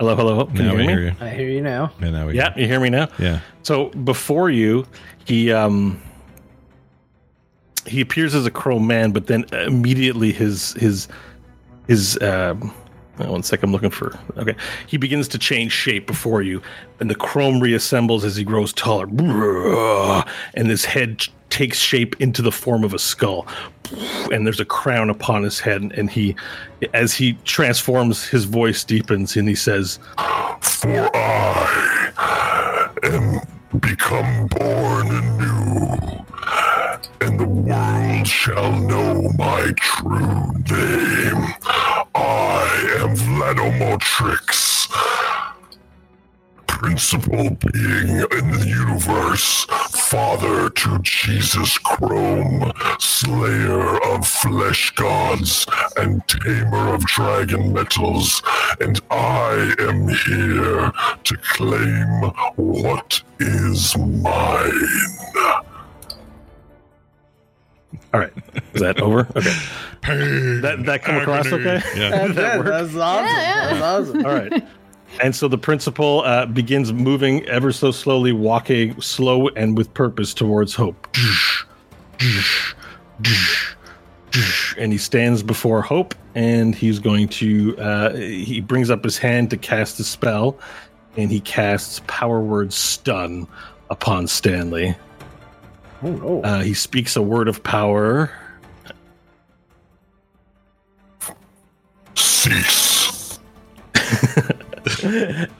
[SPEAKER 3] hello hello can
[SPEAKER 1] now
[SPEAKER 3] you
[SPEAKER 1] we
[SPEAKER 3] hear
[SPEAKER 1] hear
[SPEAKER 3] me
[SPEAKER 1] you.
[SPEAKER 4] I hear you
[SPEAKER 3] [laughs]
[SPEAKER 4] now.
[SPEAKER 1] Yeah, now we
[SPEAKER 3] yeah you hear me now
[SPEAKER 1] Yeah.
[SPEAKER 3] So before you, he um he appears as a crow man, but then immediately his his his um oh, one sec, I'm looking for okay. He begins to change shape before you, and the chrome reassembles as he grows taller, and his head takes shape into the form of a skull. And there's a crown upon his head, and he, as he transforms, his voice deepens, and he says,
[SPEAKER 9] For I am become born anew, and the world shall know my true name. I am Vladomotrix, principal being in the universe, father to Jesus Chrome, slayer of flesh gods, and tamer of dragon metals, and I am here to claim what is mine.
[SPEAKER 3] "All right, is that over? [laughs] Okay,
[SPEAKER 9] Pain.
[SPEAKER 3] that that come across okay?"
[SPEAKER 1] Yeah.
[SPEAKER 4] That's that it. That's awesome.
[SPEAKER 7] Yeah,
[SPEAKER 4] That's awesome.
[SPEAKER 3] All right. And so the principal uh, begins moving ever so slowly, walking slow and with purpose towards hope. And he stands before hope, and he's going to. Uh, he brings up his hand to cast a spell, and he casts Power Word Stun upon Stanley.
[SPEAKER 4] Oh no.
[SPEAKER 3] Uh, he speaks a word of power.
[SPEAKER 9] Cease.
[SPEAKER 3] [laughs]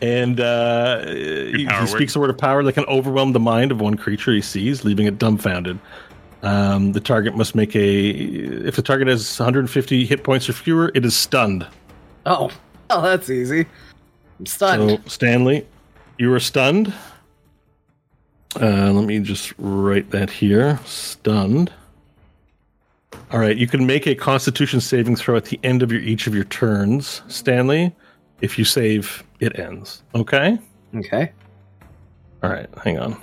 [SPEAKER 3] and uh, he,
[SPEAKER 5] power
[SPEAKER 3] he
[SPEAKER 5] word.
[SPEAKER 3] speaks a word of power that can overwhelm the mind of one creature he sees, leaving it dumbfounded. Um, the target must make a. If the target has 150 hit points or fewer, it is stunned.
[SPEAKER 4] Oh, oh, that's easy. I'm stunned.
[SPEAKER 3] So, Stanley, you were stunned. Uh, let me just write that here. Stunned. All right, you can make a Constitution saving throw at the end of your each of your turns, Stanley. If you save, it ends. Okay.
[SPEAKER 4] Okay.
[SPEAKER 3] All right, hang on.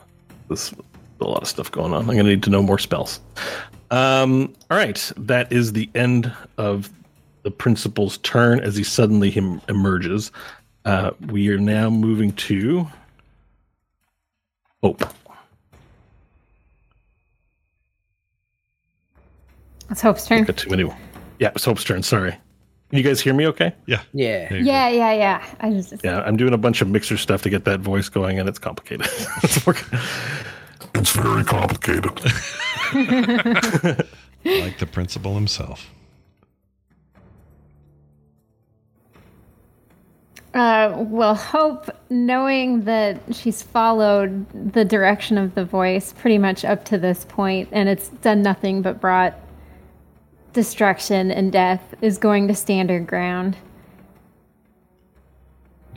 [SPEAKER 3] There's a lot of stuff going on. I'm gonna need to know more spells. Um, all right, that is the end of the principal's turn as he suddenly him emerges. Uh, we are now moving to oh, Hope.
[SPEAKER 7] That's Hope's turn.
[SPEAKER 3] Got too many. Yeah, it's Hope's turn. Sorry. Can you guys hear me? Okay.
[SPEAKER 6] Yeah.
[SPEAKER 4] Yeah.
[SPEAKER 6] There you go.
[SPEAKER 7] Yeah, yeah, yeah. I just
[SPEAKER 3] Yeah, I'm doing a bunch of mixer stuff to get that voice going, and it's complicated. [laughs] It's working.
[SPEAKER 9] It's very complicated.
[SPEAKER 6] Like the principal himself.
[SPEAKER 7] Uh, well, Hope, knowing that she's followed the direction of the voice pretty much up to this point, and it's done nothing but brought destruction and death, is going to stand her ground.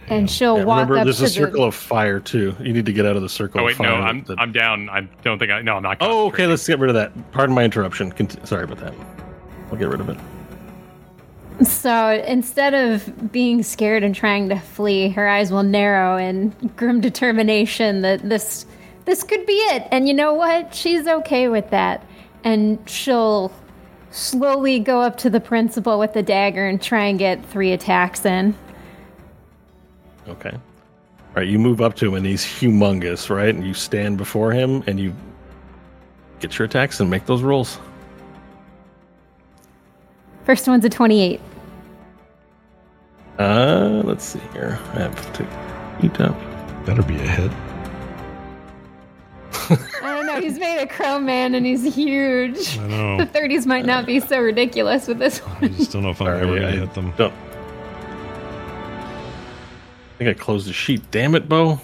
[SPEAKER 7] And she'll
[SPEAKER 3] Yeah,
[SPEAKER 7] walk
[SPEAKER 3] remember,
[SPEAKER 7] up
[SPEAKER 3] there's
[SPEAKER 7] to
[SPEAKER 3] a circle
[SPEAKER 7] the.
[SPEAKER 3] of fire too. You need to get out of the circle.
[SPEAKER 5] Oh
[SPEAKER 3] of
[SPEAKER 5] wait, no,
[SPEAKER 3] fire
[SPEAKER 5] I'm
[SPEAKER 3] that-
[SPEAKER 5] I'm down. I don't think I. No, I'm not.
[SPEAKER 3] Oh, okay.
[SPEAKER 5] concentrating.
[SPEAKER 3] Let's get rid of that. Pardon my interruption. Cont- Sorry about that. We'll get rid of it.
[SPEAKER 7] so instead of being scared and trying to flee, her eyes will narrow in grim determination that this this could be it. And you know what? She's okay with that, and she'll slowly go up to the principal with the dagger and try and get three attacks in.
[SPEAKER 3] Okay. All right. You move up to him, and he's humongous, right? And you stand before him, and you get your attacks and make those rolls.
[SPEAKER 7] First one's a twenty-eight.
[SPEAKER 3] Uh, let's see here. I have to eat up.
[SPEAKER 6] Better be a hit.
[SPEAKER 7] I don't know. He's made a crow man, and he's huge.
[SPEAKER 6] I
[SPEAKER 7] The
[SPEAKER 6] know.
[SPEAKER 7] thirties might not be so ridiculous with this one.
[SPEAKER 6] I just don't know if I'm
[SPEAKER 3] Sorry,
[SPEAKER 6] ever
[SPEAKER 3] I
[SPEAKER 6] gonna hit them.
[SPEAKER 3] Don't. I think I closed the sheet. Damn it, Bo.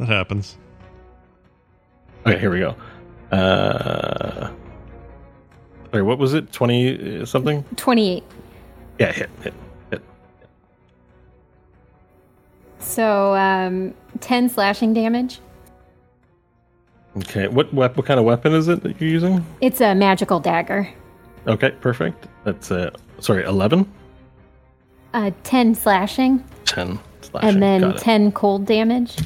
[SPEAKER 6] That happens.
[SPEAKER 3] Okay, here we go. Uh, sorry, what was it? Twenty uh, something?
[SPEAKER 7] Twenty-eight.
[SPEAKER 3] Yeah, hit, hit, hit.
[SPEAKER 7] So um, ten slashing damage.
[SPEAKER 3] Okay, what wep- what kind of weapon is it that you're using?
[SPEAKER 7] It's a magical dagger.
[SPEAKER 3] Okay, perfect. That's uh sorry, eleven.
[SPEAKER 7] Uh, 10 slashing,
[SPEAKER 3] Ten slashing.
[SPEAKER 7] and then
[SPEAKER 3] Got it.
[SPEAKER 7] 10 cold damage.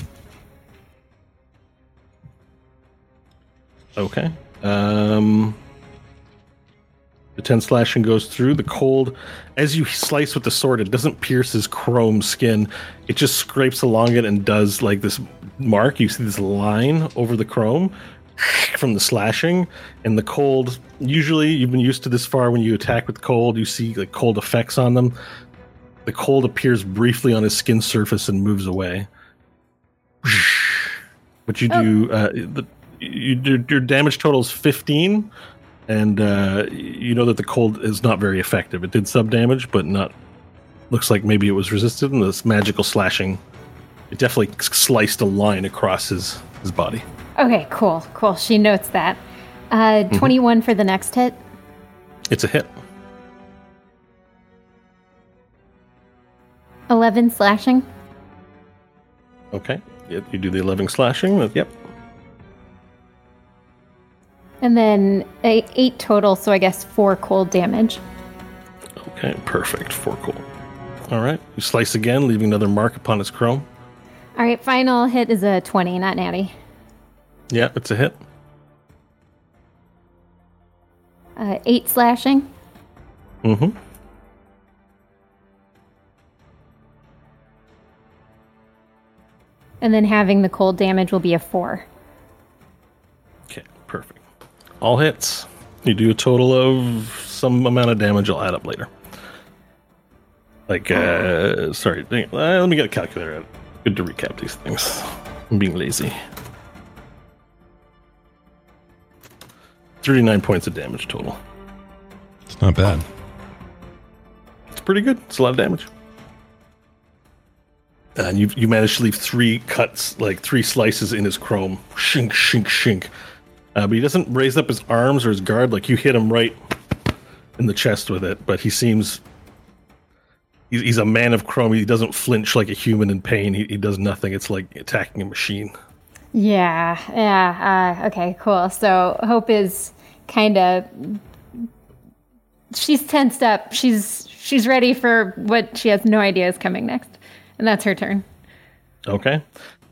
[SPEAKER 3] Okay. Um the 10 slashing goes through the cold as you slice with the sword it doesn't pierce his chrome skin it just scrapes along it and does like this mark you see this line over the chrome from the slashing and the cold usually you've been used to this far when you attack with cold you see like cold effects on them the cold appears briefly on his skin surface and moves away but you do uh, the, you, your, your damage total is 15 and uh, you know that the cold is not very effective it did sub damage but not looks like maybe it was resisted and this magical slashing it definitely s- sliced a line across his his body
[SPEAKER 7] Okay, cool, cool. She notes that. Uh,
[SPEAKER 3] Mm-hmm.
[SPEAKER 7] 21 for the next hit.
[SPEAKER 3] it's a hit
[SPEAKER 7] 11 slashing.
[SPEAKER 3] okay Yep, you do the 11 slashing yep
[SPEAKER 7] And then eight, eight total, so I guess four cold damage.
[SPEAKER 3] okay perfect four cold all right you slice again leaving another mark upon his chrome
[SPEAKER 7] All right, final hit is a 20, not natty.
[SPEAKER 3] yeah it's a hit
[SPEAKER 7] Uh, eight slashing.
[SPEAKER 3] mm-hmm
[SPEAKER 7] And then having the cold damage will be a four.
[SPEAKER 3] Okay, perfect. All hits. You do a total of some amount of damage. I'll add up later. Like, uh, sorry. hang on. Uh, let me get a calculator out. Good to recap these things. I'm being lazy. 39 points of damage total.
[SPEAKER 6] It's not bad.
[SPEAKER 3] It's pretty good. It's a lot of damage. and you you manage to leave three cuts, like three slices in his chrome. Shink, shink, shink. Uh, but he doesn't raise up his arms or his guard. Like you hit him right in the chest with it. But he seems he's, he's a man of chrome. He doesn't flinch like a human in pain. He, he does nothing. It's like attacking a machine.
[SPEAKER 7] Yeah, yeah. Uh, okay, cool. So Hope is kind of she's tensed up. She's she's ready for what she has no idea is coming next, and that's
[SPEAKER 3] [laughs]
[SPEAKER 7] her turn.
[SPEAKER 3] Okay,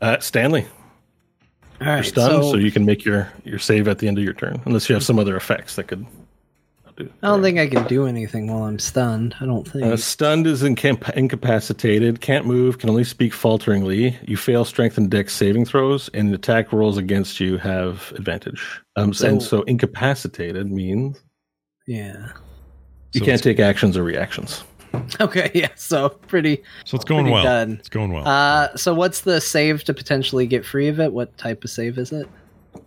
[SPEAKER 3] uh, Stanley,
[SPEAKER 4] All right,
[SPEAKER 3] you're stunned, so,
[SPEAKER 4] so
[SPEAKER 3] you can make your your save at the end of your turn, unless you have some other effects that could. do.
[SPEAKER 4] I don't think I can do anything while I'm stunned. I don't think.
[SPEAKER 3] Uh, stunned is incamp- incapacitated, can't move, can only speak falteringly. You fail strength and dex saving throws, and attack rolls against you have advantage. Um, so, and
[SPEAKER 4] So-
[SPEAKER 3] so incapacitated means
[SPEAKER 4] yeah. [laughs]
[SPEAKER 3] you
[SPEAKER 1] So
[SPEAKER 3] can't take actions or reactions.
[SPEAKER 4] Okay. Yeah. So pretty.
[SPEAKER 1] So it's going
[SPEAKER 4] pretty
[SPEAKER 1] well.
[SPEAKER 4] done.
[SPEAKER 1] It's going well.
[SPEAKER 4] Uh, so what's the save to potentially get free of it? What type of save is it?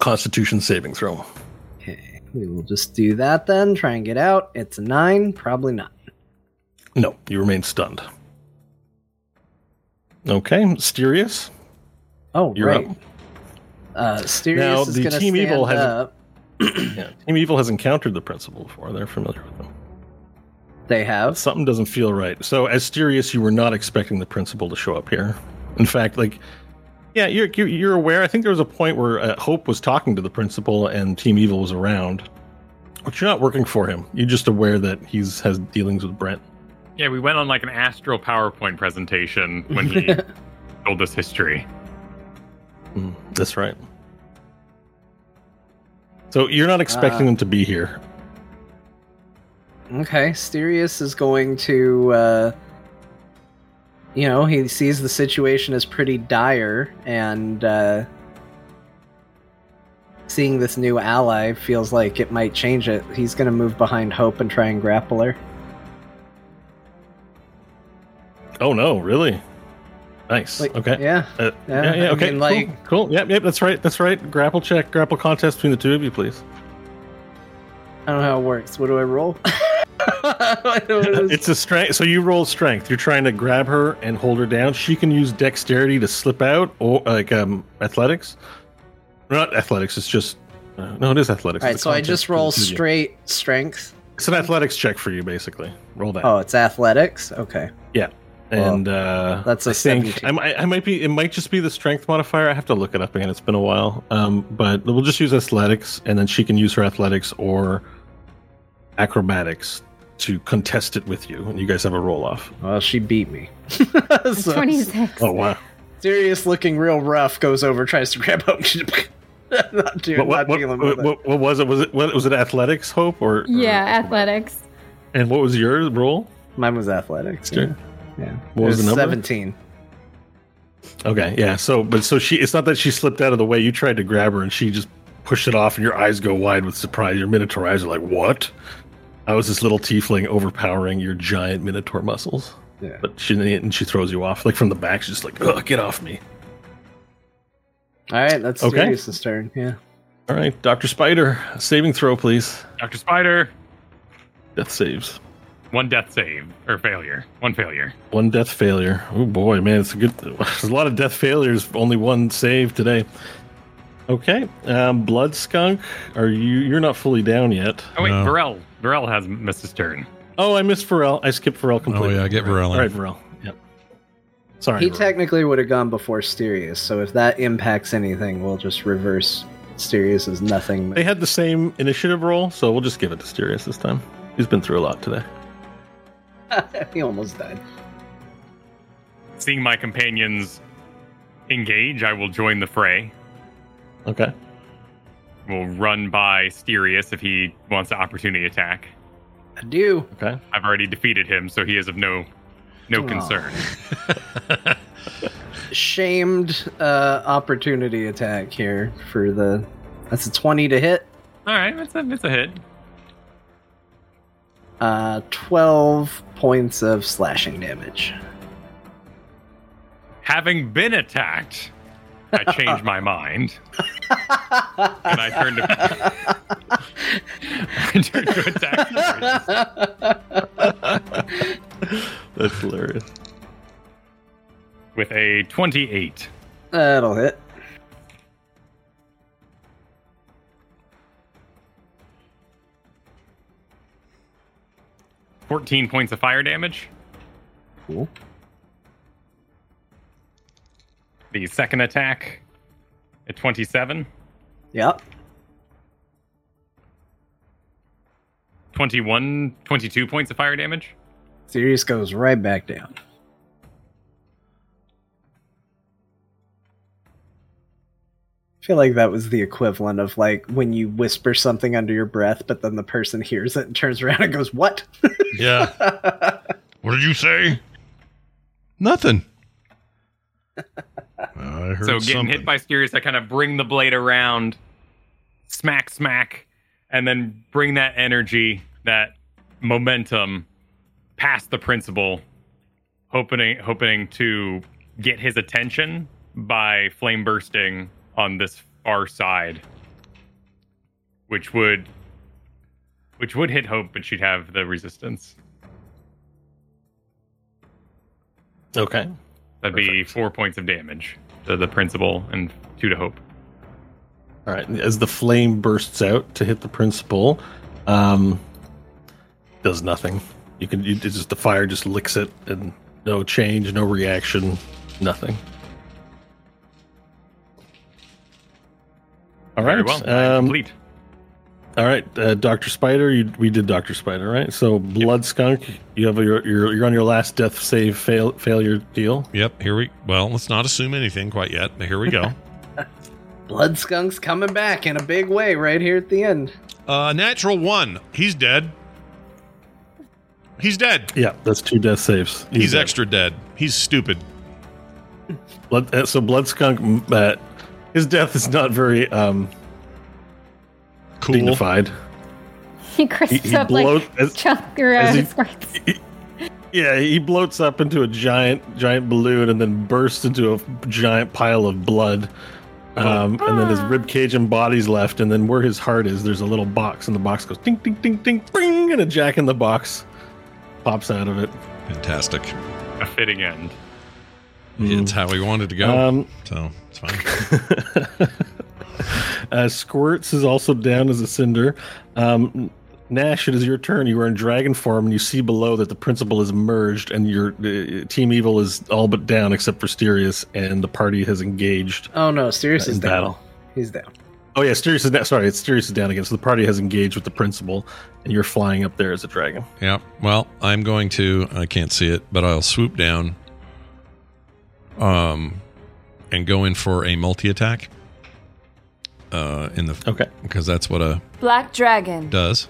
[SPEAKER 3] Constitution saving throw.
[SPEAKER 4] Okay, we will just do that then. Try and get out. It's a nine, probably not.
[SPEAKER 3] No, you remain stunned. Okay, Mysterious.
[SPEAKER 4] Oh,
[SPEAKER 3] You're
[SPEAKER 4] right.
[SPEAKER 3] up.
[SPEAKER 4] Uh, Sirius
[SPEAKER 3] Now,
[SPEAKER 4] is
[SPEAKER 3] the
[SPEAKER 4] going to
[SPEAKER 3] Team
[SPEAKER 4] stand
[SPEAKER 3] Evil has a-
[SPEAKER 4] up.
[SPEAKER 3] Yeah, Team Evil has encountered the principle before. They're familiar with them.
[SPEAKER 4] They have.
[SPEAKER 3] Something doesn't feel right. So, Asterius, you were not expecting the principal to show up here. In fact, like, yeah, you're you're- you're aware. I think there was a point where uh, Hope was talking to the principal and Team Evil was around, but you're not working for him. You're just aware that he's has dealings with Brent.
[SPEAKER 5] Yeah, we went on like an astral PowerPoint presentation when he told us history.
[SPEAKER 3] Mm, that's right. So you're not expecting
[SPEAKER 4] Ah.
[SPEAKER 3] them to be here.
[SPEAKER 4] Okay, Sirius is going to. Uh, you know, he sees the situation as pretty dire, and uh, seeing this new ally feels like it might change it. He's going to move behind Hope and try and grapple her.
[SPEAKER 3] Oh no, really? Nice.
[SPEAKER 4] Like,
[SPEAKER 3] okay.
[SPEAKER 4] Yeah.
[SPEAKER 3] Uh,
[SPEAKER 4] Yeah,
[SPEAKER 3] yeah, yeah,
[SPEAKER 4] I
[SPEAKER 3] okay.
[SPEAKER 4] mean,
[SPEAKER 3] cool,
[SPEAKER 4] like-
[SPEAKER 3] cool, Yep, yep, that's right. That's right. Grapple check, grapple contest between the two of you, please.
[SPEAKER 4] I don't know how it works. What do I roll? [laughs] I don't know what it is.
[SPEAKER 3] It's a strength. So you roll strength. You're trying to grab her and hold her down. She can use dexterity to slip out or like um athletics. Not athletics, it's just uh, no, it is athletics.
[SPEAKER 4] All right,
[SPEAKER 3] It's a
[SPEAKER 4] so I
[SPEAKER 3] contest
[SPEAKER 4] just roll
[SPEAKER 3] between the two of you.
[SPEAKER 4] straight strength.
[SPEAKER 3] It's an athletics check for you basically. Roll that.
[SPEAKER 4] Oh, it's athletics. Okay,
[SPEAKER 3] yeah. And uh
[SPEAKER 4] that's a
[SPEAKER 3] I think
[SPEAKER 4] 17.
[SPEAKER 3] I, might- I might be it might just be the strength modifier. I have to look it up again. It's been a while. Um, but we'll just use athletics, and then she can use her athletics or acrobatics to contest it with you, and you guys have a roll off.
[SPEAKER 4] well, she beat me. [laughs] so,
[SPEAKER 7] Twenty six.
[SPEAKER 3] Oh wow!
[SPEAKER 4] Sirius, looking real rough, goes over, tries to grab Hope. [laughs] not doing,
[SPEAKER 3] What, what,
[SPEAKER 4] not
[SPEAKER 3] what,
[SPEAKER 4] dealing
[SPEAKER 3] what-
[SPEAKER 4] with it.
[SPEAKER 3] what- what was it? Was it what, was it athletics, hope, or or-
[SPEAKER 7] Yeah, athletics. [laughs]
[SPEAKER 3] And what was your roll?
[SPEAKER 4] Mine was athletics. Yeah.
[SPEAKER 3] Sure.
[SPEAKER 4] yeah.
[SPEAKER 3] What was
[SPEAKER 4] It
[SPEAKER 3] the number?
[SPEAKER 4] Seventeen.
[SPEAKER 3] Okay, yeah. So, but so she. It's not that she slipped out of the way. You tried to grab her, and she just pushed it off, and your eyes go wide with surprise. Your minotaur eyes are like, "What?" I was this little tiefling overpowering your giant minotaur muscles,
[SPEAKER 4] Yeah.
[SPEAKER 3] but she and she throws you off like from the back. She's just like, "Ugh, get off me!"
[SPEAKER 4] All right, that's
[SPEAKER 3] Okay.
[SPEAKER 4] Sirius's turn. Yeah.
[SPEAKER 3] All right, Doctor Spider, saving throw, please.
[SPEAKER 5] Dr. Spider,
[SPEAKER 3] Death saves.
[SPEAKER 5] one death save or failure. One failure.
[SPEAKER 3] One death failure. Oh boy, man, it's a good. [laughs] There's a lot of death failures. Only one save today. Okay, um, Blood Skunk, are you? You're not fully down yet.
[SPEAKER 5] Oh wait,
[SPEAKER 1] No.
[SPEAKER 5] Varel. Varel has missed his turn.
[SPEAKER 3] Oh, I missed Pharrell. I skipped Pharrell
[SPEAKER 1] oh
[SPEAKER 3] completely.
[SPEAKER 1] yeah, get Varel
[SPEAKER 3] All right,
[SPEAKER 1] in.
[SPEAKER 3] Pharrell. Yep. Sorry.
[SPEAKER 4] He
[SPEAKER 3] Varel.
[SPEAKER 4] technically would have gone before Sirius, so if that impacts anything, we'll just reverse Sirius as nothing.
[SPEAKER 3] they had the same initiative roll, so we'll just give it to Sterius this time. He's been through a lot today.
[SPEAKER 4] [laughs] he almost died.
[SPEAKER 5] Seeing my companions engage, I will join the fray.
[SPEAKER 3] Okay.
[SPEAKER 5] We'll run by Sterius if he wants an opportunity attack.
[SPEAKER 4] I do.
[SPEAKER 3] Okay.
[SPEAKER 5] I've already defeated him, so he is of no no
[SPEAKER 4] Aw.
[SPEAKER 5] concern.
[SPEAKER 4] shamed uh, opportunity attack here for the. That's a 20 to hit.
[SPEAKER 5] All right, it's a it's a hit.
[SPEAKER 4] Uh, 12 points of slashing damage.
[SPEAKER 5] Having been attacked, I changed my mind. and I turned to [laughs] I turned to attack Sirius.
[SPEAKER 3] That's hilarious.
[SPEAKER 5] with a 28.
[SPEAKER 4] That'll hit.
[SPEAKER 5] Fourteen points of fire damage.
[SPEAKER 4] Cool.
[SPEAKER 5] The second attack, a 27,
[SPEAKER 4] Yep.
[SPEAKER 5] 21, 22 points of fire damage.
[SPEAKER 4] Sirius goes right back down. I feel like that was the equivalent of like when you whisper something under your breath, but then the person hears it and turns around and goes, What? [laughs]
[SPEAKER 6] Yeah. what did you say? Nothing. [laughs] I heard
[SPEAKER 5] So getting
[SPEAKER 6] something.
[SPEAKER 5] hit by Sirius, I kind of bring the blade around, smack, smack, and then bring that energy, that momentum, past the principal, hoping hoping to get his attention by flame bursting on this far side, which would which would hit Hope, but she'd have the resistance.
[SPEAKER 3] Okay.
[SPEAKER 5] That'd be four points of damage to the principal and two to Hope.
[SPEAKER 3] All right. As the flame bursts out to hit the principal, um, does nothing. You can. You, it's just the fire just licks it, and no change, no reaction, nothing. All
[SPEAKER 5] Very
[SPEAKER 3] right.
[SPEAKER 5] well.
[SPEAKER 3] Um,
[SPEAKER 5] complete.
[SPEAKER 3] all right, uh, Doctor Spider. You, we did Doctor Spider, right? So Blood Skunk, you have your, your you're on your last death save fail, failure deal.
[SPEAKER 1] Yep, here we well, let's not assume anything quite yet, but here we go.
[SPEAKER 4] Blood skunks coming back in a big way right here at the end.
[SPEAKER 6] Uh, natural one. He's dead. He's dead.
[SPEAKER 3] Yeah, that's two death saves.
[SPEAKER 6] He's,
[SPEAKER 3] dead.
[SPEAKER 6] extra dead. He's stupid.
[SPEAKER 3] Blood, uh, so Blood Skunk, m- uh, his death is not very um,
[SPEAKER 6] Cool.
[SPEAKER 3] dignified.
[SPEAKER 7] He crisps
[SPEAKER 3] He- he
[SPEAKER 7] up
[SPEAKER 3] blows-
[SPEAKER 7] like
[SPEAKER 3] as-
[SPEAKER 7] chunk or uh,
[SPEAKER 3] as he-
[SPEAKER 7] squirts.
[SPEAKER 3] Yeah, he bloats up into a giant, giant balloon, and then bursts into a giant pile of blood. Um, and then his rib cage and body's left, and then where his heart is, there's a little box, and the box goes ding, ding, ding, ding, ding, and a jack in the box pops out of it.
[SPEAKER 1] Fantastic.
[SPEAKER 5] A fitting end.
[SPEAKER 1] It's how we wanted to go.
[SPEAKER 3] Um,
[SPEAKER 1] so it's fine.
[SPEAKER 3] uh, Squirts is also down as a cinder. Um, Nash, it is your turn. You are in dragon form, and you see below that the principal is merged, and your uh, team evil is all but down except for Sterius, and the party has engaged
[SPEAKER 4] Oh no, Sirius
[SPEAKER 3] in
[SPEAKER 4] is down.
[SPEAKER 3] battle.
[SPEAKER 4] He's down.
[SPEAKER 3] Oh yeah, Sterius is down. Sorry, it's Sterius is down again. So the party has engaged with the principal, and you're flying up there as a dragon.
[SPEAKER 1] yeah. Well, I'm going to I can't see it, but I'll swoop down um and go in for a multi attack. Uh in the
[SPEAKER 3] Okay.
[SPEAKER 1] because that's what a
[SPEAKER 10] Black dragon.
[SPEAKER 1] does.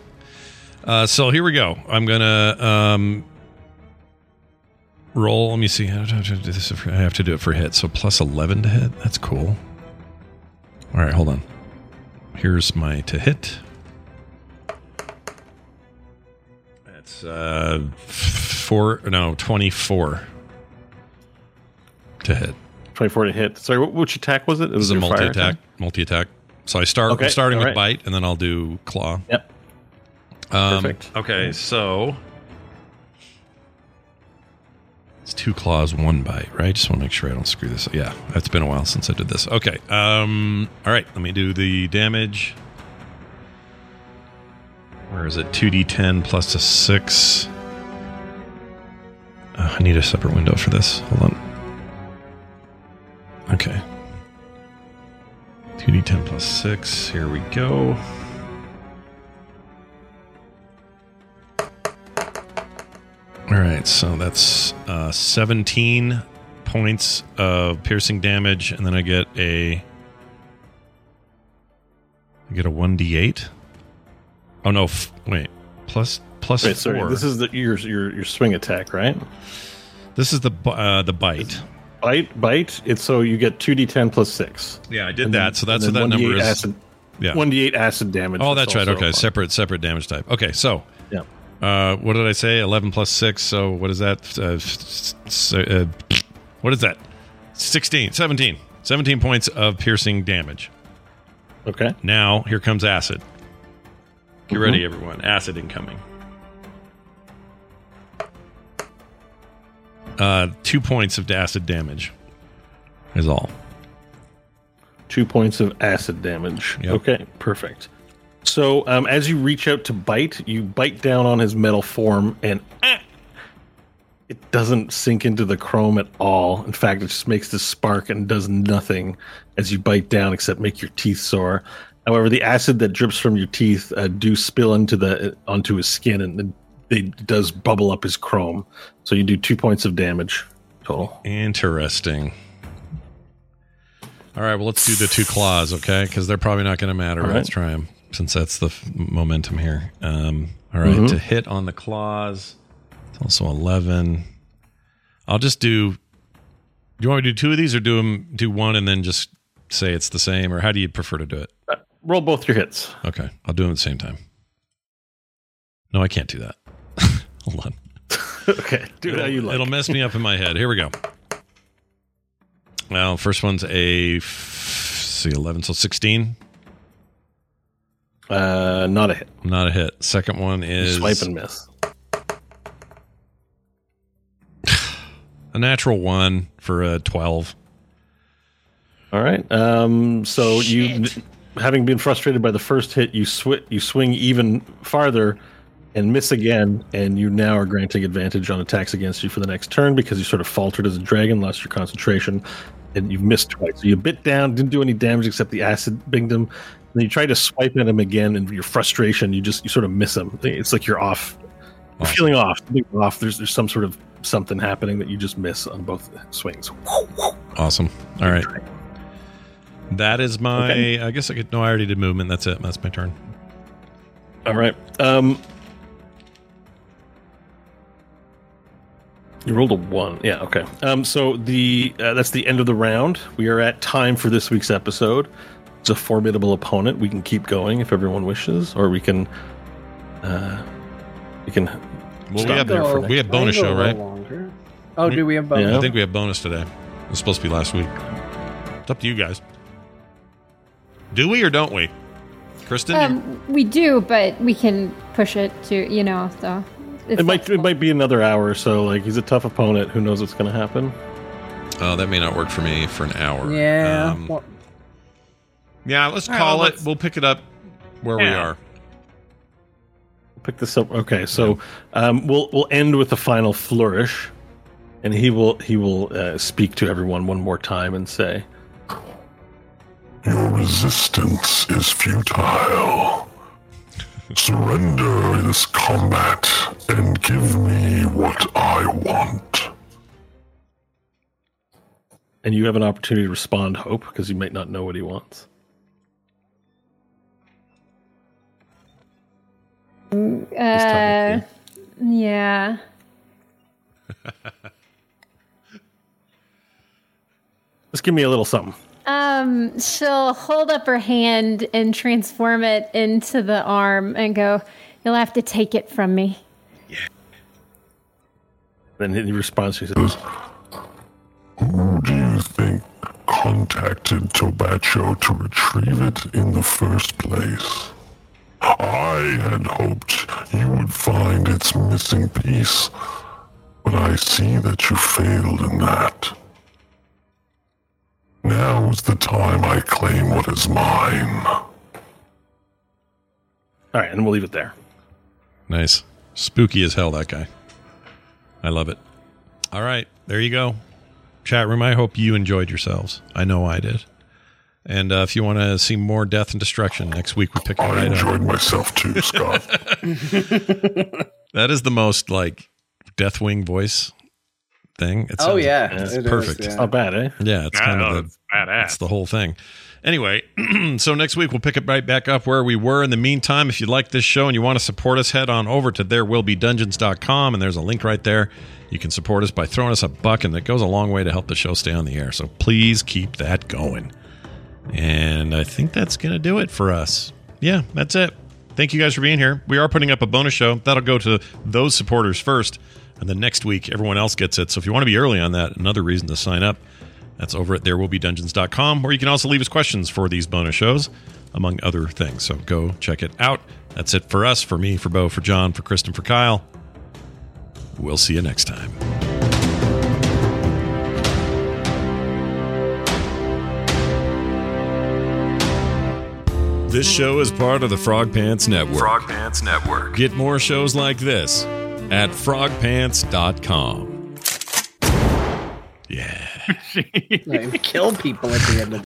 [SPEAKER 1] Uh, so here we go. I'm gonna um, roll. Let me see. I have to do this. for- I have to do it for hit. So plus eleven to hit. That's cool. All right, hold on. Here's my to hit. That's uh, f- four. No, twenty four to hit.
[SPEAKER 3] Twenty-four to hit. Sorry, what, which attack was it? It
[SPEAKER 1] This is a
[SPEAKER 3] your fire
[SPEAKER 1] multi attack. Multi attack. So I start.
[SPEAKER 3] Okay,
[SPEAKER 1] I'm starting
[SPEAKER 3] all
[SPEAKER 1] with
[SPEAKER 3] right.
[SPEAKER 1] bite, and then I'll do claw.
[SPEAKER 3] Yep.
[SPEAKER 1] Um,
[SPEAKER 3] Perfect.
[SPEAKER 1] Okay, so it's two claws, one bite, right? Just want to make sure I don't screw this. up. Yeah, that's been a while since I did this. Okay. Um. All right. Let me do the damage. Where is it? Two d10 plus a six. Uh, I need a separate window for this. Hold on. Okay. 2d10 plus 6. Here we go. All right, so that's uh, 17 points of piercing damage, and then I get a I get a 1d8. Oh no! F- wait, plus plus
[SPEAKER 3] Wait,
[SPEAKER 1] four.
[SPEAKER 3] sorry. This is the, your your your swing attack, right?
[SPEAKER 1] this is the bu- uh, the bite.
[SPEAKER 3] Bite, bite. It's so you get two d10 plus six.
[SPEAKER 1] Yeah, I did
[SPEAKER 3] And
[SPEAKER 1] that. So that's what
[SPEAKER 3] and
[SPEAKER 1] that
[SPEAKER 3] then
[SPEAKER 1] number
[SPEAKER 3] 1d8
[SPEAKER 1] is.
[SPEAKER 3] Acid,
[SPEAKER 1] Yeah.
[SPEAKER 3] 1d8 acid damage.
[SPEAKER 1] Oh,
[SPEAKER 3] is
[SPEAKER 1] that's right.
[SPEAKER 3] also
[SPEAKER 1] Okay,
[SPEAKER 3] a-
[SPEAKER 1] separate separate damage type. Okay, so
[SPEAKER 3] Yeah.
[SPEAKER 1] uh, what did I say? Eleven plus six. So what is that? Uh, s- s- uh, what is that? 16, 17. 17 points of piercing damage.
[SPEAKER 3] Okay.
[SPEAKER 1] Now here comes acid. Get ready, everyone. Acid incoming. Uh, two points of acid damage is all.
[SPEAKER 3] Two points of acid damage.
[SPEAKER 1] Yep.
[SPEAKER 3] Okay, perfect. So, um, as you reach out to bite, you bite down on his metal form, and ah, it doesn't sink into the chrome at all. In fact, it just makes this spark and does nothing as you bite down except make your teeth sore. However, the acid that drips from your teeth uh, do spill into the uh, onto his skin, and it does bubble up his chrome. So you do two points of damage total.
[SPEAKER 1] Interesting. All right, well, let's do the two claws, okay? Because they're probably not going to matter.
[SPEAKER 3] All
[SPEAKER 1] Let's
[SPEAKER 3] right.
[SPEAKER 1] try them since that's the f- momentum here. Um, all right,
[SPEAKER 3] Mhm.
[SPEAKER 1] to hit on the claws, it's also 11. I'll just do. Do you want me to do two of these or do, 'em- do one and then just say it's the same? Or how do you prefer to do it?
[SPEAKER 3] Roll both your hits. [laughs]
[SPEAKER 1] Okay, I'll do them at the same time. No, I can't do that. [laughs] Hold on.
[SPEAKER 3] okay, do it how you
[SPEAKER 1] it'll,
[SPEAKER 3] like.
[SPEAKER 1] it'll mess me up in my head. Here we go. Well, first one's a f- see eleven, so sixteen.
[SPEAKER 3] Uh, not a hit.
[SPEAKER 1] Not a hit. Second one is
[SPEAKER 3] Swipe and miss.
[SPEAKER 1] a natural one for a twelve.
[SPEAKER 3] All right. Um, so you, having been frustrated by the first hit, you sw- you swing even farther and miss again, and you now are granting advantage on attacks against you for the next turn because you sort of faltered as a dragon, lost your concentration, and you've missed twice. So you bit down, didn't do any damage except the acid binged him. And then you try to swipe at him again, and your frustration, you just you sort of miss him. It's like you're off. You're
[SPEAKER 1] Off.
[SPEAKER 3] feeling off. Something's off. There's there's some sort of something happening that you just miss on both swings.
[SPEAKER 1] Awesome. All right. That is my. I guess I could. No, I already did movement. That's it. That's my turn.
[SPEAKER 3] All right. Um, you rolled a one. Yeah. Okay. Um, so the uh, that's the end of the round. We are at time for this week's episode. It's a formidable opponent. We can keep going if everyone wishes, or we can. Uh, we can.
[SPEAKER 1] Well, we
[SPEAKER 3] Stop
[SPEAKER 1] have,
[SPEAKER 3] there for
[SPEAKER 1] we have bonus show, right?
[SPEAKER 4] Oh, do we have bonus?
[SPEAKER 3] Yeah.
[SPEAKER 1] I think we have bonus today. It was supposed to be last week. It's up to you guys. Do we or don't we? Kristen, you-
[SPEAKER 7] Um, we do, but we can push it to you know. So it's
[SPEAKER 3] It might. It
[SPEAKER 7] flexible.
[SPEAKER 3] might be another hour or so. Like he's a tough opponent. Who knows what's going to happen?
[SPEAKER 1] Oh, that may not work for me for an hour.
[SPEAKER 4] Yeah.
[SPEAKER 1] Um,
[SPEAKER 4] well,
[SPEAKER 1] yeah, let's
[SPEAKER 5] All right,
[SPEAKER 1] call
[SPEAKER 5] well,
[SPEAKER 1] it.
[SPEAKER 5] let's-
[SPEAKER 1] We'll pick it up where we
[SPEAKER 5] Yeah.
[SPEAKER 1] are.
[SPEAKER 3] Pick this up. Okay. So um, we'll we'll end with the final flourish, and he will he will uh, speak to everyone one more time and say.
[SPEAKER 9] Your resistance is futile. Surrender this combat and give me what I want.
[SPEAKER 3] And you have an opportunity to respond, Hope, because you might not know what he wants. This time
[SPEAKER 7] Uh,
[SPEAKER 3] with
[SPEAKER 7] yeah.
[SPEAKER 3] you. Just give me a little something.
[SPEAKER 7] Um, she'll hold up her hand and transform it into the arm and go, You'll have to take it from me.
[SPEAKER 3] Then he responds, he says,
[SPEAKER 9] Who do you think contacted Tobacho to retrieve it in the first place? I had hoped you would find its missing piece, but I see that you failed in that. Now is the time I claim what is mine.
[SPEAKER 3] All right, and we'll leave it there.
[SPEAKER 1] Nice. Spooky as hell, that guy. I love it. All right. There you go. Chat room, I hope you enjoyed yourselves. I know I did. And uh, if you want to see more death and destruction, next week we pick it
[SPEAKER 9] I
[SPEAKER 1] right up.
[SPEAKER 9] enjoyed myself too, Scott.
[SPEAKER 1] That is the most like Deathwing voice thing. It
[SPEAKER 4] oh
[SPEAKER 1] sounds-
[SPEAKER 4] yeah,
[SPEAKER 3] It's
[SPEAKER 4] it is,
[SPEAKER 1] perfect.
[SPEAKER 4] yeah.
[SPEAKER 3] Not bad, eh?
[SPEAKER 1] [laughs] Yeah, it's kind of the,
[SPEAKER 5] it's badass.
[SPEAKER 1] That's the whole thing. Anyway, [clears throat] so next week we'll pick it right back up where we were. In the meantime, if you like this show and you want to support us, head on over to therewillbedungeons.com and there's a link right there. You can support us by throwing us a buck, and that goes a long way to help the show stay on the air. So please keep that going. And I think that's going to do it for us. Yeah, that's it. Thank you guys for being here. We are putting up a bonus show. That'll go to those supporters first. And then next week, everyone else gets it. So if you want to be early on that, another reason to sign up. That's over at therewillbedungeons.com, where you can also leave us questions for these bonus shows, among other things. So go check it out. That's it for us, for me, for Bo, for John, for Kristen, for Kyle. We'll see you next time. This show is part of the Frog Pants Network.
[SPEAKER 10] Frog Pants Network.
[SPEAKER 1] Get more shows like this at frogpants.com. Yeah.
[SPEAKER 4] [laughs] Like, kill people at the end of